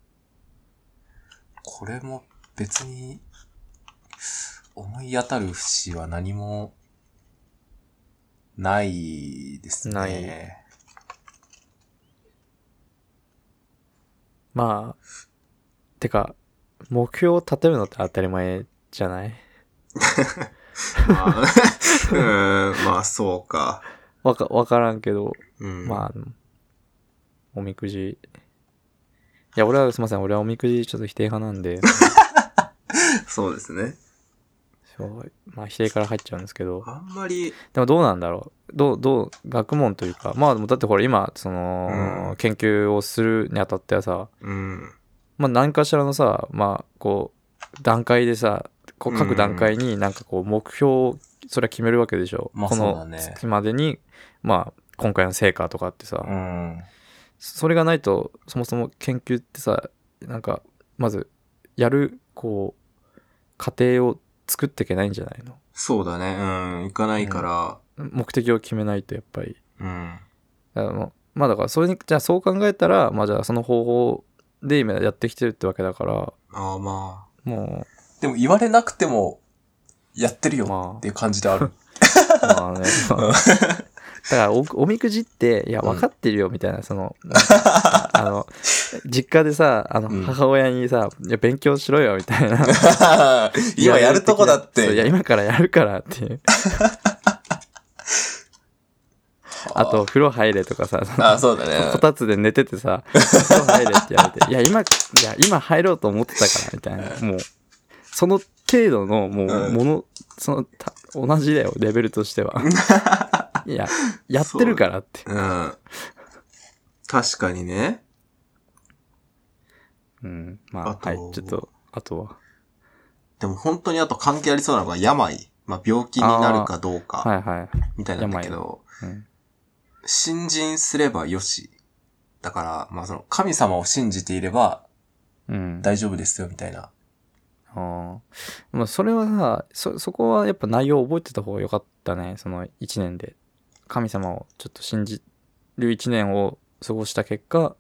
これも別に、思い当たる節は何も、ないですね。
ないまあ、てか、目標を立てるのって当たり前じゃない
まあ、うーん、まあ そうか。
わか、わからんけど、
うん。
まあ、おみくじ。いや、俺はすみません、俺はおみくじちょっと否定派なん で、
そうですね。
そうまあ否定から入っちゃうんですけど、
あんまり、
でもどうなんだろうどう、どう、学問というか、まあでもだってほら今、その、
うん
研究をするにあたってはさ、
うん。
まあ何かしらのさ、まあこう、段階でさ、こう各段階になんかこう目標をそれは決めるわけでしょ。
まあ
こ
そうだ
の
ね
月までに、まあ今回の成果とかってさ、
うん。
それがないとそもそも研究ってさ、なんかまずやる、こう、過程を作っていけないんじゃないの
そうだね。うん。行かないか
目的を決めないとやっぱり。
ら、うん。
あのまあだからそれにじゃあそう考えたらまあじゃあその方法で今やってきてるってわけだから
ああま
も
あ。でも言われなくても、やってる
う
よ
ま
っていう感じで ある。
あまあ ねまあだからおおみくじっていや
うん
分かってるよみたいな、そのあの実家でさあの
うん
母親にさ、いや勉強しろよみたいな
今やるとこだっ
そういや
て。
今からやるからっていうあと風呂入れとかさ
ああ、そうだ
こ
ね。
たつで寝ててさ、風呂入れって言われて、いや、今、いや、今入ろうと思ってたから、みたいな。もう、その程度の、も
う
う、
ん
もの、その、た同じだよ、レベルとして は。いや、やってるからって。
うん。確かにね。
うん。ま
あと
あ、はい、ちょっと、あとは。
でも本当にあと関係ありそうなのが病。まあ病気になるかどう
は
か、
いはい。
みたいなんだけど、
うん、
信心すればよし。だから、まあその、神様を信じていれば
うん。
大丈夫ですよ、みたいな。
ああ。まあ、それはさ、そ、そこはやっぱ内容を覚えてた方が良かったね、その一年で。神様をちょっと信じる一年を過ごした結果、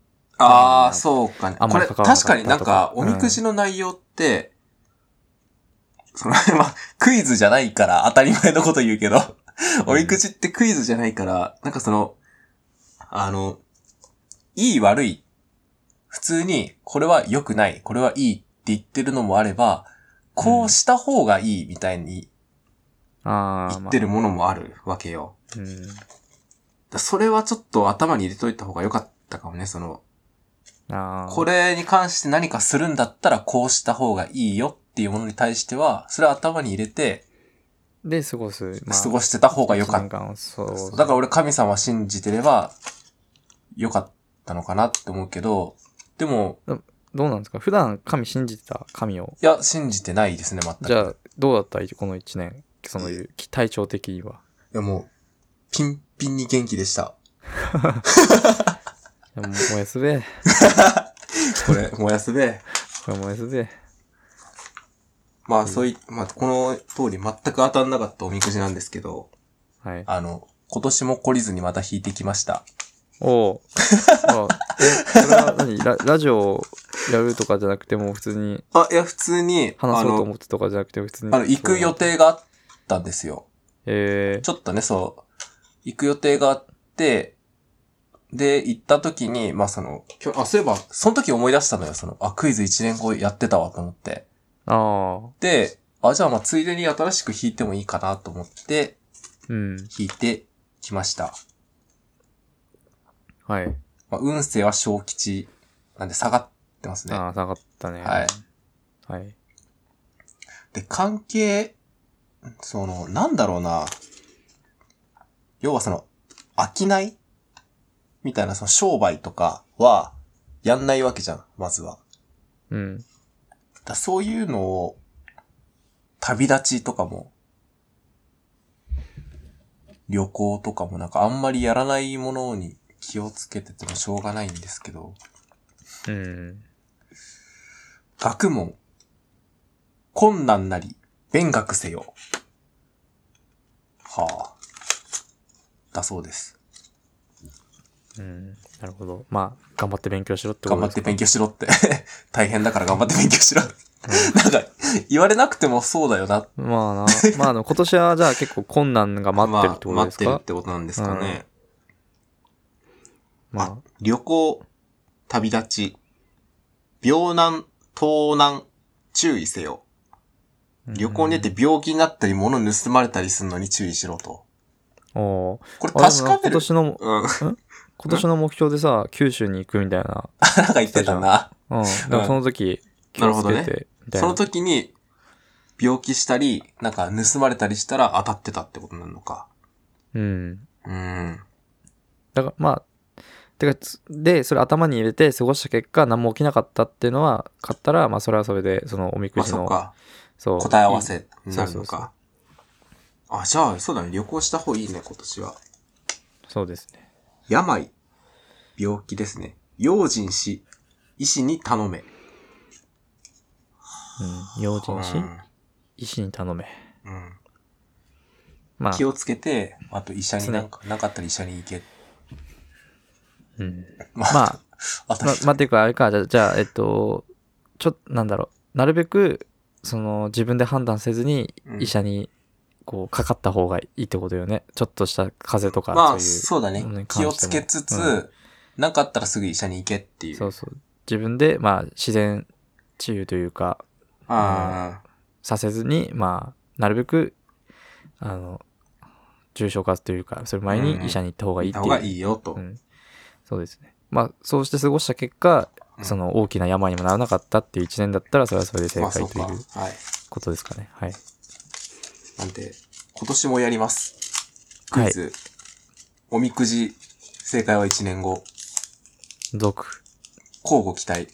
う
ああ、
ん
そうかね。
あん
こ
ま
れ、
り関わらなかっ
確
た
かになんか、
とか
おみくじの内容って、その、まあ、 クイズじゃないから当たり前のこと言うけど、 おみくじってクイズじゃないから、なんかその、あの、いい悪い、普通に、これは良くない、これはいいって言ってるのもあれば、こうした方がいいみたいに
ああ、
言
ま
っ
あ
てるものもあるわけよ。
うん
だそれはちょっと頭に入れといた方が良かったかもね、その、
あー
これに関して何かするんだったらこうした方がいいよっていうものに対しては、それは頭に入れて
で過ごす。まあ
過ごしてた方が良かっ
一年間をそう
た。だから俺神様信じてれば良かったのかなって思うけど、でも、
どうなんですか普段神信じてた神を。
いや、信じてないですね、全く。
じゃあ、どうだったこの一年。そのいう体調的には。
いやもう、ピンピンに元気でした。
いやもう燃やすべ。
こ れ、燃やすべ。
これ燃やすべ。
まあ、そうい、まあ、この通り全く当たんなかったおみくじなんですけど、
はい。
あの、今年も懲りずにまた 引いてきました。
おお。あえ、それは何ララジオやるとかじゃなくても、普通に
あ、いや、普通に、
話
あ
そうと思
の、
ってとかじゃなくて、普通に。
あの、行く予。定があったんですよ。
え
ちょっとね、そう、行く予定があって、で、行った時に、まあその、きょあ、そういえば、その時思い出したのよ、その、あ、クイズ1年後やってたわと思って。
ー、ああ、
で、あ、じゃあまあついでに新しく弾いてもいいかなと思って、
うん。
弾いてきました。
はい。
まあ、運勢は小吉なんで下がってますね。
ああ、下がったね。
はい。
はい。
で、関係、その、なんだろうな。要はその、商いみたいな、その商売とかは、やんないわけじゃん、まずは。
うん。
だそういうのを、旅立ちとかも、旅行とかもなんかあんまりやらないものに気をつけててもしょうがないんですけど、
うん。
学問、困難なり、勉学せよ。はあ。だそうです。
うん。なるほど。まあ、頑張って勉強しろってこと
頑張っ
です
て
か
勉強しろって。 大変だから頑張って勉強しろ。なんか、言われなくてもそうだよな。
まあな。まあ、あの、今年はじゃあ結構困難が待ってるってことですか、
まあ待ってるってことなんですかね。
まあ、
あ旅行、旅立ち、病難、盗難、注意せよ。旅行に出て病気になったり物盗まれたりするのに注意しろと。
うん。おー
これ
あ
確
でもな
か
ん今
める。
年の、
うん。
今年の目標でさ、九州に行くみたいな。
なんか言ってたな。
うん。でもその時、気
なる
を
ほ
つ
どね
けて、みたい
そ
な。
の時に、病気したり、なんか盗まれたりしたら当たってたってことなのか。
うん。
うん。
だからまあてかつでそれ頭に入れて過ごした結果何も起きなかったっていうのは買ったらまあそれはそれでそのおみく
まあ
じ
そ
の、
っか。
そう
答え合わせにな
そうそ
るの
うそう
か。あ、じゃあ、そうだね。旅行した方がいいね、今年は。
そうですね
病。病気ですね。用心し、医師に頼め。
うん用心し
うん
医師に頼め
うん。
まあ
気をつけて、あと医者になんか、なかったら医者に行け。
うん
ま
まあ
あた
ままあていうかあれかじゃあじゃあえっとちょっなんだろうなるべくその自分で判断せずに
うん
医者にこうかかった方がいいってことよねちょっとした風邪とか
ま
そうい
あ、
う
そうだね
ものに。関
気
して
を
も
つけつつ、
う
なんかあったらすぐ医者に行けっていう。
そうそう自分でまあ自然治癒というか
ああ、
させずに、まあ、なるべく、あの、重症化というか、それ前
うん
に医者に行った方がいい
行
っ
ってた
いう。
方がいいよと
う。ん。そうですね。まあ、そうして過ごした結果、
うん
その大きな病にもならなかったっていう一年だったら、それはそれで正
まあ、
解
そう
と
か。
い
は
う
い。
ことですかね。はい。
なんで、今年もやります。クイズ。おみくじ、正解は1年後。
続、
交互期待。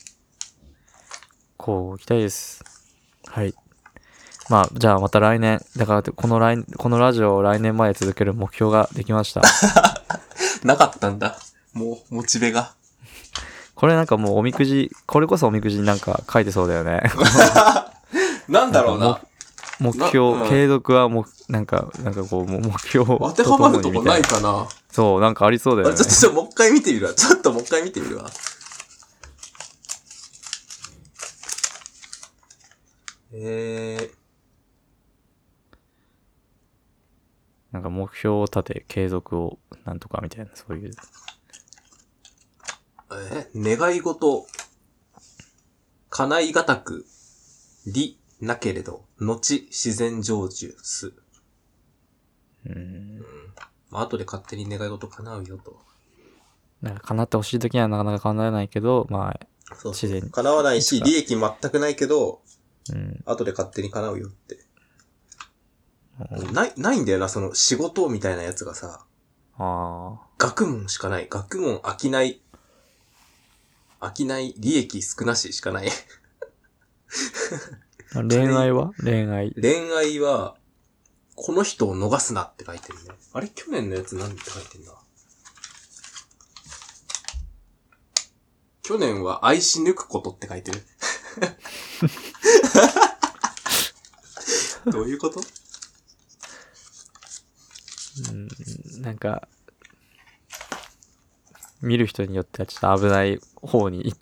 こうご期待です。はい。まあ、じゃあまた来年、だからこの来、このラジオを来年まで続ける目標ができました。
なかったんだ。もう、モチベが。
これなんかもうおみくじ、これこそおみくじになんか書いてそうだよ ね。
なんだろう
なん
な
か。目
なう
標、
ん
継続はもう、なんか、なんかこう、もう目標
当てはまるとこない
い
かな。
そう、なんかありそうだよ
あ
ね
ちょっと、。ちょっと、もう一回見てみるわ。ちょっと、もう一回見てみるわ。え
なんか目標を立て、継続を、なんとかみたいな、そういう。
ー、え願い事、叶いがたく、理、なけれど、後、自然成就す。
うん。
まあ、後で勝手に願い事叶うよと。
なんか叶ってほしい時にはなかなか叶えないけど、まあ、
そう
自然に
叶わないし、利益全くないけど、
うん。
後で勝手に叶うよって。ない、ないんだよな、その仕事みたいなやつがさ、
ああ。
学問しかない。学問飽きない。飽きない、利益少なししかない。
恋愛は恋愛。
恋愛は、この人を逃すなって書いてるね。あれ去年のやつ何て書いてんだ去年は愛し抜くことって書いて る。どういうこと
うん。なんか、 見る人によってはちょっと危ない方に、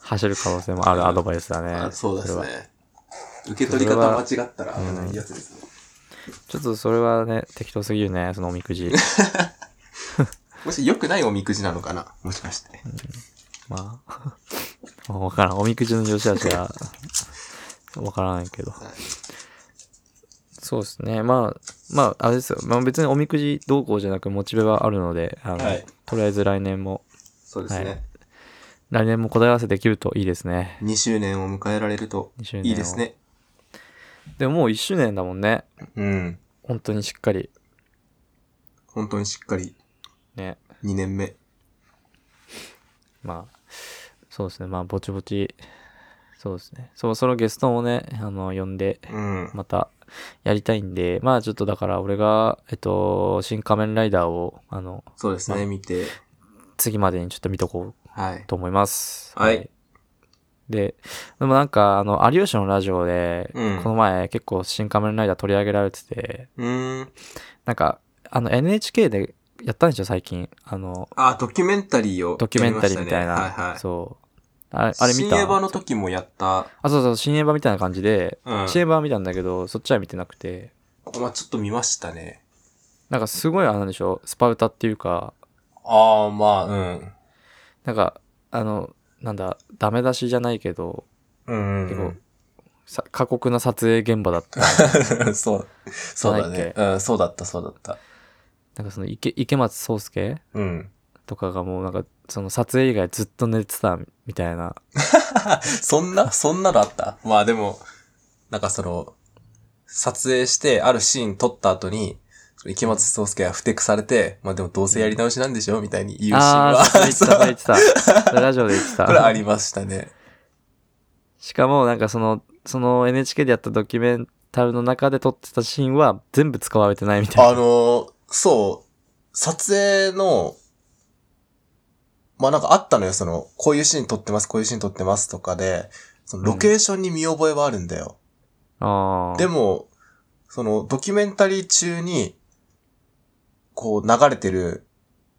走る可能性もあるアドバイスだね。
あそうです
れは
ね。受け取り方間違ったら危ないやつですね。
ちょっとそれはね、適当すぎるね、そのおみく じ。
もし良くないおみくじなのかなもしかして。
まあ、 わからん。おみくじの良し悪しは、わからないけど。
はい
そうですね。まあ、まあ、あれですよ。まあ別におみくじどうこうじゃなく、モチベはあるので、あの、
はい
とりあえず来年も、
そうです
はい
ね。
来年も答え合わせできるといいですね。
2周年を迎えられると
2周年を
いいですね。
でももう1周年だもんね。
うん。
本当にしっかり。
本当にしっかり
ね。
2年目。
まあ、そうですね。まあ、ぼちぼち、そうですね。そろそろゲストもね、あの、呼んで、
うん。
またやりたいんで、まあちょっとだから俺が、えっと、新仮面ライダーを、あの、
そうですね。見て。
次までにちょっと見とこう
はい。
と思います。
はい
で、でもなんか、あの、有吉のラジオで、
うん
この前結構新仮面ライダー取り上げられてて、
うーん。
なんか、あの NHK でやったんですよ、最近。あの、
あ、ドキュメンタリーを
ドキュメンタリーみたい
や
な。
りましたねはいはい。
そう。あれ、あれ見た
新エヴァの時もやった。
あ、そうそう、新エヴァみたいな感じで、
うん。
新エヴァは見たんだけど、そっちは見てなくて、
まあちょっと見ましたね。
なんかすごいあれなんでしょう、スパウタっていうか、
ああ、まあ、うん。
なんか、あの、なんだ、ダメ出しじゃないけど、
うん
結
う
構
ん、
さ過酷な撮影現場だった。
うん。 そう。そうだ
じゃない
ね
っ。け
うん、そうだった、そうだった。
なんかその池、池松壮介
うん。
とかがもうなんか、その撮影以外ずっと寝てたみたいな。
そんな、そんなのあったまあでも、なんかその、撮影して、あるシーン撮った後に、池松壮介が不適されて、まあでもどうせやり直しなんでしょみたいに言うシーン
ああ
は、
ー、それ言ってた、それ言 ってた。ラジオで言って
これあ
た。
りましたね。
しかもなんかその、その NHK でやったドキュメンタルの中で撮ってたシーンは全部使われてないみた
あ
いな。
の、そう、撮影の、まあなんかあったのよ、その、こういうシーン撮ってます、こういうシーン撮ってますとかで、そのロケーションに見覚えはあるんだよ。
ああ。
でも、そのドキュメンタリー中に、こう流れてる、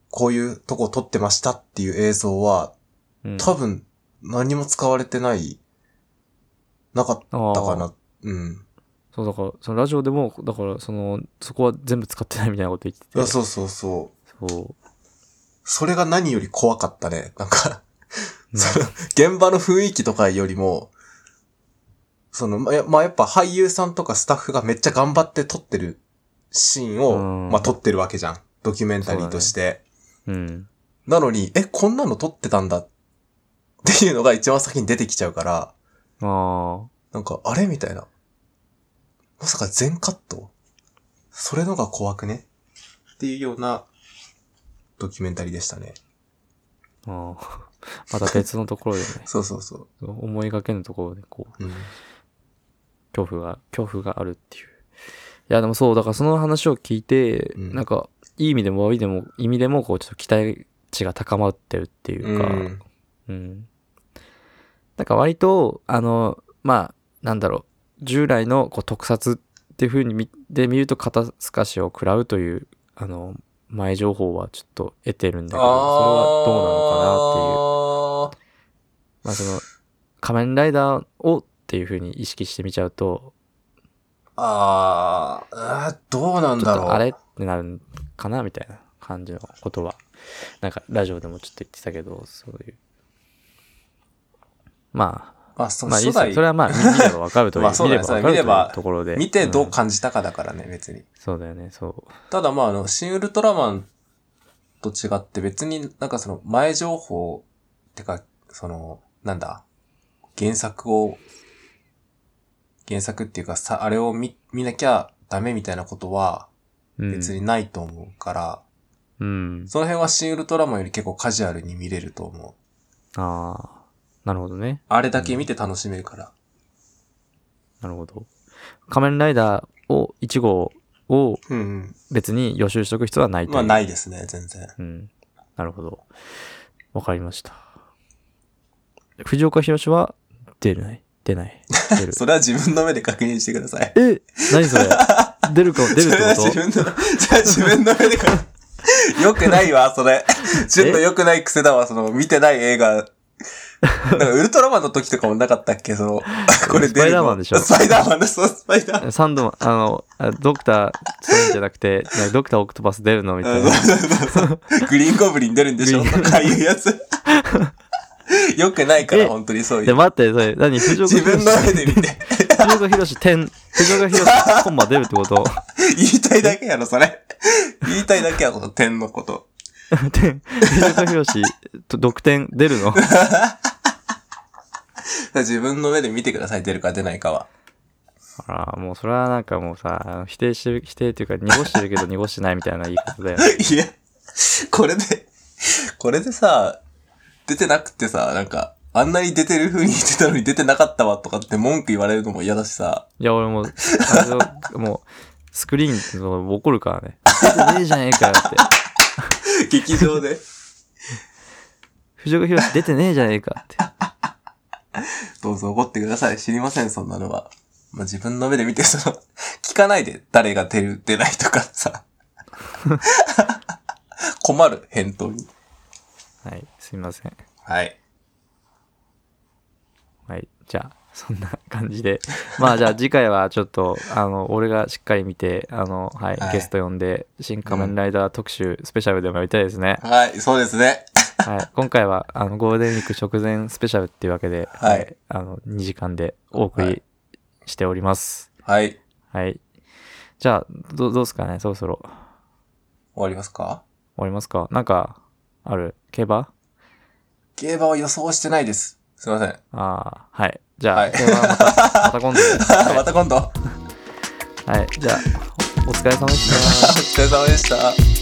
こういうとこを撮ってましたっていう映像は、
うん、
多分何も使われてない、なかっ
あ
た
ー
かな。うん。
そう、だから、そのラジオでも、だから、その、そこは全部使ってないみたいなこと言って
いや
て。
そうそうそう。
そう。
それが何より怖かったね。なんか
う、ん
その、現場の雰囲気とかよりも、その、ま、やまあ、やっぱ俳優さんとかスタッフがめっちゃ頑張って撮ってるシーン
う
を、
ん
まあ、撮ってるわけじゃん。ドキュメンタリーとして。
うん。
なのに、え、こんなの撮ってたんだっていうのが一番先に出てきちゃうから、
ああ。
なんか、あれみたいな。まさか全カットそれのが怖くねっていうようなドキュメンタリーでしたね。
ああ。 また別のところ でね、
そうそうそ
その思いがけのところで、こう、
う。うん。
恐怖が、恐怖があるっていう。いや、でもそう、だからその話を聞いて、
うん
なんか、いい意味でも悪いでも、意味でも、こう、ちょっと期待値が高まってるっていうか、
うん
うん。なんか割と、あの、まあ、なんだろう、従来のこう特撮っていう風に見で見ると肩透かしを食らうという、あの、前情報はちょっと得てるんだけど、それはどうなのかなっていう。
のかなっていう。
まあその、仮面ライダーをっていう風に意識してみちゃうと、
あーあー、どうなん
ちょ
だ
っ
ろう。
とあれってなるんかなみたいな感じのことは、なんかラジオでもちょっと言ってたけど、そういう。まあ、
まあ、その
まあいい
初
ですよ
代
それ はまあ見見ればわかるという。
まあそうだね
見ればわかると
それ見れば
いうところで。
見てどうん感じたかだからね、別に。
そうだよね、そ
ただまあ、あの、新ウルトラマンと違って別になんかその前情報ってか、その、なんだ、原作を、原作っていうかさ、あれを見、見なきゃダメみたいなことは
う。うん、
別に。ないと思うから、
うん。
その辺は新ウルトラマンより結構カジュアルに見れると思う。
ああ、なるほどね。
あれだけ見て楽しめるから。
なるほど。仮面ライダーを、1号を
うん、うん。
別に予習しとく必要はないという。。
まあないいですね、全然。
うん。なるほど。わかりました。藤岡弘は出ない。出ない。出る。
それは自分の目で確認してくだ さい。
え何それ出るか、出る
そ
って
れは
こ
自
と
分の、それ は自分の目で 確 認。よくないわ、それ。ちょっと良くない癖だわ、その、見てない映画、なんかウルトラマンの時とかもなかったっけ その、これ出
スパイ
るの
ダーマンでしょ
スパイダーマンだ、そう、スパイダーマン。
サンドマン、あの、あドクター、そういうんじゃなくて、なんかドクターオクトパス出るのみたいな。
そうそうそうそうグリーンゴブリン出るんでしょ
グリーン
ああいうやつ。 よくないから、
え
本当にそうい
で、
う。
待って、それ、何藤岡
自分の
弘
目で見 て、
藤岡弘点、藤岡弘コンマ出るってこと
言いたいだけやろ、それ。言いたいだけやろ、点のこと。
点藤岡弘と独点出るの
自分の目で見てください、出るか出ないかは。
あら、もうそれはなんかもうさ、あの否定してる、否定っていうか、濁してるけど濁してないみたいな言い方だよね。
いや、これで、これでさ、出てなくてさ、なんか、あんなに出てる風に言ってたのに出てなかったわとかって文句言われるのも嫌だしさ。
いや、俺もう、あれをもう、スクリーンの怒るからね。出てねえじゃねえかよって。
劇場で。
藤岡弘出てねえじゃねえかって。
どうぞ怒ってください。知りません、そんなのは。まあ、自分の目で見て、その、聞かないで、誰が出る、出ないとかさ。 困る、返答に。
はい、すいません。
はい。
はい、じゃあ、そんな感じで。まあ、じゃあ次回はちょっと、あの、俺がしっかり見て、あの、はい、
はい
ゲスト呼んで、新仮面ライダー特集、スペシャルでもやりたいですね。
はい、そうですね。
はい、今回は、あの、ゴールデンウィーク直前スペシャルっていうわけで、
はい
あの、2時間でお送
は
り
い
しております。
はい。終
はい。じゃあ、どう、どうですかね、そろそろ。
わりますか
終わりますかなんか、ある競馬
競馬は予想してないです。すいません。
ああ、はい。じゃあ、
はい
競馬はまた、また 今度で
ま た今度。
はい、はい、じゃあ、おお疲れ様でした。
お疲れ様でした。